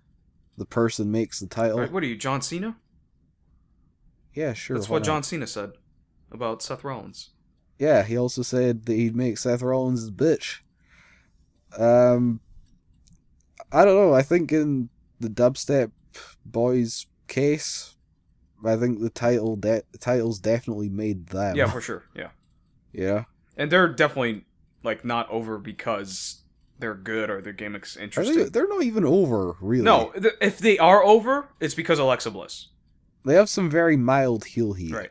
[SPEAKER 2] the person makes the title.
[SPEAKER 1] Right, what are you, John Cena?
[SPEAKER 2] Yeah, sure.
[SPEAKER 1] That's
[SPEAKER 2] why
[SPEAKER 1] what
[SPEAKER 2] not?
[SPEAKER 1] John Cena said about Seth Rollins.
[SPEAKER 2] Yeah, he also said that he'd make Seth Rollins his bitch. Um, I don't know. I think in the dubstep boys' case, I think the title de- the title's definitely made them.
[SPEAKER 1] Yeah, for sure. Yeah.
[SPEAKER 2] yeah.
[SPEAKER 1] And they're definitely like not over because they're good or their gimmick's
[SPEAKER 2] Are they,
[SPEAKER 1] interesting.
[SPEAKER 2] they're not even over really.
[SPEAKER 1] No, th- if they are over, it's because Alexa Bliss.
[SPEAKER 2] they have some very mild heel heat.
[SPEAKER 1] Right.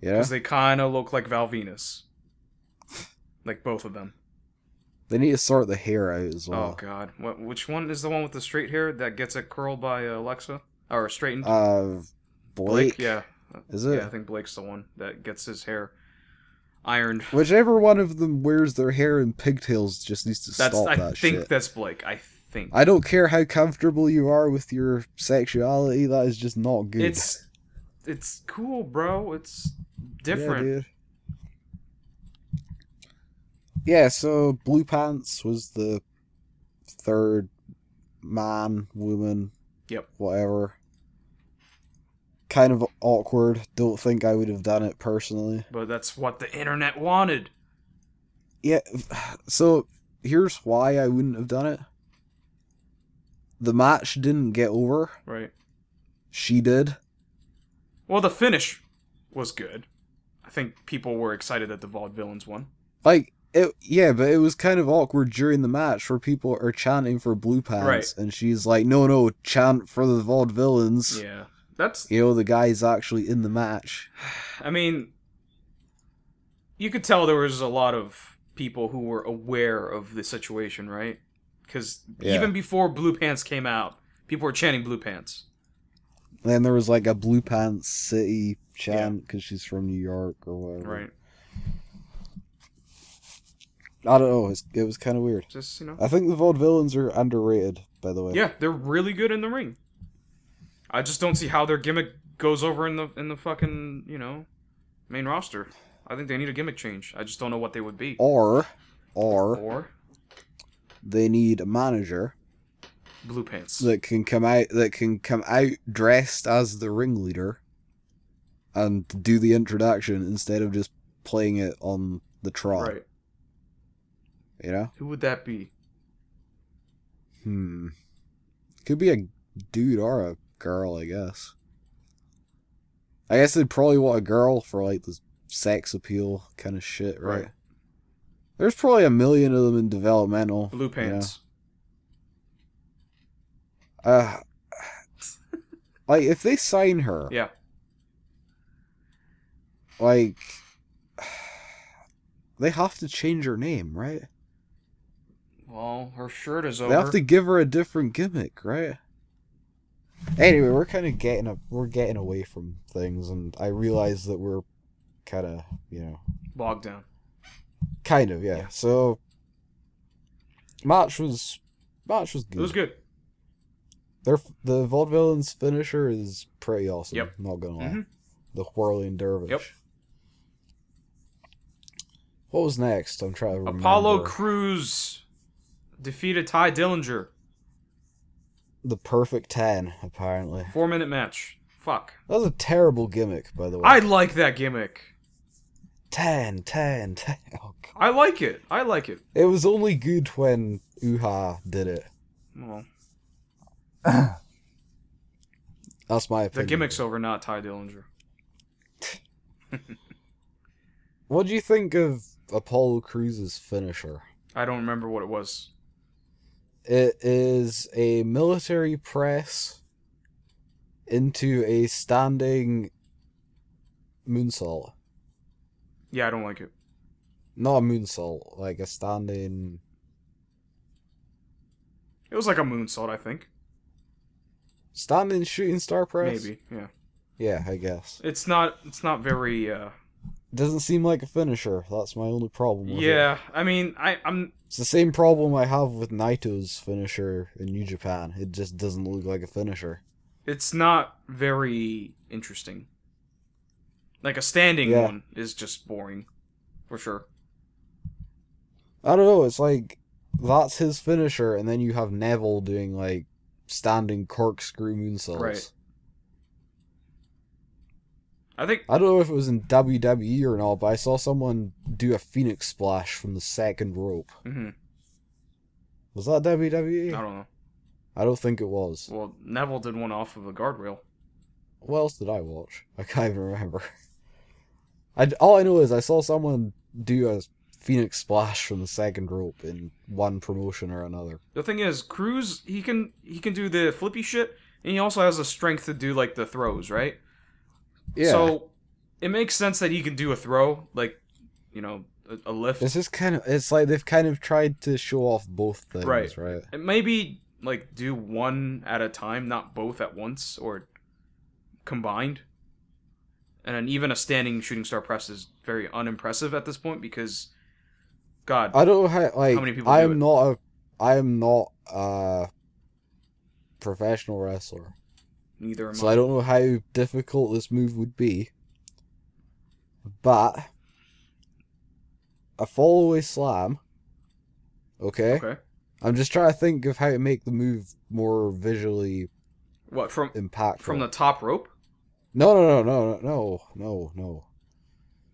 [SPEAKER 2] Yeah,
[SPEAKER 1] Because they kind of look like Val Venus. Like both of them.
[SPEAKER 2] they need to sort the hair out as
[SPEAKER 1] Oh,
[SPEAKER 2] well.
[SPEAKER 1] God. What, which one is the one with the straight hair that gets it curled by uh, Alexa? Or straightened?
[SPEAKER 2] Uh, Blake.
[SPEAKER 1] Yeah.
[SPEAKER 2] Is it?
[SPEAKER 1] Yeah, I think Blake's the one that gets his hair ironed.
[SPEAKER 2] Whichever one of them wears their hair in pigtails just needs to
[SPEAKER 1] That's
[SPEAKER 2] stop
[SPEAKER 1] I
[SPEAKER 2] that
[SPEAKER 1] think
[SPEAKER 2] shit.
[SPEAKER 1] that's Blake. I think.
[SPEAKER 2] I don't care how comfortable you are with your sexuality, that is just not good.
[SPEAKER 1] It's it's cool, bro. It's different.
[SPEAKER 2] Yeah, dude. Yeah, so Blue Pants was the third man, woman,
[SPEAKER 1] Yep.
[SPEAKER 2] whatever. Kind of awkward. Don't think I would have done it personally.
[SPEAKER 1] but that's what the internet wanted.
[SPEAKER 2] Yeah, so here's why I wouldn't have done it. The match didn't get over.
[SPEAKER 1] Right.
[SPEAKER 2] She did.
[SPEAKER 1] Well, the finish was good. I think people were excited that the Vaudevillains won.
[SPEAKER 2] Like it, yeah, but it was kind of awkward during the match where people are chanting for blue pants,
[SPEAKER 1] Right.
[SPEAKER 2] and she's like, "No, no, chant for the vaudevillains."
[SPEAKER 1] Yeah. That's
[SPEAKER 2] You know, the guy's actually in the match.
[SPEAKER 1] I mean you could tell there was a lot of people who were aware of the situation, right? Cuz
[SPEAKER 2] Yeah.
[SPEAKER 1] even before Blue Pants came out, people were chanting Blue Pants.
[SPEAKER 2] Then there was like a blue pants city chant because she's from New York or whatever.
[SPEAKER 1] Right.
[SPEAKER 2] I don't know. It's, it was kind of weird.
[SPEAKER 1] Just, you know.
[SPEAKER 2] I think the vaudevillains are underrated, by the way.
[SPEAKER 1] Yeah, they're really good in the ring. I just don't see how their gimmick goes over in the in the fucking you know main roster. I think they need a gimmick change. I just don't know what they would be.
[SPEAKER 2] Or, or
[SPEAKER 1] Or
[SPEAKER 2] they need a manager
[SPEAKER 1] blue pants.
[SPEAKER 2] that can come out that can come out dressed as the ringleader and do the introduction instead of just playing it on the trot.
[SPEAKER 1] Right.
[SPEAKER 2] You know?
[SPEAKER 1] Who would that be?
[SPEAKER 2] Hmm. Could be a dude or a girl, I guess. I guess they'd probably want a girl for like this sex appeal kind of shit, right?
[SPEAKER 1] Right.
[SPEAKER 2] There's probably a million of them in developmental.
[SPEAKER 1] Blue pants.
[SPEAKER 2] Uh, like if they sign her,
[SPEAKER 1] Yeah.
[SPEAKER 2] like they have to change her name, right?
[SPEAKER 1] Well, her shirt is over.
[SPEAKER 2] They have to give her a different gimmick, right? Anyway, we're kind of getting a, we're getting away from things, and I realize that we're kind of you know
[SPEAKER 1] Bogged down.
[SPEAKER 2] kind of yeah.
[SPEAKER 1] Yeah.
[SPEAKER 2] So match was match was good.
[SPEAKER 1] It was good.
[SPEAKER 2] Their the vaudevillain's finisher is pretty awesome.
[SPEAKER 1] Yep.
[SPEAKER 2] Not gonna lie.
[SPEAKER 1] Mhm.
[SPEAKER 2] The whirling dervish.
[SPEAKER 1] Yep.
[SPEAKER 2] What was next? I'm trying to remember.
[SPEAKER 1] Apollo Cruz defeated Ty Dillinger.
[SPEAKER 2] the perfect ten, apparently.
[SPEAKER 1] Four minute match. Fuck.
[SPEAKER 2] That was a terrible gimmick, by the way.
[SPEAKER 1] I like that gimmick.
[SPEAKER 2] Ten, ten, ten. Oh, God.
[SPEAKER 1] I like it. I like it.
[SPEAKER 2] It was only good when Uha did it.
[SPEAKER 1] Well,
[SPEAKER 2] That's my
[SPEAKER 1] the
[SPEAKER 2] opinion.
[SPEAKER 1] gimmick's over, not Ty Dillinger.
[SPEAKER 2] What do you think of Apollo Cruz's finisher?
[SPEAKER 1] I don't remember what it was.
[SPEAKER 2] It is a military press into a standing moonsault.
[SPEAKER 1] Yeah, I don't like it.
[SPEAKER 2] Not a moonsault, like a standing.
[SPEAKER 1] It was like a moonsault, I think.
[SPEAKER 2] Standing shooting star press?
[SPEAKER 1] Maybe, yeah.
[SPEAKER 2] Yeah, I guess.
[SPEAKER 1] It's not. It's not very. uh
[SPEAKER 2] Doesn't seem like a finisher. That's my only problem with it.
[SPEAKER 1] Yeah, I mean, I, I'm.
[SPEAKER 2] It's the same problem I have with Naito's finisher in New Japan. It just doesn't look like a finisher.
[SPEAKER 1] it's not very interesting. Like a standing
[SPEAKER 2] Yeah.
[SPEAKER 1] one is just boring, for sure.
[SPEAKER 2] I don't know. It's like that's his finisher, and then you have Neville doing like standing corkscrew moonsaults.
[SPEAKER 1] Right. I think
[SPEAKER 2] I don't know if it was in WWE or not, but I saw someone do a Phoenix splash from the second rope.
[SPEAKER 1] mhm,
[SPEAKER 2] Was that
[SPEAKER 1] I
[SPEAKER 2] WWE?
[SPEAKER 1] don't know.
[SPEAKER 2] I don't think it was.
[SPEAKER 1] Well, Neville did one off of the guardrail.
[SPEAKER 2] What else did I watch? I can't even remember. I, all I know is I saw someone do a Phoenix splash from the second rope in one promotion or another.
[SPEAKER 1] The thing is, Cruz he can he can do the flippy shit, and he also has the strength to do like the throws, right?
[SPEAKER 2] Yeah.
[SPEAKER 1] So it makes sense that he can do a throw, like you know, a, a lift.
[SPEAKER 2] This is kind of it's like they've kind of tried to show off both things,
[SPEAKER 1] Right.
[SPEAKER 2] right?
[SPEAKER 1] and maybe like do one at a time, not both at once or combined. And then even a standing shooting star press is very unimpressive at this point because, God,
[SPEAKER 2] I don't know how like
[SPEAKER 1] How many people
[SPEAKER 2] I
[SPEAKER 1] do
[SPEAKER 2] am
[SPEAKER 1] it?
[SPEAKER 2] not a I am not a professional wrestler.
[SPEAKER 1] neither am
[SPEAKER 2] So
[SPEAKER 1] I.
[SPEAKER 2] I don't know how difficult this move would be. But a fall away slam. Okay?
[SPEAKER 1] Okay,
[SPEAKER 2] I'm just trying to think of how to make the move more visually
[SPEAKER 1] what from
[SPEAKER 2] impactful.
[SPEAKER 1] from the top rope?
[SPEAKER 2] No, no, no, no, no, no, no.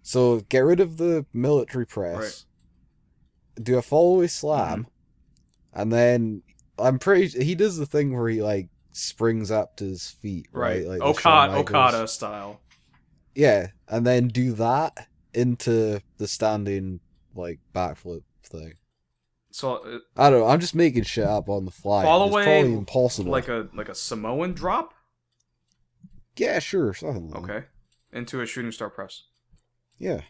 [SPEAKER 2] So get rid of the military press. Do a follow away slam,
[SPEAKER 1] Mm-hmm.
[SPEAKER 2] and then I'm pretty. He does the thing where he like springs up to his feet, right? Like the Shawn
[SPEAKER 1] Okada,
[SPEAKER 2] Michaels.
[SPEAKER 1] Okada style.
[SPEAKER 2] Yeah, and then do that into the standing like backflip thing.
[SPEAKER 1] So uh,
[SPEAKER 2] I don't know. I'm just making shit up on the fly.
[SPEAKER 1] Fall
[SPEAKER 2] it's
[SPEAKER 1] away,
[SPEAKER 2] probably impossible.
[SPEAKER 1] like a like a Samoan drop.
[SPEAKER 2] yeah, sure, something. Like
[SPEAKER 1] Okay, into a shooting star press.
[SPEAKER 2] Yeah.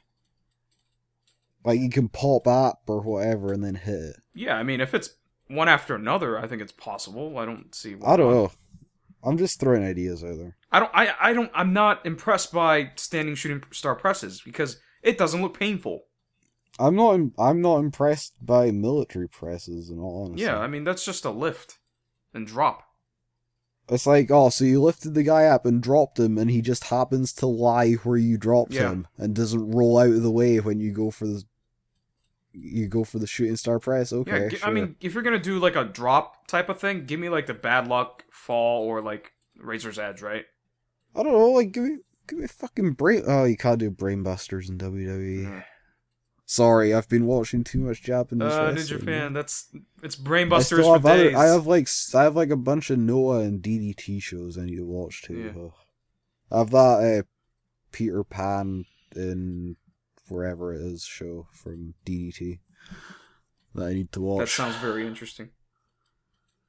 [SPEAKER 2] Like you can pop up or whatever and then hit it.
[SPEAKER 1] Yeah, I mean, if it's one after another, I think it's possible. I don't see. why
[SPEAKER 2] I don't
[SPEAKER 1] not.
[SPEAKER 2] know. I'm just throwing ideas out there.
[SPEAKER 1] I don't. I. I don't. I'm not impressed by standing shooting star presses because it doesn't look painful.
[SPEAKER 2] I'm not. Im- I'm not impressed by military presses, in all honesty.
[SPEAKER 1] Yeah, I mean that's just a lift and drop.
[SPEAKER 2] It's like, oh, so you lifted the guy up and dropped him, and he just happens to lie where you dropped
[SPEAKER 1] Yeah.
[SPEAKER 2] him, and doesn't roll out of the way when you go for the. You go for the shooting star press. Okay.
[SPEAKER 1] yeah, gi-
[SPEAKER 2] sure.
[SPEAKER 1] I mean if you're gonna do like a drop type of thing, give me like the bad luck fall or like razor's edge, right?
[SPEAKER 2] I don't know. Like, give me, give me a fucking brain. Oh, you can't do brainbusters in WWE.
[SPEAKER 1] Yeah.
[SPEAKER 2] Sorry, I've been watching too much Japanese
[SPEAKER 1] Uh, New
[SPEAKER 2] wrestling.
[SPEAKER 1] Japan. That's it's
[SPEAKER 2] I
[SPEAKER 1] brainbusters
[SPEAKER 2] still
[SPEAKER 1] for
[SPEAKER 2] have other,
[SPEAKER 1] days.
[SPEAKER 2] I have like s- I have like a bunch of Noah and DDT shows I need to watch too.
[SPEAKER 1] Yeah.
[SPEAKER 2] Ugh. I have that uh, Peter Pan in wherever it is show from DDT that I need to watch.
[SPEAKER 1] that sounds very interesting.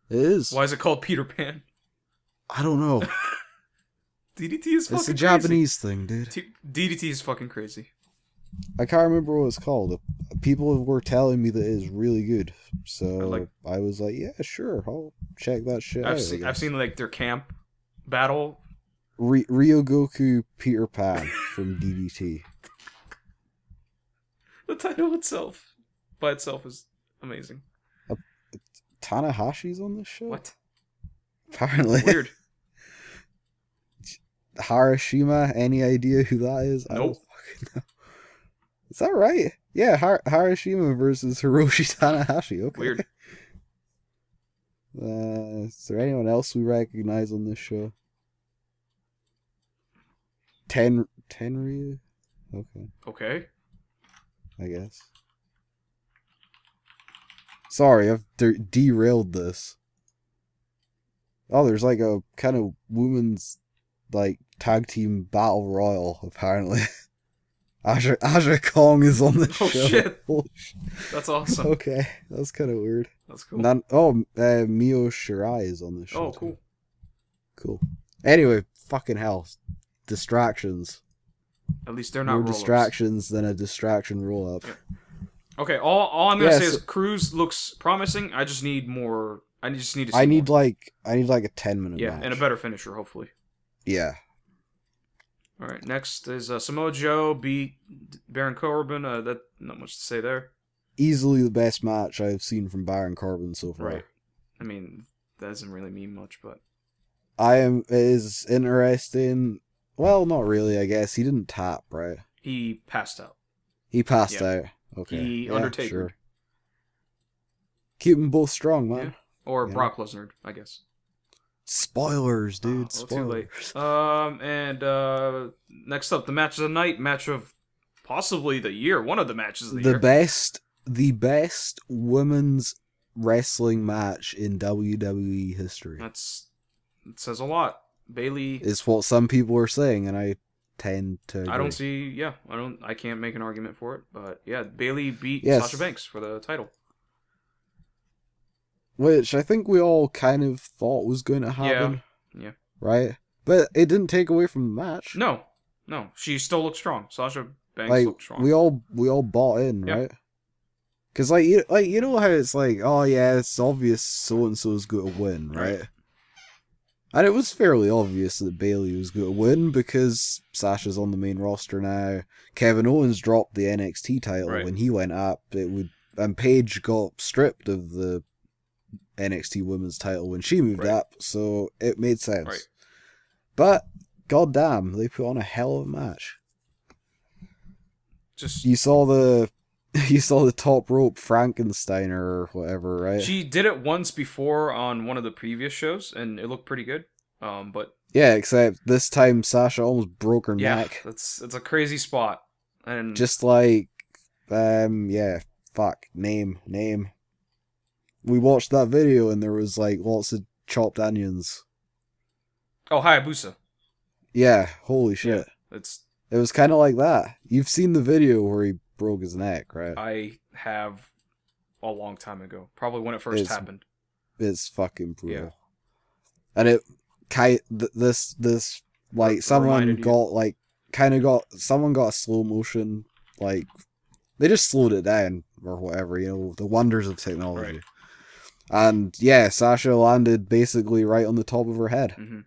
[SPEAKER 2] it is.
[SPEAKER 1] Why is it called Peter Pan?
[SPEAKER 2] I don't know.
[SPEAKER 1] DDT is fucking
[SPEAKER 2] it's a
[SPEAKER 1] crazy.
[SPEAKER 2] Japanese thing, dude.
[SPEAKER 1] T- DDT is fucking crazy.
[SPEAKER 2] I can't remember what it's called. People were telling me that it is really good, so
[SPEAKER 1] I
[SPEAKER 2] I,
[SPEAKER 1] like-
[SPEAKER 2] was like, yeah, sure, I'll check that shit out. I
[SPEAKER 1] I've seen I've
[SPEAKER 2] guess.
[SPEAKER 1] seen like their camp battle.
[SPEAKER 2] Ry- Ryogoku Peter Pan from DDT.
[SPEAKER 1] The title itself by itself is amazing.
[SPEAKER 2] Tanahashi's on this show?
[SPEAKER 1] What?
[SPEAKER 2] Apparently.
[SPEAKER 1] Weird.
[SPEAKER 2] Harashima, any idea who that is? I don't
[SPEAKER 1] Nope.
[SPEAKER 2] fucking know. Is that right? Yeah, Har- Harashima versus Hiroshi Tanahashi. Okay.
[SPEAKER 1] Weird.
[SPEAKER 2] Uh, is there anyone else we recognize on this show? Ten Tenryu? Okay,
[SPEAKER 1] Okay.
[SPEAKER 2] I guess. Sorry, I've der- derailed this. Oh, there's like a kind of women's like tag team battle royal apparently. Aja Aja Kong is on the
[SPEAKER 1] Oh
[SPEAKER 2] show.
[SPEAKER 1] shit.
[SPEAKER 2] Holy sh-
[SPEAKER 1] That's awesome.
[SPEAKER 2] Okay, that's kind of weird.
[SPEAKER 1] That's cool.
[SPEAKER 2] Nan- oh, uh, Mio Shirai is on the show.
[SPEAKER 1] oh,
[SPEAKER 2] too.
[SPEAKER 1] cool.
[SPEAKER 2] Cool. Anyway, fucking hell, distractions.
[SPEAKER 1] At least they're not
[SPEAKER 2] More
[SPEAKER 1] roll-ups.
[SPEAKER 2] distractions than a distraction roll up.
[SPEAKER 1] Yeah. Okay. All, all I'm gonna
[SPEAKER 2] Yeah,
[SPEAKER 1] say
[SPEAKER 2] so-
[SPEAKER 1] is Cruz looks promising. I just need more. I just need to. See
[SPEAKER 2] I need
[SPEAKER 1] more.
[SPEAKER 2] like I need like a ten minute.
[SPEAKER 1] yeah,
[SPEAKER 2] match.
[SPEAKER 1] and a better finisher hopefully.
[SPEAKER 2] Yeah.
[SPEAKER 1] All right. Next is uh, Samoa Joe beat Baron Corbin. Uh, that not much to say there.
[SPEAKER 2] easily the best match I've seen from Baron Corbin so far.
[SPEAKER 1] Right. I mean, that doesn't really mean much, but
[SPEAKER 2] I am it is interesting. Well, not really, I guess. He didn't tap, right?
[SPEAKER 1] He passed out.
[SPEAKER 2] He passed
[SPEAKER 1] Yeah.
[SPEAKER 2] out. Okay.
[SPEAKER 1] He
[SPEAKER 2] yeah,
[SPEAKER 1] Undertaker.
[SPEAKER 2] Sure. Keep them both strong, man.
[SPEAKER 1] Yeah. Or
[SPEAKER 2] Yeah.
[SPEAKER 1] Brock Lesnar, I guess.
[SPEAKER 2] Spoilers,
[SPEAKER 1] Oh,
[SPEAKER 2] dude.
[SPEAKER 1] well, too
[SPEAKER 2] Spoilers.
[SPEAKER 1] late. Um, and uh, next up, the match of the night, match of possibly the year, one of the matches of the,
[SPEAKER 2] The
[SPEAKER 1] year.
[SPEAKER 2] best the best women's wrestling match in WWE history.
[SPEAKER 1] That's it says a lot. Bailey,
[SPEAKER 2] Is what some people are saying and I tend to
[SPEAKER 1] I don't
[SPEAKER 2] agree.
[SPEAKER 1] see. Yeah, I don't. I can't make an argument for it, but yeah, Bailey beat
[SPEAKER 2] Yes.
[SPEAKER 1] Sasha Banks for the title.
[SPEAKER 2] which I think we all kind of thought was going to happen.
[SPEAKER 1] Yeah.
[SPEAKER 2] Right? But it didn't take away from the match.
[SPEAKER 1] No, no, she still looked strong. Sasha Banks
[SPEAKER 2] like
[SPEAKER 1] looked strong.
[SPEAKER 2] we all we all bought in,
[SPEAKER 1] Yeah.
[SPEAKER 2] right? Cuz like you like you know how it's like, oh yeah, it's obvious so and so is going to win,
[SPEAKER 1] Right.
[SPEAKER 2] right? And it was fairly obvious that Bailey was going to win because Sasha's on the main roster now. Kevin Owens dropped the NXT title
[SPEAKER 1] Right.
[SPEAKER 2] when he went up. It would and Paige got stripped of the NXT Women's title when she moved
[SPEAKER 1] Right.
[SPEAKER 2] up, so it made sense.
[SPEAKER 1] Right.
[SPEAKER 2] But goddamn, they put on a hell of a match.
[SPEAKER 1] Just
[SPEAKER 2] You saw the you saw the top rope Frankensteiner or whatever, right?
[SPEAKER 1] she did it once before on one of the previous shows, and it looked pretty good. Um, but
[SPEAKER 2] yeah, except this time Sasha almost broke her
[SPEAKER 1] yeah,
[SPEAKER 2] neck.
[SPEAKER 1] that's it's a crazy spot, and
[SPEAKER 2] Just like um yeah, fuck, name, name. We watched that video and there was like lots of chopped onions.
[SPEAKER 1] oh Hayabusa,
[SPEAKER 2] Yeah, holy shit.
[SPEAKER 1] it's
[SPEAKER 2] It was kind of like that. You've seen the video where he broke his neck, right?
[SPEAKER 1] I have a long time ago, probably when it first
[SPEAKER 2] It's-
[SPEAKER 1] happened.
[SPEAKER 2] It's fucking brutal.
[SPEAKER 1] Yeah.
[SPEAKER 2] And it kind th- this this like
[SPEAKER 1] Re-
[SPEAKER 2] someone
[SPEAKER 1] reminded you.
[SPEAKER 2] got like kind of got someone got a slow motion like they just slowed it down or whatever, you know, the wonders of technology. And yeah, Sasha landed basically right on the top of her head,
[SPEAKER 1] hmm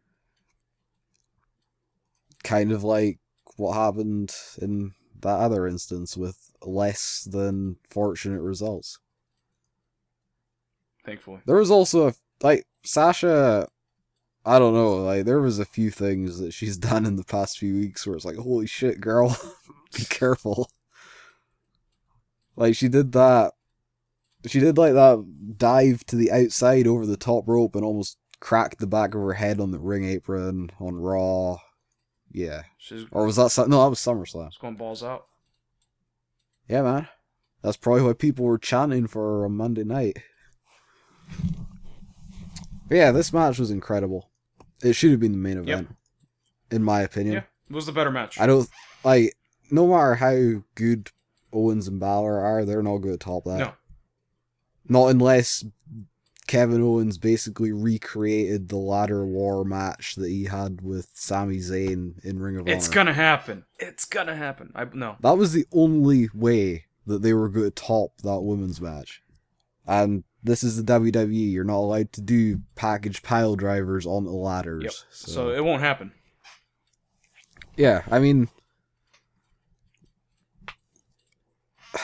[SPEAKER 2] kind of like what happened in that other instance with less than fortunate results.
[SPEAKER 1] Thankfully,
[SPEAKER 2] There was also a, like Sasha. I don't know. Like there was a few things that she's done in the past few weeks where it's like, holy shit, girl, be careful. Like she did that. She did like that dive to the outside over the top rope and almost cracked the back of her head on the ring apron on Raw. Yeah,
[SPEAKER 1] she's,
[SPEAKER 2] or was that Su- no? That was SummerSlam.
[SPEAKER 1] she's going balls out.
[SPEAKER 2] Yeah, man. That's probably why people were chanting for her on Monday night. But yeah, this match was incredible. It should have been the main event, in my opinion.
[SPEAKER 1] Yeah, it was the better match.
[SPEAKER 2] I don't like no matter how good Owens and Balor are, they're not going to top that.
[SPEAKER 1] No.
[SPEAKER 2] Not unless Kevin Owens basically recreated the ladder war match that he had with Sami Zayn in Ring of
[SPEAKER 1] It's
[SPEAKER 2] Honor.
[SPEAKER 1] gonna happen. It's gonna happen. I no.
[SPEAKER 2] That was the only way that they were going to top that women's match. And this is the WWE. You're not allowed to do package pile drivers on the ladders.
[SPEAKER 1] Yep. So. it won't happen.
[SPEAKER 2] yeah, I mean,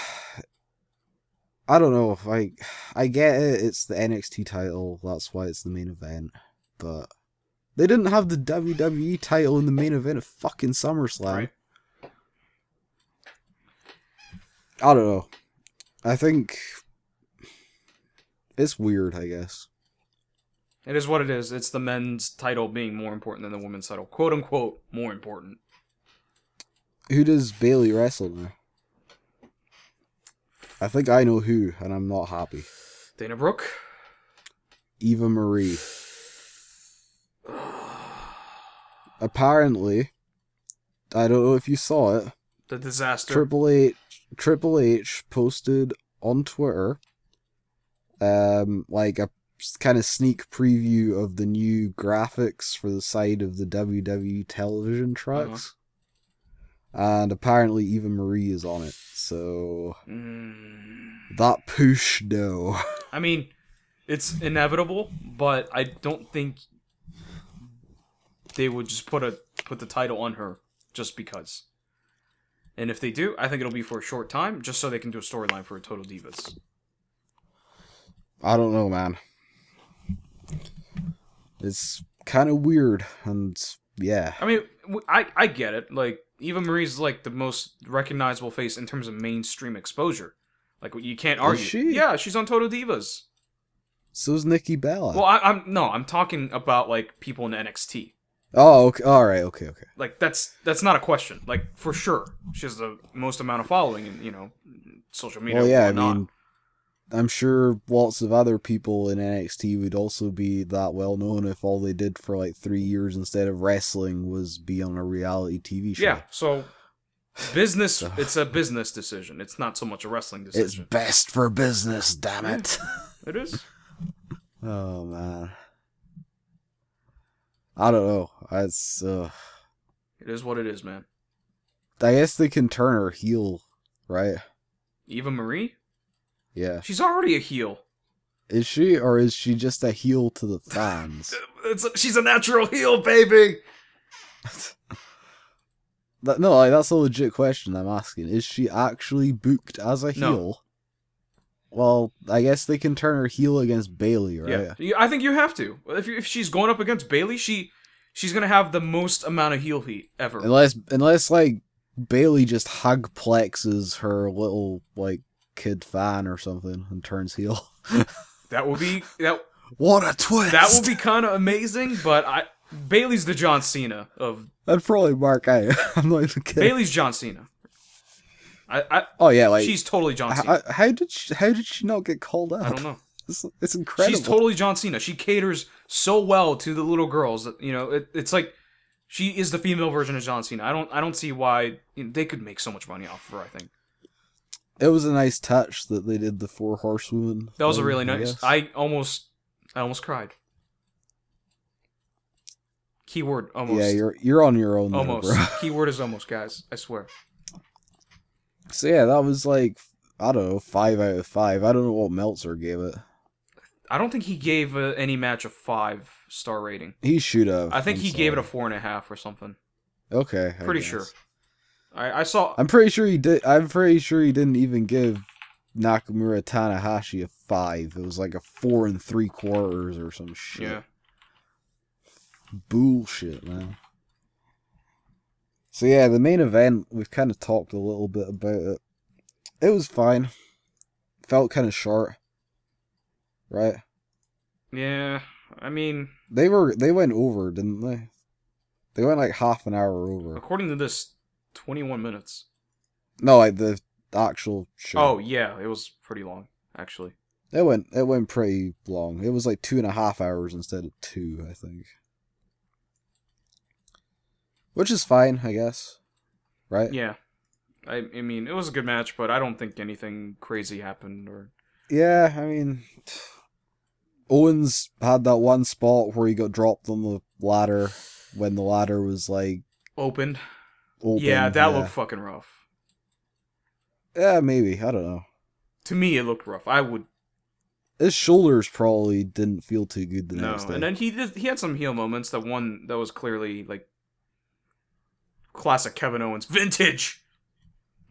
[SPEAKER 2] I don't know. Like, I get it. It's the NXT title. That's why it's the main event. But they didn't have the WWE title in the main event of fucking SummerSlam.
[SPEAKER 1] Right.
[SPEAKER 2] I don't know. I think it's weird, I guess.
[SPEAKER 1] It is what it is. It's the men's title being more important than the women's title, quote unquote, more important.
[SPEAKER 2] Who does Bailey wrestle now? I think I know who, and I'm not happy.
[SPEAKER 1] Dana Brooke.
[SPEAKER 2] Eva Marie. Apparently, I don't know if you saw it.
[SPEAKER 1] The disaster.
[SPEAKER 2] Triple H, Triple H posted on Twitter, um, like a kind of sneak preview of the new graphics for the side of the WWE television trucks, and apparently Eva Marie is on it. So
[SPEAKER 1] Mm.
[SPEAKER 2] that push, no,
[SPEAKER 1] I mean, it's inevitable, but I don't think they would just put a put the title on her just because. And if they do, I think it'll be for a short time, just so they can do a storyline for Total Divas.
[SPEAKER 2] I don't know, man. It's kind of weird, and yeah,
[SPEAKER 1] I mean, w- I I get it. Like Eva Marie's like the most recognizable face in terms of mainstream exposure. Like you can't
[SPEAKER 2] Is
[SPEAKER 1] argue.
[SPEAKER 2] she?
[SPEAKER 1] Yeah, she's on Total Divas.
[SPEAKER 2] so's Nikki Bella.
[SPEAKER 1] Well, I, I'm no, I'm talking about like people in NXT.
[SPEAKER 2] oh, okay, all right, okay, okay.
[SPEAKER 1] Like that's that's not a question. Like for sure, she has the most amount of following in you know social media.
[SPEAKER 2] well, yeah, I
[SPEAKER 1] and whatnot.
[SPEAKER 2] mean, I'm sure lots of other people in NXT would also be that well known if all they did for like three years instead of wrestling was be on a reality TV show.
[SPEAKER 1] yeah. So business,
[SPEAKER 2] So-
[SPEAKER 1] it's a business decision. It's not so much a wrestling
[SPEAKER 2] It's
[SPEAKER 1] decision.
[SPEAKER 2] best for business, damn it.
[SPEAKER 1] It is.
[SPEAKER 2] Oh man. I don't know. It's uh,
[SPEAKER 1] It is what it is, man.
[SPEAKER 2] I guess they can turn her heel, right?
[SPEAKER 1] Eva Marie,
[SPEAKER 2] Yeah.
[SPEAKER 1] she's already a heel.
[SPEAKER 2] Is she or is she just a heel to the fans?
[SPEAKER 1] It's she's a natural heel, baby.
[SPEAKER 2] That- no, like that's a legit question I'm asking. Is she actually booked as a
[SPEAKER 1] No.
[SPEAKER 2] heel? Well, I guess they can turn her heel against Bailey, right?
[SPEAKER 1] Yeah, You- I think you have to. If you, if she's going up against Bailey, she she's gonna have the most amount of heel heat ever.
[SPEAKER 2] Unless unless like Bailey just hug plexes her little like kid fan or something and turns heel.
[SPEAKER 1] That will be that
[SPEAKER 2] What a twist!
[SPEAKER 1] that will be kind of amazing. But I Bailey's the John Cena of
[SPEAKER 2] I'd probably mark out. I'm not even kidding.
[SPEAKER 1] Bailey's John Cena. I,
[SPEAKER 2] oh yeah,
[SPEAKER 1] I
[SPEAKER 2] like
[SPEAKER 1] she's totally John Cena.
[SPEAKER 2] how, how did she, how did she not get called out?
[SPEAKER 1] I don't know.
[SPEAKER 2] It's, it's incredible.
[SPEAKER 1] She's totally John Cena. She caters so well to the little girls. That, you know, it, it's like she is the female version of John Cena. I don't I don't see why you know, they could make so much money off of her. I think.
[SPEAKER 2] it was a nice touch that they did the four horsewomen.
[SPEAKER 1] That was a
[SPEAKER 2] thing,
[SPEAKER 1] really
[SPEAKER 2] I
[SPEAKER 1] nice.
[SPEAKER 2] guess.
[SPEAKER 1] I almost, I almost cried. Keyword almost.
[SPEAKER 2] yeah, you're you're on your own,
[SPEAKER 1] almost.
[SPEAKER 2] There, bro.
[SPEAKER 1] Keyword is almost, guys. I swear.
[SPEAKER 2] So yeah, that was like I don't know five out of five. I don't know what Meltzer gave it.
[SPEAKER 1] I don't think he gave uh, any match a five star rating.
[SPEAKER 2] He should have.
[SPEAKER 1] I think he gave it a four and a half or something.
[SPEAKER 2] a okay. I
[SPEAKER 1] Pretty
[SPEAKER 2] guess.
[SPEAKER 1] sure. I, I saw.
[SPEAKER 2] I'm pretty sure he did. I'm pretty sure he didn't even give Nakamura Tanahashi a five. It was like a four and three quarters or some shit.
[SPEAKER 1] yeah.
[SPEAKER 2] bullshit, man. So yeah, the main event we've kind of talked a little bit about it. It was fine. Felt kind of short, right?
[SPEAKER 1] Yeah. I mean,
[SPEAKER 2] They were they went over, didn't they? They went like half an hour over.
[SPEAKER 1] according to this, twenty-one minutes.
[SPEAKER 2] No, like the actual show.
[SPEAKER 1] Oh yeah, it was pretty long actually.
[SPEAKER 2] it went it went pretty long. It was like two and a half hours instead of two, I think. Which is fine, I guess. Right?
[SPEAKER 1] Yeah. I, I mean, it was a good match, but I don't think anything crazy happened or
[SPEAKER 2] Yeah, I mean, Owens had that one spot where he got dropped on the ladder when the ladder was like
[SPEAKER 1] opened.
[SPEAKER 2] open.
[SPEAKER 1] yeah, that
[SPEAKER 2] yeah.
[SPEAKER 1] looked fucking rough.
[SPEAKER 2] Yeah, maybe I don't know.
[SPEAKER 1] To me, it looked rough. I would
[SPEAKER 2] His shoulders probably didn't feel too good the
[SPEAKER 1] no.
[SPEAKER 2] next day.
[SPEAKER 1] And then he did, he had some heel moments. That one that was clearly like classic Kevin Owens, vintage.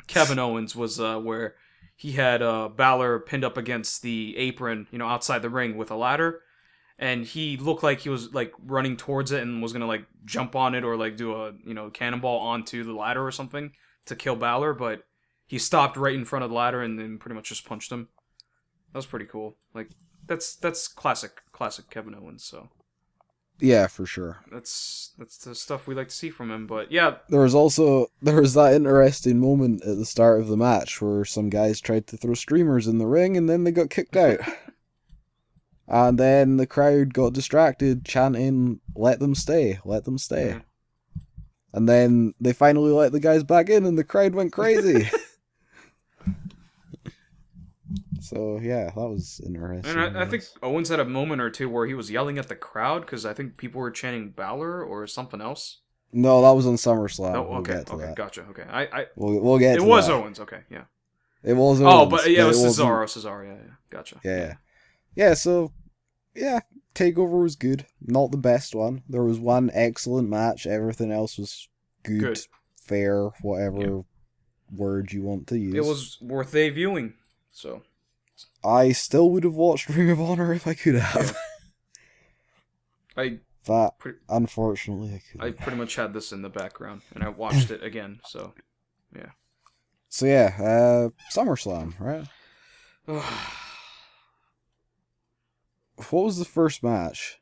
[SPEAKER 1] Kevin Owens was uh, where he had uh, Balor pinned up against the apron, you know, outside the ring with a ladder, and he looked like he was like running towards it and was gonna like jump on it or like do a you know cannonball onto the ladder or something to kill Balor, but he stopped right in front of the ladder and then pretty much just punched him. That was pretty cool. Like that's that's classic classic Kevin Owens. So
[SPEAKER 2] yeah, for sure.
[SPEAKER 1] that's that's the stuff we like to see from him. But yeah,
[SPEAKER 2] There was also there was that interesting moment at the start of the match where some guys tried to throw streamers in the ring and then they got kicked out. and then the crowd got distracted chanting let them stay, let them stay.
[SPEAKER 1] Yeah.
[SPEAKER 2] And then they finally let the guys back in and the crowd went crazy. so yeah, that was interesting.
[SPEAKER 1] and I, I think Owens had a moment or two where he was yelling at the crowd because I think people were chanting Balor or something else.
[SPEAKER 2] No, that was on SummerSlam.
[SPEAKER 1] oh,
[SPEAKER 2] Uh, we'll
[SPEAKER 1] okay,
[SPEAKER 2] get to
[SPEAKER 1] okay,
[SPEAKER 2] that.
[SPEAKER 1] gotcha. Okay, I, I
[SPEAKER 2] We'll, we'll get
[SPEAKER 1] it
[SPEAKER 2] to
[SPEAKER 1] was
[SPEAKER 2] that.
[SPEAKER 1] Owens. Okay, yeah.
[SPEAKER 2] It was
[SPEAKER 1] oh,
[SPEAKER 2] Owens,
[SPEAKER 1] but yeah, it was
[SPEAKER 2] wasn't-
[SPEAKER 1] Cesaro. Cesaro, yeah, yeah, gotcha.
[SPEAKER 2] Yeah. Yeah, so yeah, Takeover was good. Not the best one. There was one excellent match, everything else was good,
[SPEAKER 1] Good.
[SPEAKER 2] fair, whatever word you want to use.
[SPEAKER 1] it was worth a viewing. So
[SPEAKER 2] I still would have watched Ring of Honor if I could have.
[SPEAKER 1] I
[SPEAKER 2] That
[SPEAKER 1] Pretty-
[SPEAKER 2] unfortunately I
[SPEAKER 1] I
[SPEAKER 2] couldn't.
[SPEAKER 1] pretty much had this in the background, and I watched it again. So
[SPEAKER 2] So yeah, uh, SummerSlam, right? What was the first match?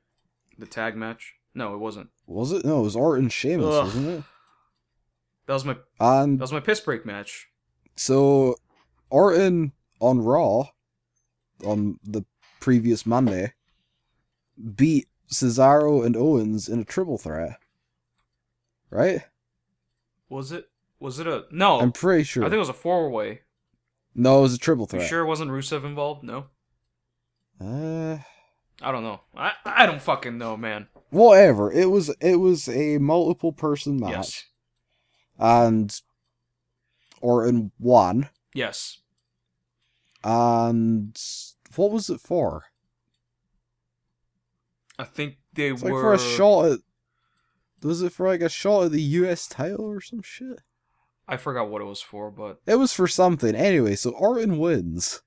[SPEAKER 1] the tag match? No, it wasn't.
[SPEAKER 2] Was it? No, it was Orton Sheamus,
[SPEAKER 1] Ugh.
[SPEAKER 2] wasn't it?
[SPEAKER 1] That was my that
[SPEAKER 2] And
[SPEAKER 1] was my piss break match.
[SPEAKER 2] so Orton on Raw on the previous Monday beat Cesaro and Owens in a triple threat. Right?
[SPEAKER 1] Was it? Was it a no?
[SPEAKER 2] I'm pretty sure.
[SPEAKER 1] Oh, I think it was a four way.
[SPEAKER 2] No, it was a triple
[SPEAKER 1] You
[SPEAKER 2] threat.
[SPEAKER 1] sure it wasn't Rusev involved? No,
[SPEAKER 2] Uh,
[SPEAKER 1] I don't know. I I don't fucking know, man.
[SPEAKER 2] whatever. It was it was a multiple person match,
[SPEAKER 1] Yes,
[SPEAKER 2] and Orton won.
[SPEAKER 1] yes.
[SPEAKER 2] And what was it for?
[SPEAKER 1] I think they
[SPEAKER 2] It's like
[SPEAKER 1] were
[SPEAKER 2] for a shot at. Was it for like a shot at the U.S. title or some shit?
[SPEAKER 1] I forgot what it was for, but
[SPEAKER 2] It was for something anyway. So Orton wins,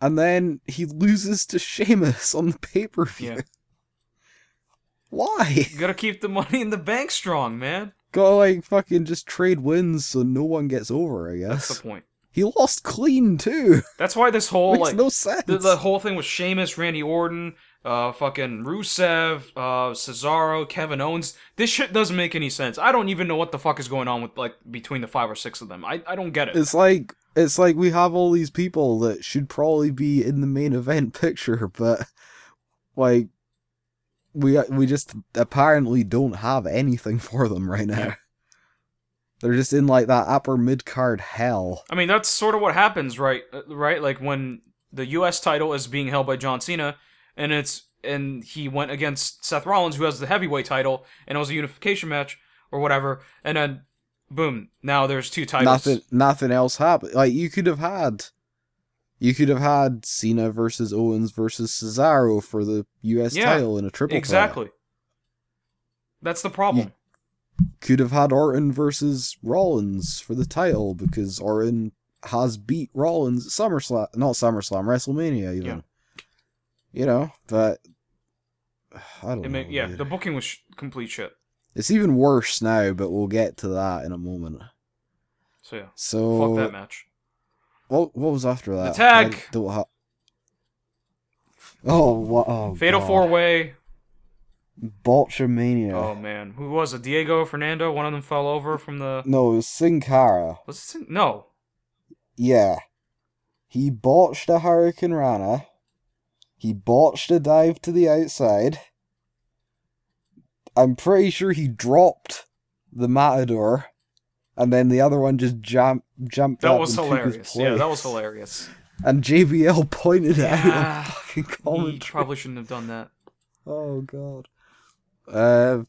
[SPEAKER 2] and then he loses to Sheamus on the pay per view.
[SPEAKER 1] Yeah.
[SPEAKER 2] Why?
[SPEAKER 1] you gotta keep the money in the bank strong, man.
[SPEAKER 2] Gotta like fucking just trade wins so no one gets over. I
[SPEAKER 1] That's the
[SPEAKER 2] guess
[SPEAKER 1] point.
[SPEAKER 2] he lost clean too.
[SPEAKER 1] That's why this whole
[SPEAKER 2] Makes
[SPEAKER 1] like
[SPEAKER 2] no sense.
[SPEAKER 1] the, the whole thing with Sheamus, Randy Orton, uh, fucking Rusev, uh, Cesaro, Kevin Owens. This shit doesn't make any sense. I don't even know what the fuck is going on with like between the five or six of them. I, I don't get it.
[SPEAKER 2] It's like it's like we have all these people that should probably be in the main event picture, but like we we just apparently don't have anything for them right now.
[SPEAKER 1] Yeah.
[SPEAKER 2] They're just in like that upper mid card hell.
[SPEAKER 1] I mean, that's sort of what happens, right? uh, Right, like when the U.S. title is being held by John Cena, and it's and he went against Seth Rollins, who has the heavyweight title, and it was a unification match or whatever, and then boom, now there's two titles.
[SPEAKER 2] Nothing nothing else happened. Like you could have had you could have had Cena versus Owens versus Cesaro for the US
[SPEAKER 1] Yeah,
[SPEAKER 2] title in a triple threat.
[SPEAKER 1] Exactly. That's the problem.
[SPEAKER 2] could have had Orton versus Rollins for the title because Orton has beat Rollins at SummerSlam, not SummerSlam, WrestleMania even.
[SPEAKER 1] Yeah.
[SPEAKER 2] You know, but I don't
[SPEAKER 1] It
[SPEAKER 2] know.
[SPEAKER 1] ma- yeah,
[SPEAKER 2] dude.
[SPEAKER 1] the booking was sh- complete shit.
[SPEAKER 2] it's even worse now, but we'll get to that in a moment.
[SPEAKER 1] So yeah,
[SPEAKER 2] So
[SPEAKER 1] fuck that match.
[SPEAKER 2] What, what was after that?
[SPEAKER 1] tag!
[SPEAKER 2] I don't ha- oh, what? Oh,
[SPEAKER 1] Fatal
[SPEAKER 2] God.
[SPEAKER 1] four way.
[SPEAKER 2] Botchamania.
[SPEAKER 1] Oh man, who was it? Diego Fernando. One of them fell over from the.
[SPEAKER 2] No, it was Sin Cara.
[SPEAKER 1] Was it? No.
[SPEAKER 2] Yeah. He botched a Hurricane Rana. He botched a dive to the outside. I'm pretty sure he dropped the Matador. And then the other one just jump, jumped
[SPEAKER 1] That
[SPEAKER 2] up
[SPEAKER 1] was
[SPEAKER 2] and took his
[SPEAKER 1] hilarious. Yeah, that was
[SPEAKER 2] place.
[SPEAKER 1] hilarious.
[SPEAKER 2] And JBL pointed it out on
[SPEAKER 1] Yeah. He
[SPEAKER 2] fucking commentary.
[SPEAKER 1] probably shouldn't have done that.
[SPEAKER 2] Oh god. Uh,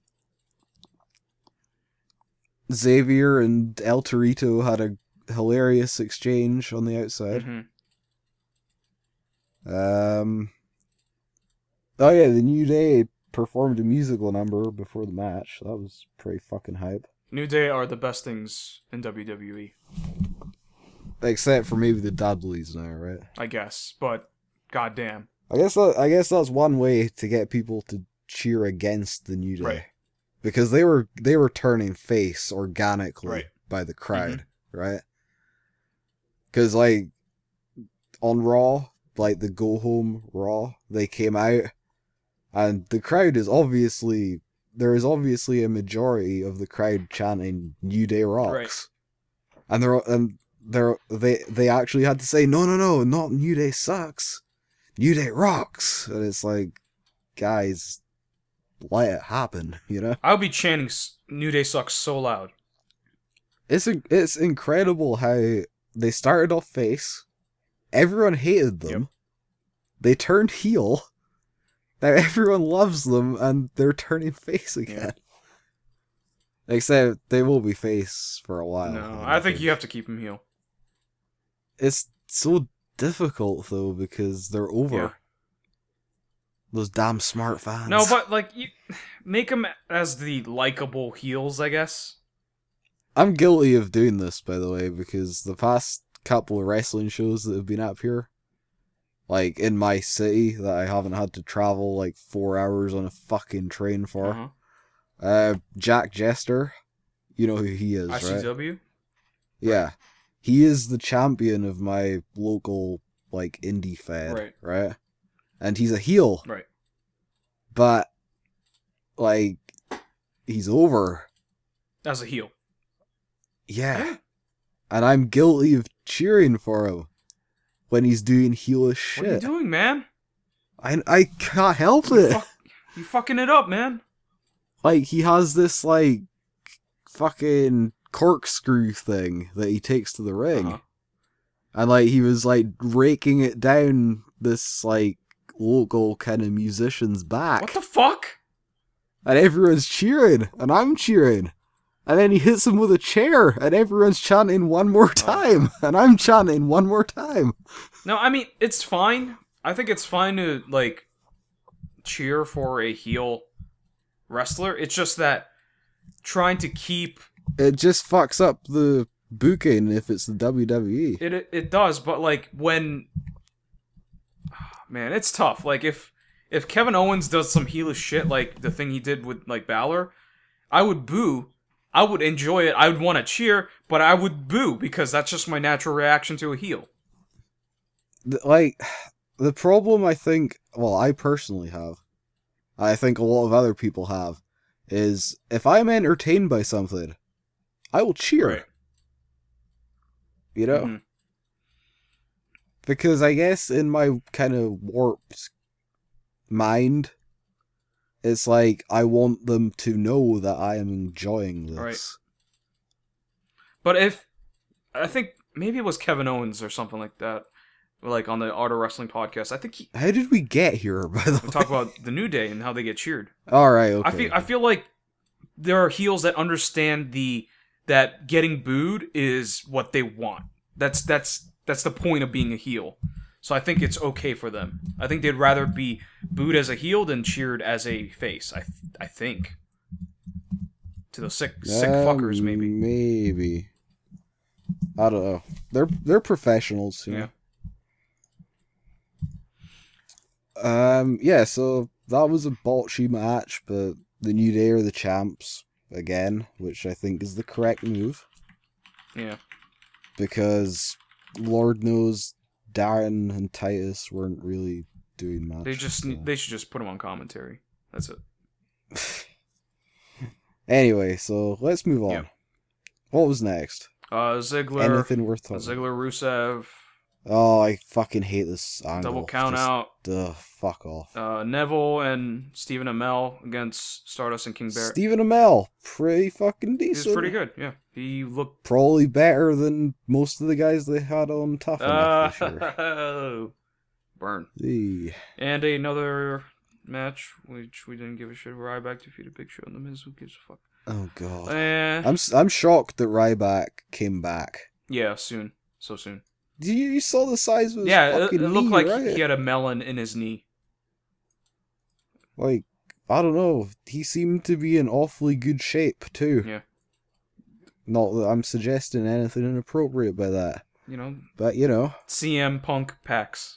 [SPEAKER 2] Xavier and El Torito had a hilarious exchange on the outside.
[SPEAKER 1] hmm
[SPEAKER 2] Um. Oh yeah, the New Day performed a musical number before the match. That was pretty fucking hype.
[SPEAKER 1] New Day are the best things in E, WWE,
[SPEAKER 2] Except for maybe the Dudleys now, right?
[SPEAKER 1] I guess. But goddamn,
[SPEAKER 2] I guess that, I guess that's one way to get people to cheer against the New Day,
[SPEAKER 1] Right.
[SPEAKER 2] because they were they were turning face organically
[SPEAKER 1] Right.
[SPEAKER 2] by the crowd, right? Because like on Raw, like the go home Raw, they came out, and the crowd is obviously there is obviously a majority of the crowd chanting New Day rocks, and they're and they're they they actually had to say no no no not New Day sucks, New Day rocks, and it's like guys, let it happen, you know.
[SPEAKER 1] I'll be chanting s- "New Day sucks" so loud.
[SPEAKER 2] It's in- it's incredible how they started off face, everyone hated them, they turned heel, now everyone loves them, and they're turning face again. Except they will be face for a while.
[SPEAKER 1] No, I think you have to keep him heel.
[SPEAKER 2] It's so difficult though because they're over.
[SPEAKER 1] Yeah.
[SPEAKER 2] Those damn smart fans.
[SPEAKER 1] No, but like you make them as the likable heels, I guess.
[SPEAKER 2] I'm guilty of doing this, by the way, because the past couple of wrestling shows that have been up here, like in my city that I haven't had to travel like four hours on a fucking train for.
[SPEAKER 1] Uh-huh.
[SPEAKER 2] Uh, Jack Jester, you know who he is, right?
[SPEAKER 1] ICW.
[SPEAKER 2] Yeah, he is the champion of my local like indie fed,
[SPEAKER 1] Right.
[SPEAKER 2] right? And he's a heel,
[SPEAKER 1] Right.
[SPEAKER 2] But like, he's over.
[SPEAKER 1] As a heel.
[SPEAKER 2] Yeah. and I'm guilty of cheering for him when he's doing heelish
[SPEAKER 1] What are you
[SPEAKER 2] shit.
[SPEAKER 1] doing, man?
[SPEAKER 2] I I can't help
[SPEAKER 1] You,
[SPEAKER 2] it.
[SPEAKER 1] fuck, you fucking it up, man.
[SPEAKER 2] Like he has this like fucking corkscrew thing that he takes to the ring,
[SPEAKER 1] Uh-huh.
[SPEAKER 2] and like he was like raking it down this like local kind of musician's back,
[SPEAKER 1] What the fuck?
[SPEAKER 2] and everyone's cheering, and I'm cheering. And then he hits him with a chair, and everyone's chanting one
[SPEAKER 1] Uh-huh.
[SPEAKER 2] more time, and I'm chanting one more time.
[SPEAKER 1] No, I mean it's fine. I think it's fine to like cheer for a heel wrestler. It's just that trying to keep
[SPEAKER 2] It just fucks up the booking if it's the E. WWE.
[SPEAKER 1] it it, it does, but like when man, it's tough. Like if if Kevin Owens does some heelish shit like the thing he did with like Balor, I would boo. I would enjoy it. I would want to cheer, but I would boo because that's just my natural reaction to a heel.
[SPEAKER 2] th- like the problem I think well I personally have I think a lot of other people have is if I'm entertained by something I will cheer
[SPEAKER 1] Right.
[SPEAKER 2] you know
[SPEAKER 1] Mhm.
[SPEAKER 2] because I guess in my kind of warped mind it's like I want them to know that I am enjoying this
[SPEAKER 1] Right. But if I think maybe it was Kevin Owens or something like that, like on the Art of Wrestling podcast. I think he
[SPEAKER 2] how did we get here by the
[SPEAKER 1] we
[SPEAKER 2] way
[SPEAKER 1] talk about the New Day and how they get cheered.
[SPEAKER 2] all right okay
[SPEAKER 1] I feel I feel like there are heels that understand the that getting booed is what they want. That's that's that's the point of being a heel. So I think it's okay for them. I think they'd rather be booed as a heel than cheered as a face. I I think to those sick sick
[SPEAKER 2] Uh,
[SPEAKER 1] fuckers maybe.
[SPEAKER 2] Maybe. I don't know. They're they're professionals. You
[SPEAKER 1] Yeah.
[SPEAKER 2] Know? Um. Yeah. So that was a botchy match, but the New Day are the champs again, which I think is the correct move
[SPEAKER 1] Yeah.
[SPEAKER 2] because Lord knows Darren and Titus weren't really doing much.
[SPEAKER 1] They just
[SPEAKER 2] so.
[SPEAKER 1] they should just put him on commentary. That's it.
[SPEAKER 2] anyway. So let's move on.
[SPEAKER 1] Yeah.
[SPEAKER 2] What was next?
[SPEAKER 1] Uh, Ziggler,
[SPEAKER 2] Anything worth talking?
[SPEAKER 1] Ziggler, Rusev,
[SPEAKER 2] Oh, I fucking hate this angle.
[SPEAKER 1] double count
[SPEAKER 2] Just,
[SPEAKER 1] out.
[SPEAKER 2] Ugh, fuck off.
[SPEAKER 1] Uh, Neville and Stephen Amell against Stardust and King Barrett.
[SPEAKER 2] Stephen Amell, pretty fucking
[SPEAKER 1] He's
[SPEAKER 2] decent.
[SPEAKER 1] pretty good. Yeah, he looked.
[SPEAKER 2] Probably better than most of the guys they had on Tough
[SPEAKER 1] Uh,
[SPEAKER 2] Enough this year.
[SPEAKER 1] burn.
[SPEAKER 2] Eee.
[SPEAKER 1] And another match which we didn't give a shit. Where Ryback defeated Big Show and the Miz. Who gives a fuck?
[SPEAKER 2] Oh god.
[SPEAKER 1] Eh,
[SPEAKER 2] I'm s- I'm shocked that Ryback came back.
[SPEAKER 1] yeah, soon, so soon.
[SPEAKER 2] You, you saw the size of his
[SPEAKER 1] Yeah, it,
[SPEAKER 2] fucking
[SPEAKER 1] it looked
[SPEAKER 2] knee,
[SPEAKER 1] like he-
[SPEAKER 2] right?
[SPEAKER 1] he had a melon in his knee.
[SPEAKER 2] Like I don't know. He seemed to be in awfully good shape too.
[SPEAKER 1] Yeah.
[SPEAKER 2] Not that I'm suggesting anything inappropriate by that,
[SPEAKER 1] You know,
[SPEAKER 2] but you know.
[SPEAKER 1] CM Punk packs.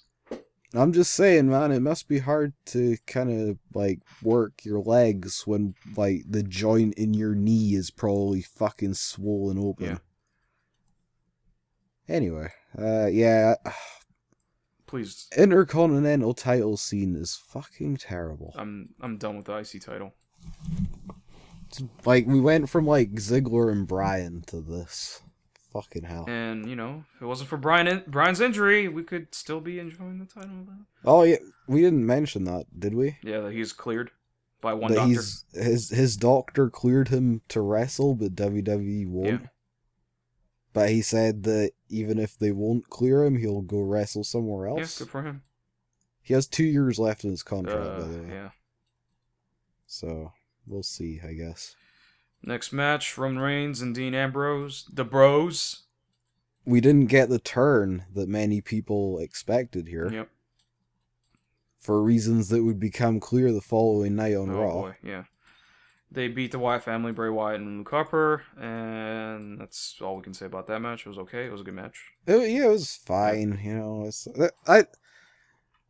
[SPEAKER 2] I'm just saying, man, it must be hard to kind of like work your legs when like the joint in your knee is probably fucking swollen open.
[SPEAKER 1] Yeah.
[SPEAKER 2] Anyway, uh, yeah,
[SPEAKER 1] Please
[SPEAKER 2] intercontinental title scene is fucking terrible.
[SPEAKER 1] I'm I'm done with the IC title.
[SPEAKER 2] Like we went from like Ziggler and Bryan to this. Fucking hell.
[SPEAKER 1] And you know, if it wasn't for Brian in- Brian's injury, we could still be enjoying the title.
[SPEAKER 2] Oh yeah, we didn't mention that, did we?
[SPEAKER 1] Yeah, that he's cleared by one
[SPEAKER 2] that
[SPEAKER 1] doctor.
[SPEAKER 2] he's his his doctor cleared him to wrestle, but WWE won't.
[SPEAKER 1] Yeah.
[SPEAKER 2] But he said that even if they won't clear him, he'll go wrestle somewhere
[SPEAKER 1] Yeah,
[SPEAKER 2] else.
[SPEAKER 1] good for him.
[SPEAKER 2] he has two years left in his contract, by
[SPEAKER 1] Uh,
[SPEAKER 2] the way.
[SPEAKER 1] yeah.
[SPEAKER 2] So we'll see, I guess.
[SPEAKER 1] Next match: Roman Reigns and Dean Ambrose, the Bros.
[SPEAKER 2] We didn't get the turn that many people expected here
[SPEAKER 1] Yep.
[SPEAKER 2] for reasons that would become clear the following night on
[SPEAKER 1] oh
[SPEAKER 2] Raw.
[SPEAKER 1] boy. Yeah. They beat the Wyatt family, Bray Wyatt and Luke Harper, and that's all we can say about that match. It was okay. It was a good match.
[SPEAKER 2] It, yeah, it was fine. You know, it's uh, I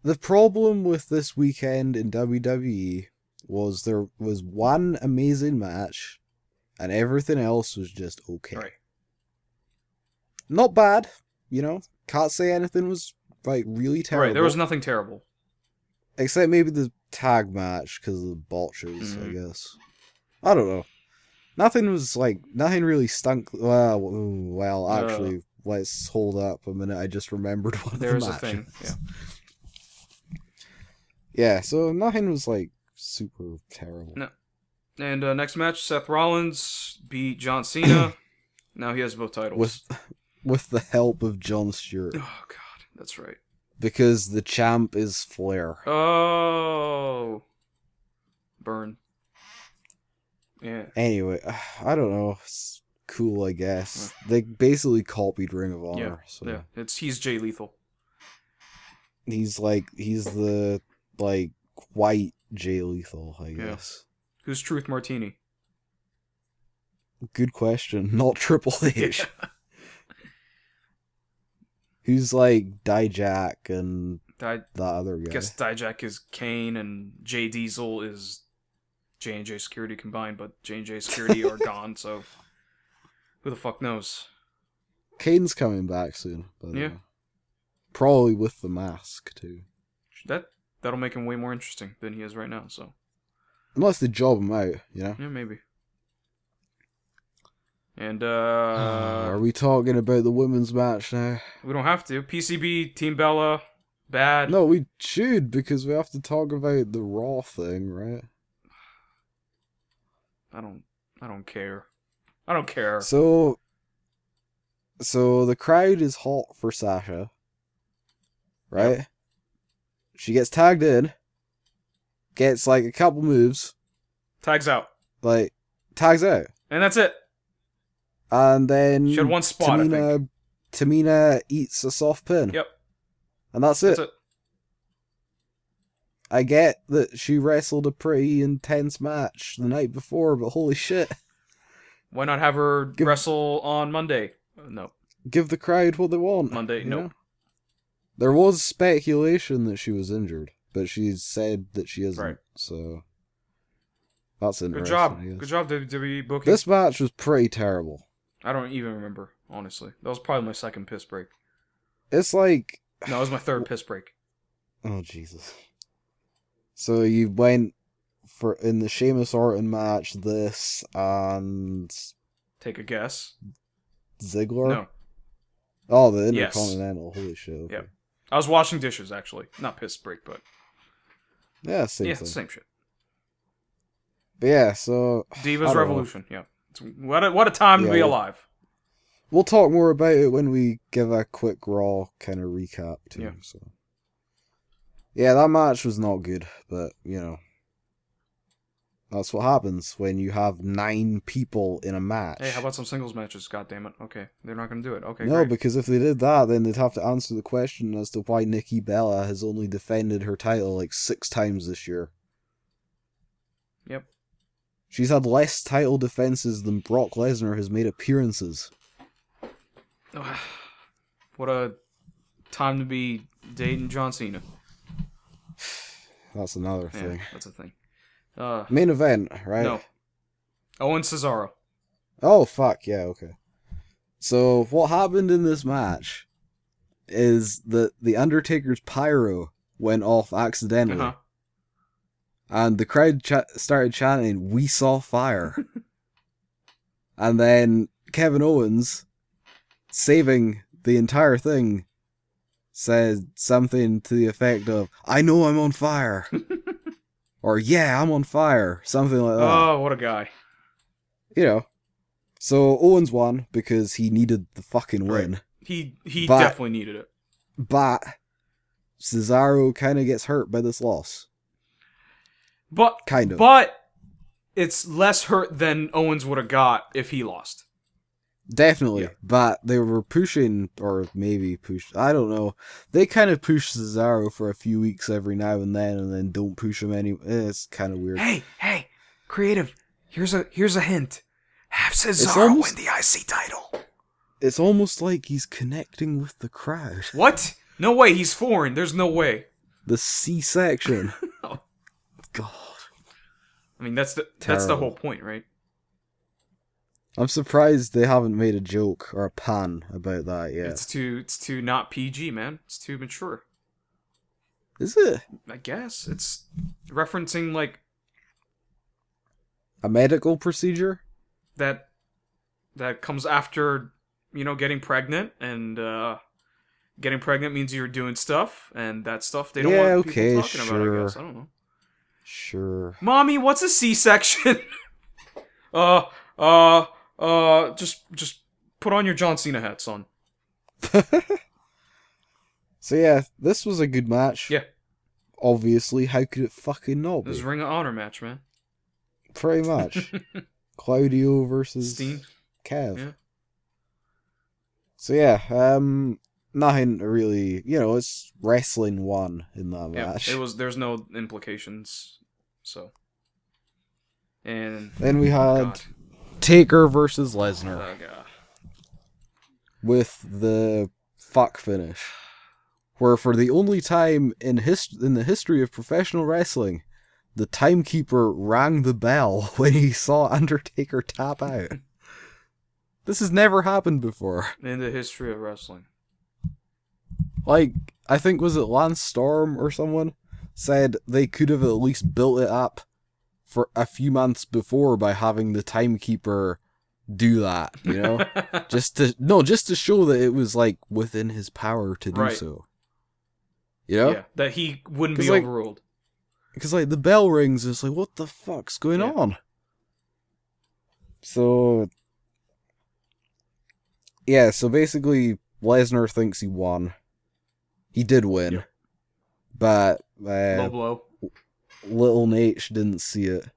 [SPEAKER 2] The problem with this weekend in WWE was there was one amazing match, and everything else was just okay.
[SPEAKER 1] Right.
[SPEAKER 2] Not bad, you know. Can't say anything was like really terrible.
[SPEAKER 1] Right. There was nothing terrible.
[SPEAKER 2] except maybe the tag match because of the botches, I
[SPEAKER 1] Mm-hmm.
[SPEAKER 2] guess. I don't know. Nothing was like nothing really stunk. Well, ooh, well,
[SPEAKER 1] Uh,
[SPEAKER 2] actually, let's hold up a minute. I just remembered one. of the
[SPEAKER 1] There is a thing.
[SPEAKER 2] matches.
[SPEAKER 1] Yeah.
[SPEAKER 2] Yeah, so nothing was like super terrible.
[SPEAKER 1] No. And uh, next match, Seth Rollins beat John Cena. now he has both titles.
[SPEAKER 2] With with the help of John Stewart,
[SPEAKER 1] Oh God, that's right.
[SPEAKER 2] because the champ is Flair.
[SPEAKER 1] Oh, burn. Yeah.
[SPEAKER 2] Anyway, I don't know. It's cool, I guess. They basically copied Ring of Honor. so.
[SPEAKER 1] Yeah, it's he's Jay Lethal.
[SPEAKER 2] he's like he's the like white Jay Lethal, I
[SPEAKER 1] Yeah.
[SPEAKER 2] guess.
[SPEAKER 1] Who's Truth Martini?
[SPEAKER 2] Good question. Not Triple H. Who's like Dijak and
[SPEAKER 1] I
[SPEAKER 2] that other guy?
[SPEAKER 1] guess Dijak is Kane and Jay Diesel is J and J Security combined, but J and J Security are gone, so who the fuck knows?
[SPEAKER 2] Kane's coming back soon. But uh,
[SPEAKER 1] Yeah.
[SPEAKER 2] probably with the mask too.
[SPEAKER 1] That that'll make him way more interesting than he is right now. So
[SPEAKER 2] Unless they job him out, you know.
[SPEAKER 1] yeah, maybe. And
[SPEAKER 2] Are
[SPEAKER 1] uh,
[SPEAKER 2] we talking about the women's match now?
[SPEAKER 1] we don't have to. PCB Team Bella, bad.
[SPEAKER 2] No, we should because we have to talk about the Raw thing, right?
[SPEAKER 1] I don't. I don't care. I don't care.
[SPEAKER 2] So, so the crowd is hot for Sasha, right? She gets tagged in, gets like a couple moves,
[SPEAKER 1] Tags out,
[SPEAKER 2] like tags out,
[SPEAKER 1] and that's it.
[SPEAKER 2] and then
[SPEAKER 1] She had one spot. I think.
[SPEAKER 2] Tamina, Tamina eats a soft pin.
[SPEAKER 1] Yep.
[SPEAKER 2] and that's it.
[SPEAKER 1] That's it.
[SPEAKER 2] I get that she wrestled a pretty intense match the night before, but holy shit,
[SPEAKER 1] Why not have her
[SPEAKER 2] Give-
[SPEAKER 1] wrestle on Monday? Uh, No,
[SPEAKER 2] give the crowd what they want.
[SPEAKER 1] Monday.
[SPEAKER 2] you
[SPEAKER 1] No.
[SPEAKER 2] know? There was speculation that she was injured, but she said that she isn't.
[SPEAKER 1] Right.
[SPEAKER 2] So that's interesting.
[SPEAKER 1] Good
[SPEAKER 2] I
[SPEAKER 1] job.
[SPEAKER 2] guess.
[SPEAKER 1] Good job, WWE booking.
[SPEAKER 2] This match was pretty terrible.
[SPEAKER 1] I don't even remember, honestly. That was probably my second piss break.
[SPEAKER 2] It's like,
[SPEAKER 1] No, it was my third piss break.
[SPEAKER 2] oh Jesus. So you went for in the Sheamus Orton match, this and
[SPEAKER 1] Take a guess.
[SPEAKER 2] Ziggler.
[SPEAKER 1] No,
[SPEAKER 2] Oh, the
[SPEAKER 1] Yes.
[SPEAKER 2] Intercontinental. Holy shit. Okay.
[SPEAKER 1] Yep. I was washing dishes actually. Not piss break, but
[SPEAKER 2] Yeah, same
[SPEAKER 1] yeah,
[SPEAKER 2] thing.
[SPEAKER 1] same shit.
[SPEAKER 2] But yeah, so
[SPEAKER 1] Divas
[SPEAKER 2] don't know.
[SPEAKER 1] Revolution. Yeah. It's, what a, what a time to
[SPEAKER 2] Yeah,
[SPEAKER 1] be
[SPEAKER 2] well-
[SPEAKER 1] alive.
[SPEAKER 2] We'll talk more about it when we give a quick raw kind of recap too.
[SPEAKER 1] Yeah.
[SPEAKER 2] So Yeah, that match was not good, but you know that's what happens when you have nine people in a match.
[SPEAKER 1] Hey, how about some singles matches? God damn it. Okay, they're not gonna do it. Okay,
[SPEAKER 2] no,
[SPEAKER 1] great.
[SPEAKER 2] because if they did that, then they'd have to answer the question as to why Nikki Bella has only defended her title like six times this year.
[SPEAKER 1] Yep.
[SPEAKER 2] She's had less title defenses than Brock Lesnar has made appearances.
[SPEAKER 1] what a time to be dating John Cena.
[SPEAKER 2] That's another
[SPEAKER 1] Yeah,
[SPEAKER 2] thing.
[SPEAKER 1] that's a thing. Uh,
[SPEAKER 2] Main event, right?
[SPEAKER 1] no. Owen Cesaro.
[SPEAKER 2] Oh fuck yeah, okay. So what happened in this match is that the Undertaker's pyro went off accidentally,
[SPEAKER 1] Uh-huh.
[SPEAKER 2] and the crowd cha- started chanting, "We saw fire," and then Kevin Owens, saving the entire thing, said something to the effect of, "I know I'm on fire," or "Yeah, I'm on fire," something like that
[SPEAKER 1] Oh, what a guy.
[SPEAKER 2] you know. So Owens won because he needed the fucking win.
[SPEAKER 1] He he
[SPEAKER 2] But-
[SPEAKER 1] definitely needed it.
[SPEAKER 2] But Cesaro kind of gets hurt by this loss.
[SPEAKER 1] But
[SPEAKER 2] Kind of.
[SPEAKER 1] but it's less hurt than Owens would have got if he lost.
[SPEAKER 2] Definitely.
[SPEAKER 1] Yeah.
[SPEAKER 2] But they were pushing, or maybe push. I don't know. They kind of push Cesaro for a few weeks every now and then and then don't push him any. eh, It's kind of weird.
[SPEAKER 1] Hey, hey, creative. Here's a here's a hint. Have Cesaro
[SPEAKER 2] almost-
[SPEAKER 1] win the IC title.
[SPEAKER 2] It's almost like he's connecting with the crowd.
[SPEAKER 1] What? No way. He's foreign. There's no way.
[SPEAKER 2] The C section.
[SPEAKER 1] Oh.
[SPEAKER 2] God.
[SPEAKER 1] I mean, that's the that's the
[SPEAKER 2] Terrible.
[SPEAKER 1] whole point, right?
[SPEAKER 2] I'm surprised they haven't made a joke or a pan about that yet.
[SPEAKER 1] It's too it's too not PG, man. It's too mature.
[SPEAKER 2] Is it?
[SPEAKER 1] I guess it's referencing like
[SPEAKER 2] A medical procedure?
[SPEAKER 1] that that comes after you know getting pregnant and uh getting pregnant means you're doing stuff and that stuff they don't
[SPEAKER 2] Yeah,
[SPEAKER 1] want people
[SPEAKER 2] okay,
[SPEAKER 1] talking about i
[SPEAKER 2] sure.
[SPEAKER 1] guess i don't know
[SPEAKER 2] Sure.
[SPEAKER 1] mommy what's a c-section uh uh uh just just put on your john cena hat son
[SPEAKER 2] So yeah, this was a good match.
[SPEAKER 1] Yeah.
[SPEAKER 2] Obviously, how could it fucking not
[SPEAKER 1] this is
[SPEAKER 2] be?
[SPEAKER 1] a ring of honor match man
[SPEAKER 2] Pretty much. Claudio versus
[SPEAKER 1] steam
[SPEAKER 2] Kev.
[SPEAKER 1] Yeah.
[SPEAKER 2] So yeah, um, nothing really. You know, it's wrestling one in that
[SPEAKER 1] yeah
[SPEAKER 2] match.
[SPEAKER 1] it was there's no implications so and
[SPEAKER 2] then we had
[SPEAKER 1] Oh, God.
[SPEAKER 2] Taker versus Lesnar
[SPEAKER 1] Oh, God.
[SPEAKER 2] with the fuck finish, where for the only time in hist- in the history of professional wrestling, the timekeeper rang the bell when he saw Undertaker tap out. this has never happened before.
[SPEAKER 1] in the history of wrestling
[SPEAKER 2] like I think was it Lance Storm or someone said they could have at least built it up for a few months before by having the timekeeper do that, you know? just to no, just to show that it was like within his power to do
[SPEAKER 1] Right.
[SPEAKER 2] so. You know?
[SPEAKER 1] Yeah, that he wouldn't be
[SPEAKER 2] 'Cause, like-
[SPEAKER 1] overruled.
[SPEAKER 2] Because like the bell rings, it's like what the fuck's going
[SPEAKER 1] Yeah.
[SPEAKER 2] on? So yeah, so basically Lesnar thinks he won. He did win,
[SPEAKER 1] Yep.
[SPEAKER 2] but
[SPEAKER 1] Low
[SPEAKER 2] uh,
[SPEAKER 1] blow.
[SPEAKER 2] little Nate didn't see it.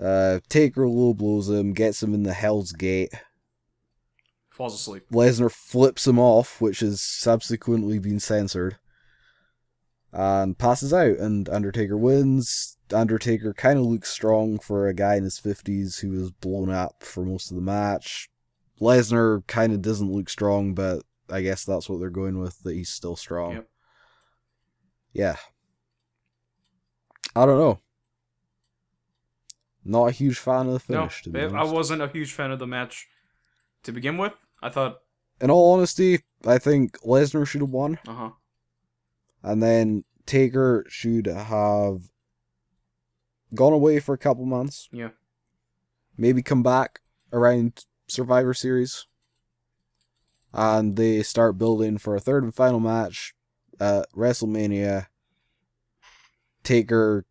[SPEAKER 2] Uh, Taker low blows him, gets him in the Hell's Gate.
[SPEAKER 1] Falls asleep.
[SPEAKER 2] Lesnar flips him off, which has subsequently been censored, and passes out. And Undertaker wins. Undertaker kind of looks strong for a guy in his 50s who was blown up for most of the match. Lesnar kind of doesn't look strong, but I guess that's what they're going with that he's still strong.
[SPEAKER 1] Yep.
[SPEAKER 2] Yeah. I don't know. Not a huge fan of the
[SPEAKER 1] No,
[SPEAKER 2] finish, to be
[SPEAKER 1] I-
[SPEAKER 2] honest.
[SPEAKER 1] I wasn't a huge fan of the match to begin with. I thought,
[SPEAKER 2] In all honesty, I think Lesnar should have won.
[SPEAKER 1] uh huh.
[SPEAKER 2] And then Taker should have gone away for a couple months.
[SPEAKER 1] Yeah.
[SPEAKER 2] Maybe come back around Survivor Series. And they start building for a third and final match at WrestleMania. Taker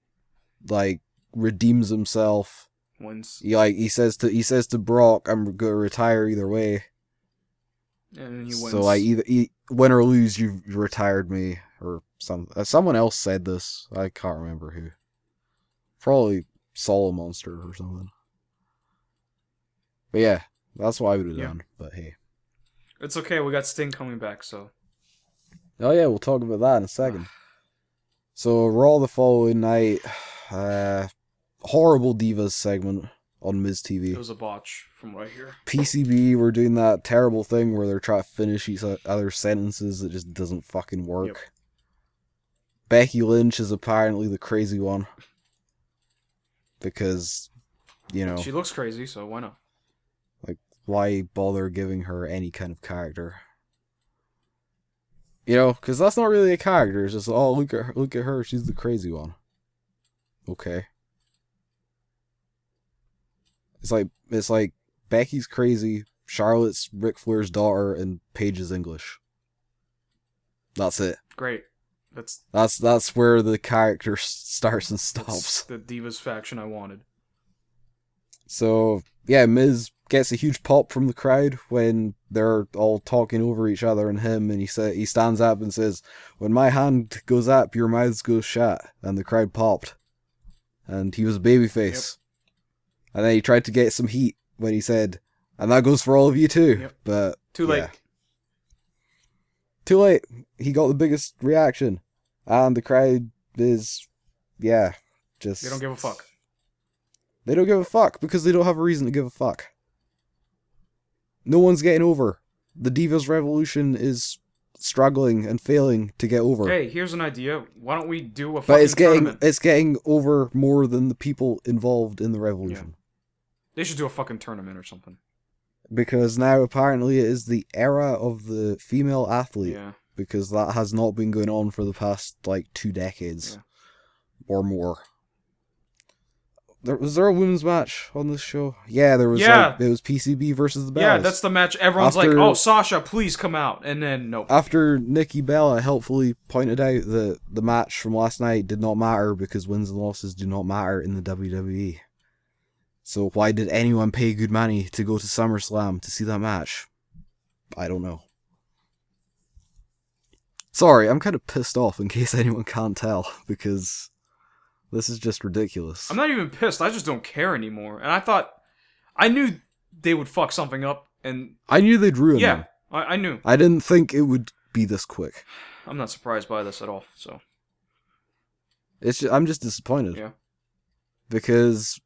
[SPEAKER 2] like redeems himself.
[SPEAKER 1] Wins.
[SPEAKER 2] He like he says to he says to Brock, I'm gonna retire either way.
[SPEAKER 1] And he wins.
[SPEAKER 2] So like either e- win or lose, you have retired me or some uh, someone else said this. I can't remember who. Probably Solo Monster or something. But yeah, that's what I would have
[SPEAKER 1] Yeah.
[SPEAKER 2] done. But hey,
[SPEAKER 1] it's okay. We got Sting coming back, so
[SPEAKER 2] oh yeah, we'll talk about that in a second. so Raw the following night, uh, horrible Divas segment on Miz TV.
[SPEAKER 1] it was a botch from what I hear.
[SPEAKER 2] PCB were doing that terrible thing where they're trying to finish each other's sentences that just doesn't fucking work.
[SPEAKER 1] Yep.
[SPEAKER 2] Becky Lynch is apparently the crazy one. Because, you know,
[SPEAKER 1] She looks crazy, so why not?
[SPEAKER 2] why bother giving her any kind of character? You know, because that's not really a character. It's just, oh, look at her, look at her. She's the crazy one. Okay. It's like it's like Becky's crazy, Charlotte's Ric Flair's daughter, and Paige is English. That's it.
[SPEAKER 1] Great. That's,
[SPEAKER 2] That's that's where the character s- starts and
[SPEAKER 1] that's
[SPEAKER 2] stops.
[SPEAKER 1] the Divas faction I wanted.
[SPEAKER 2] So yeah, Miz gets a huge pop from the crowd when they're all talking over each other and him, and he sa- he stands up and says, "When my hand goes up, your mouths go shut," and the crowd popped, and he was a babyface. And then he tried to get some heat when he said, "And that goes for all of you too,"
[SPEAKER 1] Yep.
[SPEAKER 2] but
[SPEAKER 1] Too late.
[SPEAKER 2] Yeah. too late. He got the biggest reaction, and the crowd is, yeah, just
[SPEAKER 1] They don't give a fuck.
[SPEAKER 2] They don't give a fuck because they don't have a reason to give a fuck. No one's getting over. The Divas Revolution is struggling and failing to get over.
[SPEAKER 1] Hey, here's an idea. Why don't we do a
[SPEAKER 2] but
[SPEAKER 1] fucking
[SPEAKER 2] it's getting
[SPEAKER 1] tournament?
[SPEAKER 2] it's getting over more than the people involved in the revolution
[SPEAKER 1] They should do a fucking tournament or something.
[SPEAKER 2] because now apparently it is the era of the female athlete
[SPEAKER 1] Yeah.
[SPEAKER 2] because that has not been going on for the past like two decades
[SPEAKER 1] Yeah.
[SPEAKER 2] or more. There, was there a women's match on this show? Yeah, there was.
[SPEAKER 1] Yeah.
[SPEAKER 2] Like, it was PCB versus the Bellas.
[SPEAKER 1] Yeah, that's the match. Everyone's like,
[SPEAKER 2] After-
[SPEAKER 1] "Oh, Sasha, please come out," and then nope.
[SPEAKER 2] after Nikki Bella helpfully pointed out that the match from last night did not matter because wins and losses do not matter in the WWE. So why did anyone pay good money to go to SummerSlam to see that match? I don't know. Sorry, I'm kind of pissed off in case anyone can't tell because this is just ridiculous.
[SPEAKER 1] I'm not even pissed. I just don't care anymore. And I thought, I knew they would fuck something up, and
[SPEAKER 2] I knew they'd ruin
[SPEAKER 1] yeah,
[SPEAKER 2] them.
[SPEAKER 1] I, I knew.
[SPEAKER 2] I didn't think it would be this quick.
[SPEAKER 1] I'm not surprised by this at all. So
[SPEAKER 2] It's just, I'm just disappointed.
[SPEAKER 1] Yeah.
[SPEAKER 2] Because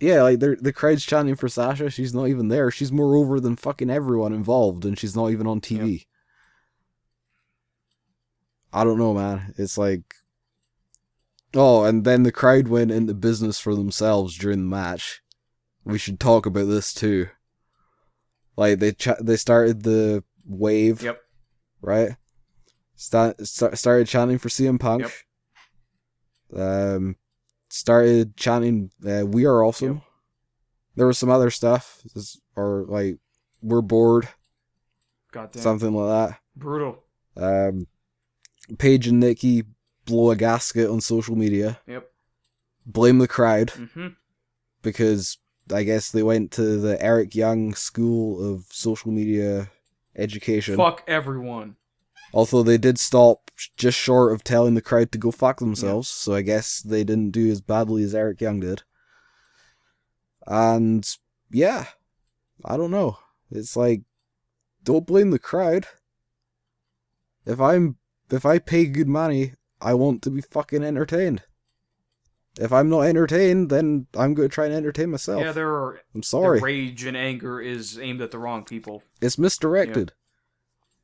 [SPEAKER 2] yeah, like they're, the crowd's chanting for Sasha. She's not even there. She's more over than fucking everyone involved, and she's not even on TV. I don't know, man. It's like, oh, and then the crowd went into business for themselves during the match. We should talk about this too. Like they ch- they started the wave.
[SPEAKER 1] Yep.
[SPEAKER 2] Right. Start, start started chanting for CM Punk.
[SPEAKER 1] Yep.
[SPEAKER 2] Um, started chanting uh, "We are awesome."
[SPEAKER 1] Yep.
[SPEAKER 2] There was some other stuff, this- or like "We're bored,"
[SPEAKER 1] goddamn
[SPEAKER 2] something like
[SPEAKER 1] brutal.
[SPEAKER 2] that. Um, Paige and Nikki blow a gasket on social media.
[SPEAKER 1] Yep.
[SPEAKER 2] Blame the crowd
[SPEAKER 1] hmm
[SPEAKER 2] because I guess they went to the Eric Young School of Social Media Education.
[SPEAKER 1] Fuck everyone.
[SPEAKER 2] Although they did stop sh- just short of telling the crowd to go fuck themselves, so I guess they didn't do as badly as Eric Young did. And yeah, I don't know. It's like don't blame the crowd. If I'm if I pay good money, I want to be fucking entertained. If I'm not entertained, then I'm going to try and entertain myself.
[SPEAKER 1] Yeah, there are.
[SPEAKER 2] I'm
[SPEAKER 1] The
[SPEAKER 2] sorry.
[SPEAKER 1] rage and anger is aimed at the wrong people.
[SPEAKER 2] It's misdirected.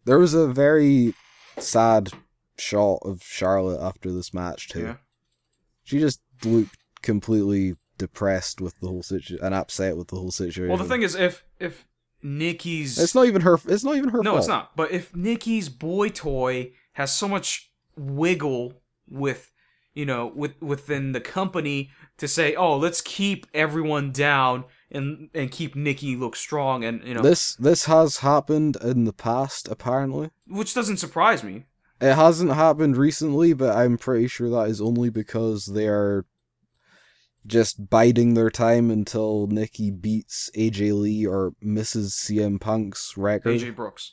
[SPEAKER 2] There was a very sad shot of Charlotte after this match too.
[SPEAKER 1] Yeah.
[SPEAKER 2] She just looked completely depressed with the whole situation and upset with the whole situation.
[SPEAKER 1] Well, the thing is, if if Nikki's
[SPEAKER 2] it's not even her. It's not even her.
[SPEAKER 1] no,
[SPEAKER 2] fault.
[SPEAKER 1] it's not. But if Nikki's boy toy has so much wiggle with, you know, with within the company to say, oh, let's keep everyone down and and keep Nikki look strong, and you know,
[SPEAKER 2] This this has happened in the past. Apparently,
[SPEAKER 1] which doesn't surprise me.
[SPEAKER 2] it hasn't happened recently, but I'm pretty sure that is only because they are just biding their time until Nikki beats AJ Lee or misses CM Punk's record.
[SPEAKER 1] AJ Brooks.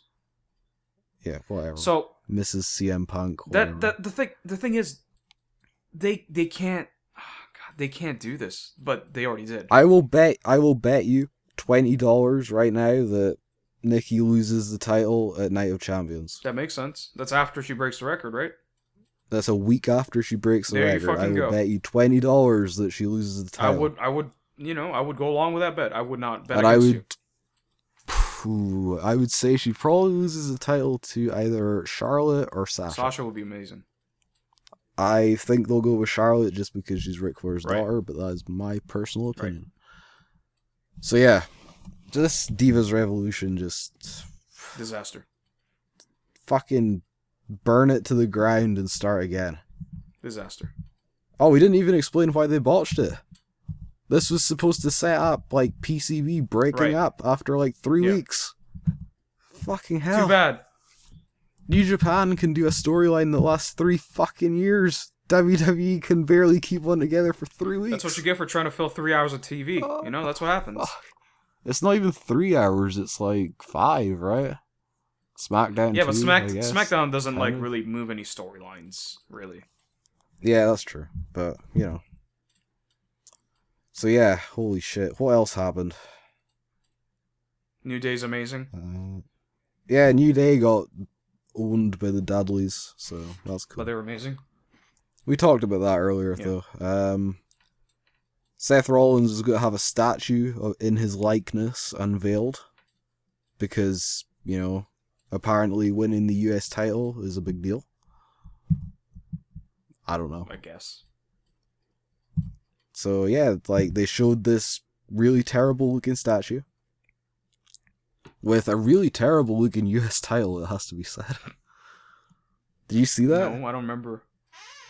[SPEAKER 2] Yeah, whatever.
[SPEAKER 1] So
[SPEAKER 2] Mrs. CM Punk.
[SPEAKER 1] that
[SPEAKER 2] Whatever.
[SPEAKER 1] that the thing the thing is, they they can't, ah, God, they can't do this, but they already did.
[SPEAKER 2] I will bet. I will bet you twenty dollars right now that Nikki loses the title at Night of Champions.
[SPEAKER 1] that makes sense. That's after she breaks the record, right?
[SPEAKER 2] That's a week after she breaks the
[SPEAKER 1] There you
[SPEAKER 2] record. I
[SPEAKER 1] fucking
[SPEAKER 2] will
[SPEAKER 1] go.
[SPEAKER 2] bet you twenty dollars that she loses the
[SPEAKER 1] I
[SPEAKER 2] title.
[SPEAKER 1] would I would you know I would go along with that bet. I would not bet
[SPEAKER 2] and I
[SPEAKER 1] against you.
[SPEAKER 2] would. Phew, I would say she probably loses the title to either Charlotte or Sasha.
[SPEAKER 1] Sasha would be amazing.
[SPEAKER 2] I think they'll go with Charlotte just because she's Ric Flair's
[SPEAKER 1] Right.
[SPEAKER 2] daughter, but that is my personal opinion. So yeah, this Divas Revolution just
[SPEAKER 1] Disaster.
[SPEAKER 2] fucking burn it to the ground and start again.
[SPEAKER 1] Disaster.
[SPEAKER 2] Oh, we didn't even explain why they botched it. This was supposed to set up like PCB breaking
[SPEAKER 1] Right.
[SPEAKER 2] up after like three
[SPEAKER 1] Yeah.
[SPEAKER 2] weeks. Fucking
[SPEAKER 1] Too
[SPEAKER 2] hell.
[SPEAKER 1] bad.
[SPEAKER 2] New Japan can do a storyline that lasts three fucking years. WWE can barely keep one together for three weeks.
[SPEAKER 1] That's what you get for trying to fill three hours of TV. You know, that's what happens.
[SPEAKER 2] Fuck. It's not even three hours, it's like five, right? SmackDown.
[SPEAKER 1] Yeah, but
[SPEAKER 2] two,
[SPEAKER 1] Smack
[SPEAKER 2] I guess.
[SPEAKER 1] SmackDown doesn't like
[SPEAKER 2] Kinda.
[SPEAKER 1] really move any storylines, really.
[SPEAKER 2] Yeah, that's true. But you know. So yeah, holy shit! What else happened?
[SPEAKER 1] New Day's amazing.
[SPEAKER 2] Uh, yeah, New Day got owned by the Dudleys, so that's
[SPEAKER 1] But
[SPEAKER 2] cool.
[SPEAKER 1] they were amazing.
[SPEAKER 2] We talked about that earlier,
[SPEAKER 1] Yeah.
[SPEAKER 2] though. Um, Seth Rollins is going to have a statue of, in his likeness unveiled because you know apparently winning the US title is a big deal. I don't know.
[SPEAKER 1] I guess.
[SPEAKER 2] So yeah, like they showed this really terrible looking statue with a really terrible looking US title, it has to be said. Did you see that?
[SPEAKER 1] No, I don't remember.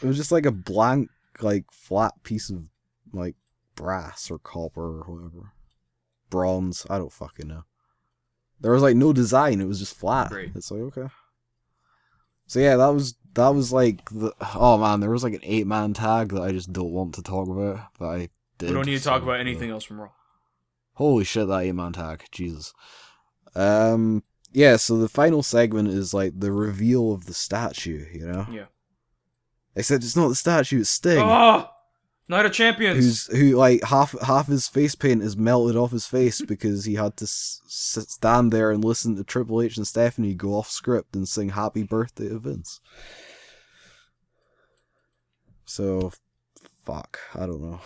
[SPEAKER 2] It was just like a blank, like flat piece of like brass or copper or whatever. Bronze, I don't fucking know. There was like no design, it was just flat.
[SPEAKER 1] Great.
[SPEAKER 2] It's like okay. So yeah, that was that was like the oh man, there was like an eight man tag that I just don't want to talk about, but I did.
[SPEAKER 1] We don't need to talk
[SPEAKER 2] so,
[SPEAKER 1] about
[SPEAKER 2] uh,
[SPEAKER 1] anything else from Raw.
[SPEAKER 2] Holy shit, that eight man tag. Jesus. Um yeah, so the final segment is like the reveal of the statue, you know?
[SPEAKER 1] Yeah.
[SPEAKER 2] Except it's not the statue, it's Sting.
[SPEAKER 1] Oh, Night of Champions.
[SPEAKER 2] Who's who? Like half half his face paint is melted off his face because he had to s- s- stand there and listen to Triple H and Stephanie go off script and sing "Happy Birthday" to Vince. So, fuck. I don't know.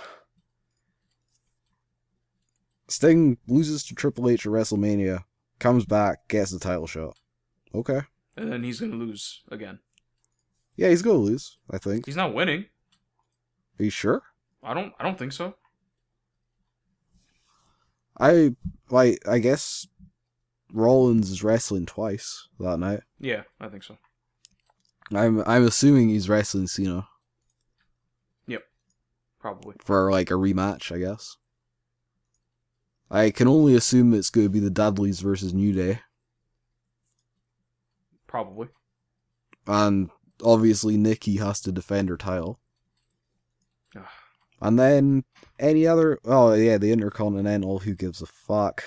[SPEAKER 2] Sting loses to Triple H at WrestleMania, comes back, gets the title shot. Okay.
[SPEAKER 1] and then he's gonna lose again.
[SPEAKER 2] Yeah, he's gonna lose. I think.
[SPEAKER 1] He's not winning.
[SPEAKER 2] Are you sure?
[SPEAKER 1] I don't. I don't think so.
[SPEAKER 2] I like I guess Rollins is wrestling twice that night.
[SPEAKER 1] Yeah, I think so.
[SPEAKER 2] I'm I'm assuming he's wrestling Cena
[SPEAKER 1] Probably.
[SPEAKER 2] for like a rematch, I guess. I can only assume it's going to be the Dudleys versus New Day,
[SPEAKER 1] Probably.
[SPEAKER 2] and obviously Nikki has to defend her title.
[SPEAKER 1] Ugh.
[SPEAKER 2] And then any other? Oh yeah, the Intercontinental. Who gives a fuck?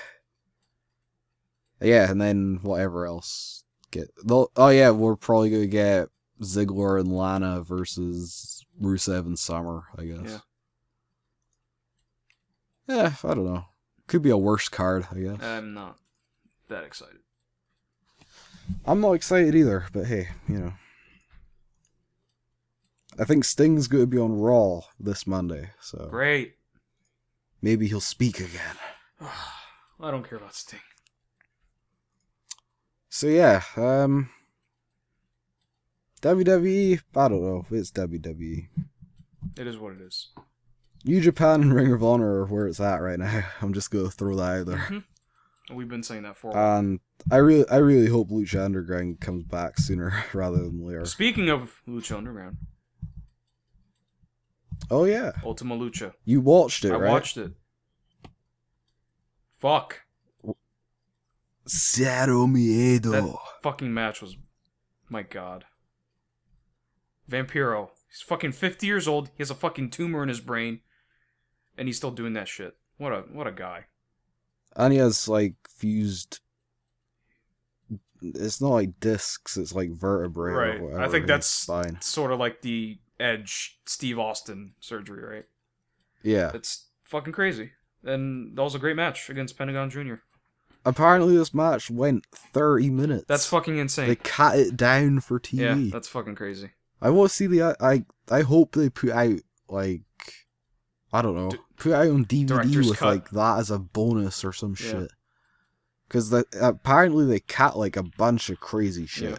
[SPEAKER 2] Yeah, and then whatever else. Get they'll- oh yeah, we're probably gonna get Ziggler and Lana versus Rusev and Summer. I guess. Yeah. I don't know. Could be a worse card. I guess.
[SPEAKER 1] I'm not that excited.
[SPEAKER 2] I'm not excited either, but hey, you know. I think Sting's going to be on Raw this Monday, so
[SPEAKER 1] Great.
[SPEAKER 2] maybe he'll speak again.
[SPEAKER 1] I don't care about Sting.
[SPEAKER 2] So yeah, um WWE, I don't know, it's WWE.
[SPEAKER 1] It is what it is.
[SPEAKER 2] New Japan and Ring of Honor are where it's at right now. I'm just going to throw that out there. Uh,
[SPEAKER 1] Mhm. We've been saying that for a while.
[SPEAKER 2] And I really I really hope Lucha Underground comes back sooner rather than later.
[SPEAKER 1] Speaking of Lucha Underground,
[SPEAKER 2] Oh yeah,
[SPEAKER 1] Ultima Lucha.
[SPEAKER 2] you watched it,
[SPEAKER 1] I
[SPEAKER 2] right?
[SPEAKER 1] watched it. Fuck.
[SPEAKER 2] Zero Miedo.
[SPEAKER 1] That fucking match was. My god. Vampiro. He's fucking 50 years old. He has a fucking tumor in his brain. And he's still doing that shit. What a what a guy.
[SPEAKER 2] And he has like fused. It's not like discs; it's like vertebrae.
[SPEAKER 1] Right. I
[SPEAKER 2] Or whatever.
[SPEAKER 1] think
[SPEAKER 2] in
[SPEAKER 1] that's-
[SPEAKER 2] his spine.
[SPEAKER 1] It's sort of like the Edge Steve Austin surgery, right?
[SPEAKER 2] Yeah.
[SPEAKER 1] It's fucking crazy. And that was a great match against Pentagon Jr.
[SPEAKER 2] Apparently, this match went thirty minutes.
[SPEAKER 1] That's fucking insane.
[SPEAKER 2] They cut it down for
[SPEAKER 1] yeah,
[SPEAKER 2] TV.
[SPEAKER 1] that's fucking crazy.
[SPEAKER 2] I want to see the. I I hope they put out like. I don't know.
[SPEAKER 1] D-
[SPEAKER 2] Put out on DVD
[SPEAKER 1] director's
[SPEAKER 2] with
[SPEAKER 1] cut.
[SPEAKER 2] like that as a bonus or some
[SPEAKER 1] Yeah.
[SPEAKER 2] shit. Because apparently they cut like a bunch of crazy shit.
[SPEAKER 1] Yeah.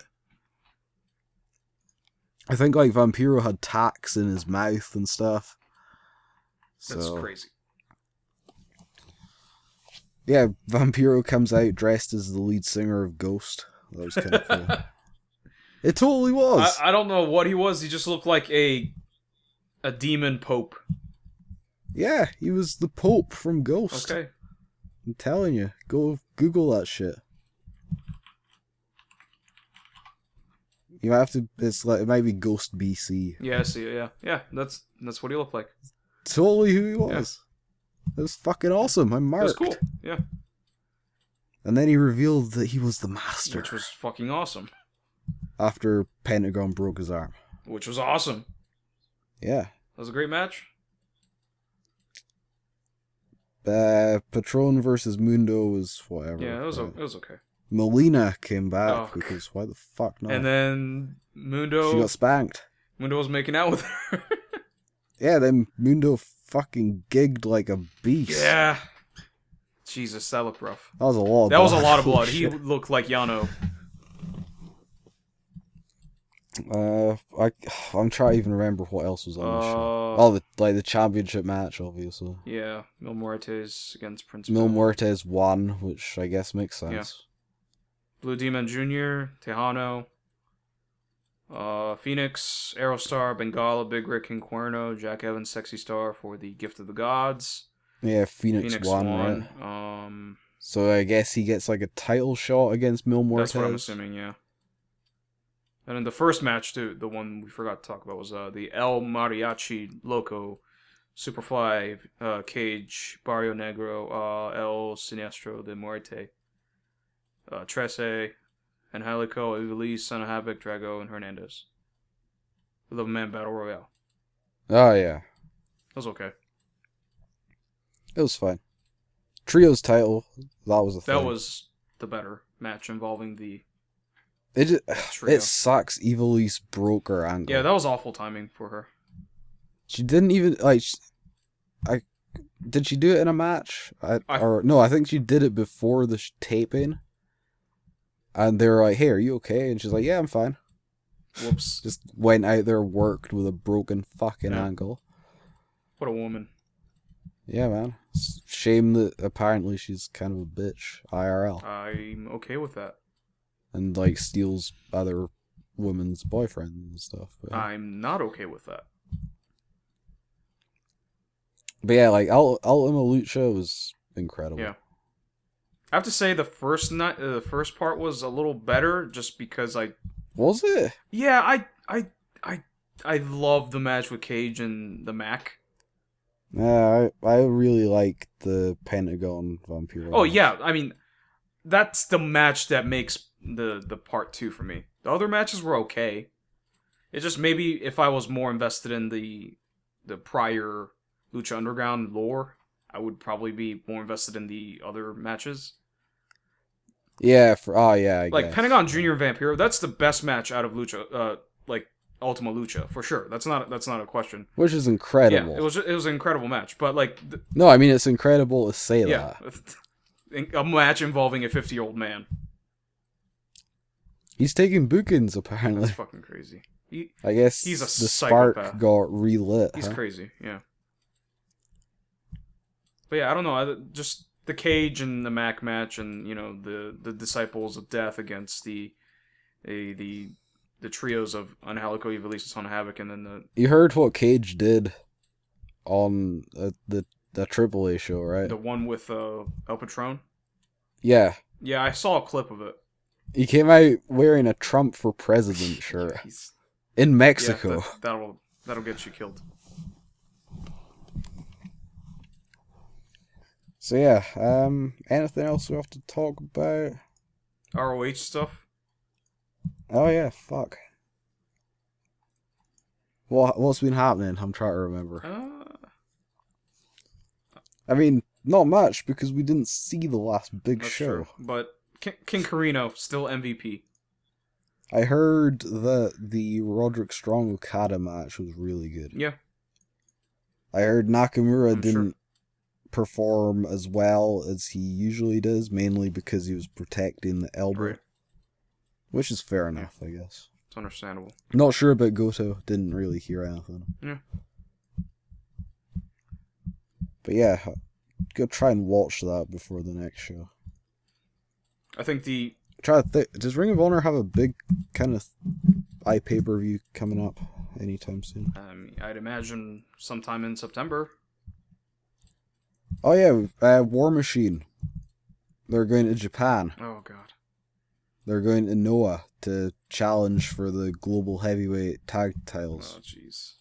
[SPEAKER 2] I think like Vampiro had tacks in his mouth and stuff.
[SPEAKER 1] That's
[SPEAKER 2] So,
[SPEAKER 1] crazy.
[SPEAKER 2] Yeah, Vampiro comes out dressed as the lead singer of Ghost. That was kind of cool. It totally
[SPEAKER 1] I,
[SPEAKER 2] was.
[SPEAKER 1] I don't know what he was. He just looked like a a demon pope.
[SPEAKER 2] yeah, he was the Pope from Ghost.
[SPEAKER 1] Okay.
[SPEAKER 2] I'm telling you, go Google that shit. You might have to. It's like it might be Ghost BC.
[SPEAKER 1] Yeah, I see. Yeah, yeah. That's that's what he looked like.
[SPEAKER 2] Totally who he
[SPEAKER 1] Yeah.
[SPEAKER 2] was. It was fucking awesome. I
[SPEAKER 1] It was
[SPEAKER 2] marked.
[SPEAKER 1] cool. Yeah,
[SPEAKER 2] And then he revealed that he was the master
[SPEAKER 1] which was fucking awesome.
[SPEAKER 2] after Pentagon broke his arm.
[SPEAKER 1] Which was awesome.
[SPEAKER 2] Yeah.
[SPEAKER 1] That was a great match.
[SPEAKER 2] Uh, Patron versus Mundo was whatever.
[SPEAKER 1] Yeah, it was o
[SPEAKER 2] right?
[SPEAKER 1] it was okay.
[SPEAKER 2] Molina came back
[SPEAKER 1] Oh,
[SPEAKER 2] because why the fuck not?
[SPEAKER 1] And then
[SPEAKER 2] she
[SPEAKER 1] Mundo
[SPEAKER 2] got spanked.
[SPEAKER 1] Mundo was making out with her.
[SPEAKER 2] Yeah, then Mundo fucking gigged like a beast.
[SPEAKER 1] yeah. Jesus, that looked rough.
[SPEAKER 2] That was a lot. Of
[SPEAKER 1] That was a
[SPEAKER 2] blood.
[SPEAKER 1] lot of blood.
[SPEAKER 2] Holy
[SPEAKER 1] He
[SPEAKER 2] shit.
[SPEAKER 1] looked like Yano.
[SPEAKER 2] Uh, I I'm trying to even remember what else was on the show.
[SPEAKER 1] Uh,
[SPEAKER 2] Oh, the like the championship match, obviously.
[SPEAKER 1] yeah, Mil Muertes against Prince
[SPEAKER 2] Mil
[SPEAKER 1] Mil
[SPEAKER 2] Muertes won, which I guess makes
[SPEAKER 1] Yeah.
[SPEAKER 2] sense.
[SPEAKER 1] Blue Demon Jr., Tejano, uh, Phoenix, Aerostar, Bengala, Big Rick, and Cuerno, Jack Evans, Sexy Star for the Gift of the Gods.
[SPEAKER 2] Yeah, Phoenix,
[SPEAKER 1] Phoenix
[SPEAKER 2] won,
[SPEAKER 1] won.
[SPEAKER 2] right?
[SPEAKER 1] Um,
[SPEAKER 2] So I guess he gets like a title shot against Mil Muertes.
[SPEAKER 1] that's what I'm assuming, yeah. And in the first match, too, the one we forgot to talk about was uh, the El Mariachi Loco, Superfly, uh, Cage, Barrio Negro, uh, El Sinestro de Muerte, uh, Trece, Angelico, Ivelisse, Son of Havoc, Drago, and Hernandez. Eleven Man Battle Royale.
[SPEAKER 2] Oh yeah,
[SPEAKER 1] That was okay.
[SPEAKER 2] it was fine. Trios title, that was a thing.
[SPEAKER 1] That was the better match involving the
[SPEAKER 2] it. ju-
[SPEAKER 1] trio.
[SPEAKER 2] It sucks. Evil East broke her ankle.
[SPEAKER 1] Yeah, that was awful timing for her.
[SPEAKER 2] She didn't even like. sh I did she do it in a match? I,
[SPEAKER 1] I-
[SPEAKER 2] or no, I think she did it before the sh- taping. And they were like, "Hey, are you okay?" And she's like, "Yeah, I'm fine."
[SPEAKER 1] Whoops.
[SPEAKER 2] Just went out there, worked with a broken fucking
[SPEAKER 1] Yeah.
[SPEAKER 2] ankle.
[SPEAKER 1] what a woman.
[SPEAKER 2] Yeah, man. It's a shame that apparently she's kind of a bitch IRL
[SPEAKER 1] I'm okay with that.
[SPEAKER 2] and like steals other women's boyfriends and stuff. But,
[SPEAKER 1] I'm not okay with that.
[SPEAKER 2] but yeah, like Al- Ultima Lucha was incredible.
[SPEAKER 1] Yeah. I have to say the first night, uh, the first part was a little better, just because I,
[SPEAKER 2] Was it?
[SPEAKER 1] yeah, I, I, I, I love the match with Cage and the Mac.
[SPEAKER 2] Yeah, I, I really like the Pentagon Vampiro.
[SPEAKER 1] Oh yeah, I mean, that's the match that makes the the part two for me. The other matches were okay. It just maybe if I was more invested in the the prior Lucha Underground lore, I would probably be more invested in the other matches.
[SPEAKER 2] Yeah, for oh yeah, I
[SPEAKER 1] like
[SPEAKER 2] guess.
[SPEAKER 1] Pentagon Junior and Vampiro. That's the best match out of Lucha, uh, like Ultima Lucha for sure. That's not that's not a question.
[SPEAKER 2] which is incredible.
[SPEAKER 1] Yeah, it was it was an incredible match, but like th-
[SPEAKER 2] no, I mean it's incredible to say
[SPEAKER 1] yeah,
[SPEAKER 2] that.
[SPEAKER 1] a match involving a fifty year old man.
[SPEAKER 2] He's taking bookings apparently.
[SPEAKER 1] That's fucking crazy. He,
[SPEAKER 2] I guess
[SPEAKER 1] He's a
[SPEAKER 2] the spark
[SPEAKER 1] psychopath.
[SPEAKER 2] got relit.
[SPEAKER 1] he's
[SPEAKER 2] huh?
[SPEAKER 1] crazy. Yeah. But yeah, I don't know. I, just the cage and the Mac match, and you know the the disciples of death against the the the, the trios of Angelico, Evilisis, on Havoc, and then the
[SPEAKER 2] You heard what Cage did on uh, the the AAA show, right?
[SPEAKER 1] the one with uh, El Patron.
[SPEAKER 2] Yeah,
[SPEAKER 1] Yeah, I saw a clip of it.
[SPEAKER 2] he came out wearing a Trump for president shirt
[SPEAKER 1] Jeez.
[SPEAKER 2] in
[SPEAKER 1] Yeah,
[SPEAKER 2] Mexico.
[SPEAKER 1] that, that'll that'll get you killed.
[SPEAKER 2] So yeah, um, anything else we have to talk about?
[SPEAKER 1] ROH stuff.
[SPEAKER 2] Oh yeah, fuck. What what's been happening? I'm trying to remember.
[SPEAKER 1] Uh,
[SPEAKER 2] I mean, not much because we didn't see the last big
[SPEAKER 1] that's
[SPEAKER 2] show.
[SPEAKER 1] true. But King, King Carino still MVP.
[SPEAKER 2] I heard that the Roderick Strong Okada match was really good.
[SPEAKER 1] Yeah,
[SPEAKER 2] I heard Nakamura
[SPEAKER 1] I'm sure.
[SPEAKER 2] didn't perform as well as he usually does, mainly because he was protecting the elbow,
[SPEAKER 1] right.
[SPEAKER 2] which is fair enough, I guess.
[SPEAKER 1] It's understandable.
[SPEAKER 2] Not sure about Goto. Didn't really hear anything.
[SPEAKER 1] Yeah.
[SPEAKER 2] But yeah, go try and watch that before the next show.
[SPEAKER 1] I think the
[SPEAKER 2] Try to think. Does Ring of Honor have a big kind of eye pay per view coming up anytime soon?
[SPEAKER 1] um, I'd imagine sometime in September.
[SPEAKER 2] Oh yeah, uh, War Machine. They're going to Japan.
[SPEAKER 1] Oh God.
[SPEAKER 2] They're going to Noah to challenge for the global heavyweight tag titles.
[SPEAKER 1] Oh jeez.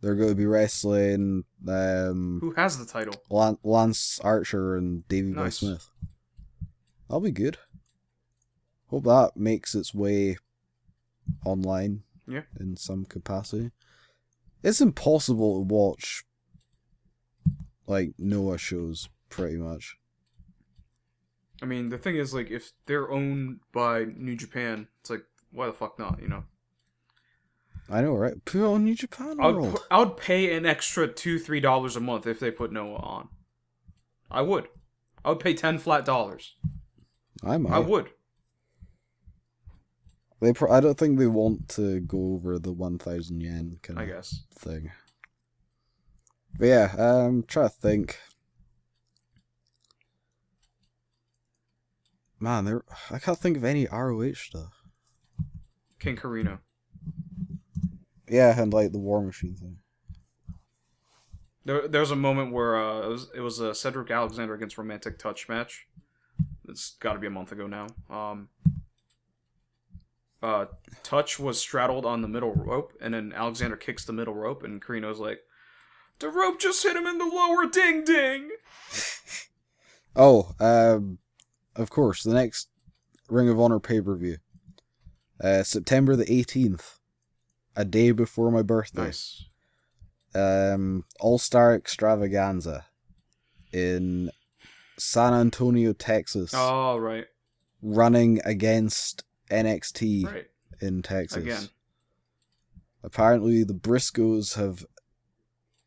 [SPEAKER 2] They're going to be wrestling um,
[SPEAKER 1] Who has the title?
[SPEAKER 2] Lan- Lance Archer and Davey Boy
[SPEAKER 1] Nice.
[SPEAKER 2] Smith. That'll be good. Hope that makes its way online.
[SPEAKER 1] Yeah.
[SPEAKER 2] In some capacity. It's impossible to watch like Noah shows pretty much.
[SPEAKER 1] I mean, the thing is, like, if they're owned by New Japan, it's like, why the fuck not? You know.
[SPEAKER 2] I know, right? Put on New Japan
[SPEAKER 1] I
[SPEAKER 2] World.
[SPEAKER 1] would, I would pay an extra two, three dollars a month if they put Noah on. I would. I would pay ten flat dollars.
[SPEAKER 2] I might.
[SPEAKER 1] I would.
[SPEAKER 2] They pro- I don't think they want to go over the 1,000 yen kind
[SPEAKER 1] I
[SPEAKER 2] of
[SPEAKER 1] guess.
[SPEAKER 2] thing. But yeah, um, try to think. Man, there I can't think of any ROH stuff.
[SPEAKER 1] King Carino.
[SPEAKER 2] Yeah, and like the War Machine thing.
[SPEAKER 1] There, there was a moment where uh, it was it was a Cedric Alexander against Romantic Touch match. It's got to be a month ago now. Um, uh, Touch was straddled on the middle rope, and then Alexander kicks the middle rope, and Carino's like, "The rope just hit him in the lower ding ding."
[SPEAKER 2] Oh, um, of course, the next Ring of Honor pay per view, uh, September the eighteenth, a day before my birthday.
[SPEAKER 1] Nice.
[SPEAKER 2] Um, All Star Extravaganza in San Antonio, Texas,
[SPEAKER 1] All right,
[SPEAKER 2] running against NXT
[SPEAKER 1] right
[SPEAKER 2] in Texas.
[SPEAKER 1] again.
[SPEAKER 2] Apparently, the Briscoes have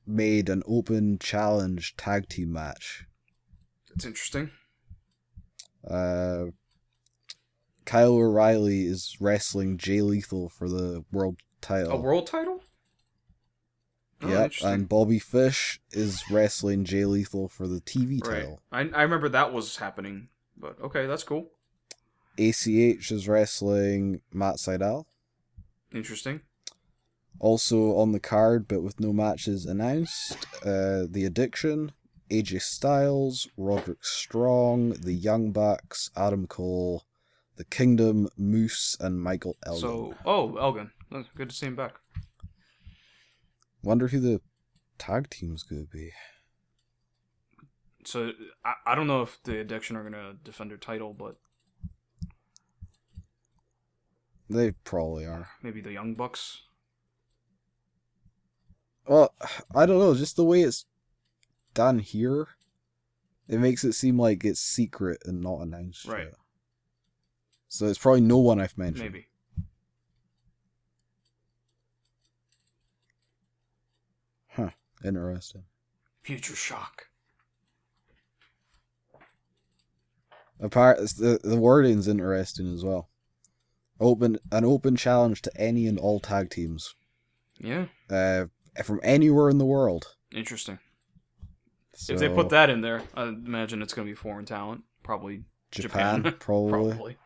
[SPEAKER 2] made an open challenge tag team match.
[SPEAKER 1] It's interesting.
[SPEAKER 2] Uh, Kyle O'Reilly is wrestling Jay Lethal for the world title.
[SPEAKER 1] A world title. Oh,
[SPEAKER 2] yep,
[SPEAKER 1] interesting.
[SPEAKER 2] and Bobby Fish is wrestling Jay Lethal for the TV
[SPEAKER 1] right.
[SPEAKER 2] title.
[SPEAKER 1] I I remember that was happening, but okay, that's cool.
[SPEAKER 2] ACH is wrestling Matt Seidel.
[SPEAKER 1] Interesting.
[SPEAKER 2] Also on the card, but with no matches announced, uh, The Addiction, AJ Styles, Roderick Strong, The Young Bucks, Adam Cole, The Kingdom, Moose, and Michael Elgin.
[SPEAKER 1] So, oh, Elgin. That's Good to see him back.
[SPEAKER 2] Wonder who the tag team's gonna be.
[SPEAKER 1] So, I, I don't know if the Addiction are going to defend their title, but
[SPEAKER 2] They probably are.
[SPEAKER 1] maybe the Young Bucks.
[SPEAKER 2] Well, I don't know. Just the way it's done here, it makes it seem like it's secret and not announced.
[SPEAKER 1] Right.
[SPEAKER 2] yet. So it's probably no one I've mentioned.
[SPEAKER 1] Maybe.
[SPEAKER 2] Interesting.
[SPEAKER 1] Future Shock.
[SPEAKER 2] Apart, it's the the wording's interesting as well. Open an open challenge to any and all tag teams,
[SPEAKER 1] Yeah.
[SPEAKER 2] uh, from anywhere in the world.
[SPEAKER 1] Interesting. If they
[SPEAKER 2] So,
[SPEAKER 1] put that in there, I imagine it's going to be foreign talent. Probably.
[SPEAKER 2] Japan,
[SPEAKER 1] Japan,
[SPEAKER 2] probably.
[SPEAKER 1] Probably.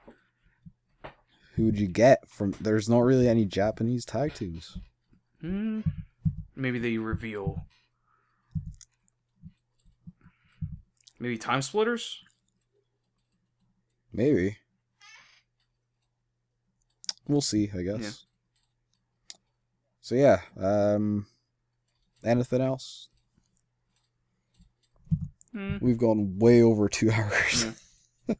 [SPEAKER 2] Who would you get from? There's not really any Japanese tag teams.
[SPEAKER 1] Hmm. Maybe they reveal. Hmm. Maybe Time Splitters?
[SPEAKER 2] Maybe. We'll see, I guess.
[SPEAKER 1] Yeah.
[SPEAKER 2] So yeah, um anything else?
[SPEAKER 1] Hmm.
[SPEAKER 2] We've gone way over 2 hours.
[SPEAKER 1] Yeah.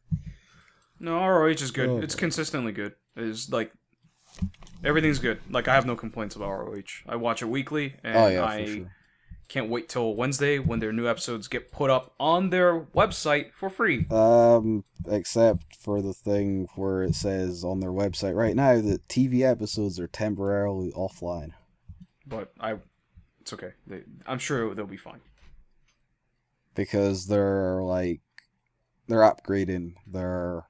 [SPEAKER 1] No, ROH is good.
[SPEAKER 2] Oh,
[SPEAKER 1] it's
[SPEAKER 2] boy.
[SPEAKER 1] consistently good. It's like everything's good. Like I have no complaints about ROH. I watch it weekly, and
[SPEAKER 2] oh yeah,
[SPEAKER 1] I
[SPEAKER 2] for sure.
[SPEAKER 1] can't wait till Wednesday when their new episodes get put up on their website for free.
[SPEAKER 2] Um except for the thing where it says on their website right now that TV episodes are temporarily offline.
[SPEAKER 1] But I, it's okay. They, I'm sure they'll be fine.
[SPEAKER 2] because they're like they're upgrading their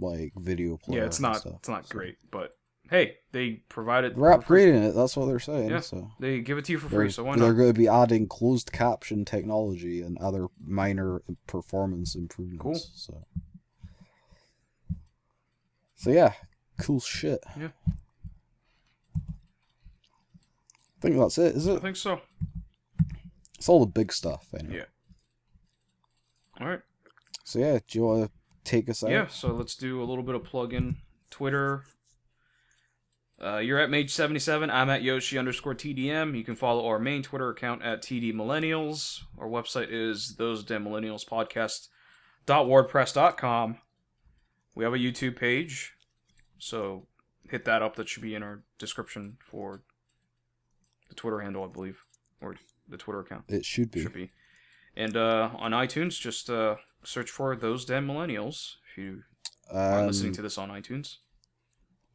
[SPEAKER 2] like video player.
[SPEAKER 1] yeah, it's
[SPEAKER 2] and
[SPEAKER 1] not
[SPEAKER 2] stuff.
[SPEAKER 1] it's not
[SPEAKER 2] So-
[SPEAKER 1] great, but hey, they provided
[SPEAKER 2] They're
[SPEAKER 1] for free.
[SPEAKER 2] upgrading it. That's what they're saying.
[SPEAKER 1] Yeah,
[SPEAKER 2] so
[SPEAKER 1] They give it to you for
[SPEAKER 2] they're,
[SPEAKER 1] free, so why
[SPEAKER 2] they're
[SPEAKER 1] not?
[SPEAKER 2] going to be adding closed caption technology and other minor performance improvements.
[SPEAKER 1] Cool.
[SPEAKER 2] So, so yeah, cool shit.
[SPEAKER 1] Yeah.
[SPEAKER 2] I think that's it. Is
[SPEAKER 1] I
[SPEAKER 2] it?
[SPEAKER 1] think so.
[SPEAKER 2] It's all the big stuff. Anyway.
[SPEAKER 1] Yeah. All right.
[SPEAKER 2] So yeah, do you want to take us out?
[SPEAKER 1] Yeah, so let's do a little bit of plug in. Twitter. Uh, you're at Mage77. I'm at Yoshi underscore TDM. You can follow our main Twitter account at TD Millennials. Our website is those damn millennials podcast.wordpress.com. We have a YouTube page, so hit that up. That should be in our description for the Twitter handle, I believe, or the Twitter account.
[SPEAKER 2] It should be.
[SPEAKER 1] Should be. And uh, on iTunes, just uh, search for those damn millennials. If you are
[SPEAKER 2] Um,
[SPEAKER 1] listening to this on iTunes,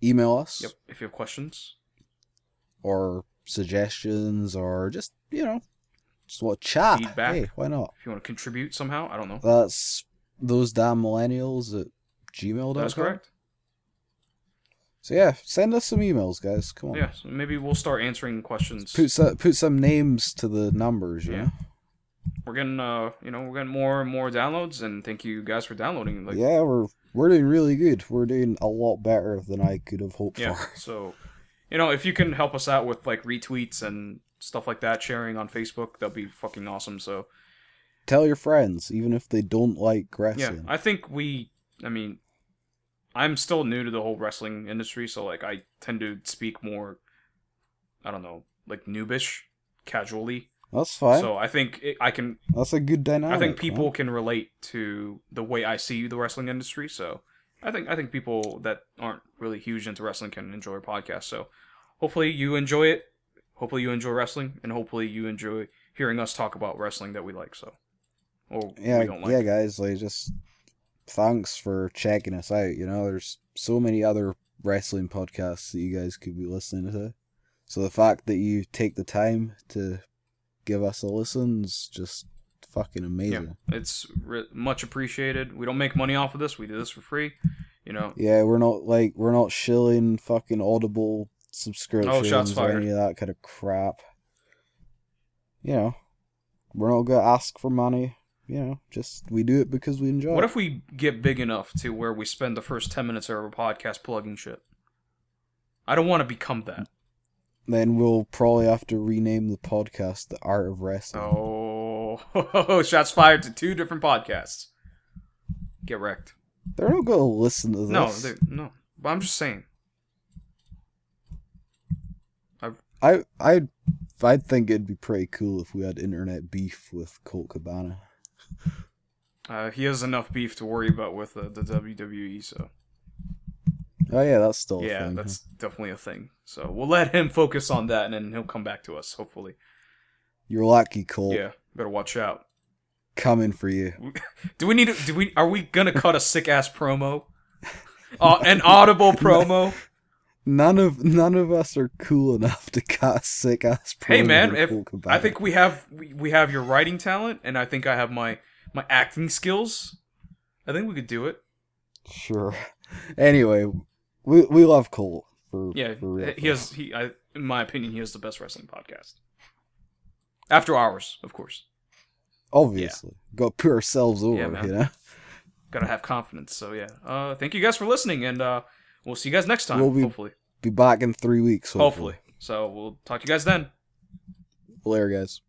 [SPEAKER 2] email us.
[SPEAKER 1] yep. If you have questions,
[SPEAKER 2] or suggestions or just you know just want to chat
[SPEAKER 1] Feedback.
[SPEAKER 2] hey why not
[SPEAKER 1] if you want to contribute somehow, I don't know.
[SPEAKER 2] that's those damn millennials at gmail.com
[SPEAKER 1] That's correct.
[SPEAKER 2] So yeah, send us some emails, guys. Come on.
[SPEAKER 1] Yeah, so maybe we'll start answering questions.
[SPEAKER 2] Put some, put some names to the numbers, you
[SPEAKER 1] Yeah.
[SPEAKER 2] know?
[SPEAKER 1] We're getting, uh, you know, we're getting more and more downloads, and thank you guys for downloading. Like,
[SPEAKER 2] yeah, we're we're doing really good. We're doing a lot better than I could have hoped
[SPEAKER 1] yeah.
[SPEAKER 2] for.
[SPEAKER 1] So, you know, if you can help us out with like retweets and stuff like that, sharing on Facebook, that'd be fucking awesome. So,
[SPEAKER 2] Tell your friends, even if they don't like
[SPEAKER 1] yeah,
[SPEAKER 2] wrestling.
[SPEAKER 1] I think we. I mean, I'm still new to the whole wrestling industry, so like I tend to speak more. I don't know, like noobish, casually.
[SPEAKER 2] That's fine.
[SPEAKER 1] So I think it, I can.
[SPEAKER 2] That's a good dynamic.
[SPEAKER 1] I think
[SPEAKER 2] man.
[SPEAKER 1] people can relate to the way I see the wrestling industry. So I think I think people that aren't really huge into wrestling can enjoy our podcast. So hopefully you enjoy it. Hopefully you enjoy wrestling, and hopefully you enjoy hearing us talk about wrestling that we like. So or
[SPEAKER 2] yeah,
[SPEAKER 1] we don't like.
[SPEAKER 2] yeah, guys, like just thanks for checking us out. You know, there's so many other wrestling podcasts that you guys could be listening to. So the fact that you take the time to give us a listen is just fucking amazing.
[SPEAKER 1] It's re- much appreciated. We don't make money off of this. We do this for free. You know,
[SPEAKER 2] Yeah, we're not like we're not shilling fucking Audible subscriptions or
[SPEAKER 1] Oh, fired.
[SPEAKER 2] any of that kind of crap. You know, we're not gonna ask for money. You know, just we do it because we enjoy.
[SPEAKER 1] what
[SPEAKER 2] it.
[SPEAKER 1] if we get big enough to where we spend the first 10 minutes of our podcast plugging shit? I don't want to become that.
[SPEAKER 2] Then we'll probably have to rename the podcast "The Art of Wrestling."
[SPEAKER 1] Oh, shots fired to two different podcasts. Get wrecked.
[SPEAKER 2] They're not gonna listen to
[SPEAKER 1] No,
[SPEAKER 2] this.
[SPEAKER 1] they, no. But I'm just saying.
[SPEAKER 2] I, I, I think it'd be pretty cool if we had internet beef with Colt Cabana.
[SPEAKER 1] Uh, he has enough beef to worry about with uh, the WWE, so
[SPEAKER 2] Oh yeah, that's still a
[SPEAKER 1] yeah,
[SPEAKER 2] thing, huh?
[SPEAKER 1] that's definitely a thing. So we'll let him focus on that, and then he'll come back to us, hopefully.
[SPEAKER 2] you're lucky, Colt.
[SPEAKER 1] Yeah, better watch out.
[SPEAKER 2] Coming for you.
[SPEAKER 1] Do we need? to- Do we? Are we gonna cut a sick ass promo? Uh, an audible promo.
[SPEAKER 2] None of none of us are cool enough to cut sick ass.
[SPEAKER 1] Hey, man, if-
[SPEAKER 2] Colt Cabana.
[SPEAKER 1] I think we have we, we have your writing talent, and I think I have my my acting skills. I think we could do it.
[SPEAKER 2] sure. Anyway, we we love Colt for
[SPEAKER 1] Yeah,
[SPEAKER 2] for real.
[SPEAKER 1] he has he. I, in my opinion, he has the best wrestling podcast. After hours, of course.
[SPEAKER 2] obviously got to put ourselves over.
[SPEAKER 1] man.
[SPEAKER 2] you know,
[SPEAKER 1] Gotta have confidence. So yeah. Uh, thank you guys for listening, and uh, we'll see you guys next time.
[SPEAKER 2] We'll be-
[SPEAKER 1] hopefully,
[SPEAKER 2] be back in three weeks.
[SPEAKER 1] hopefully. So we'll talk to you guys then.
[SPEAKER 2] hopefully. later, guys.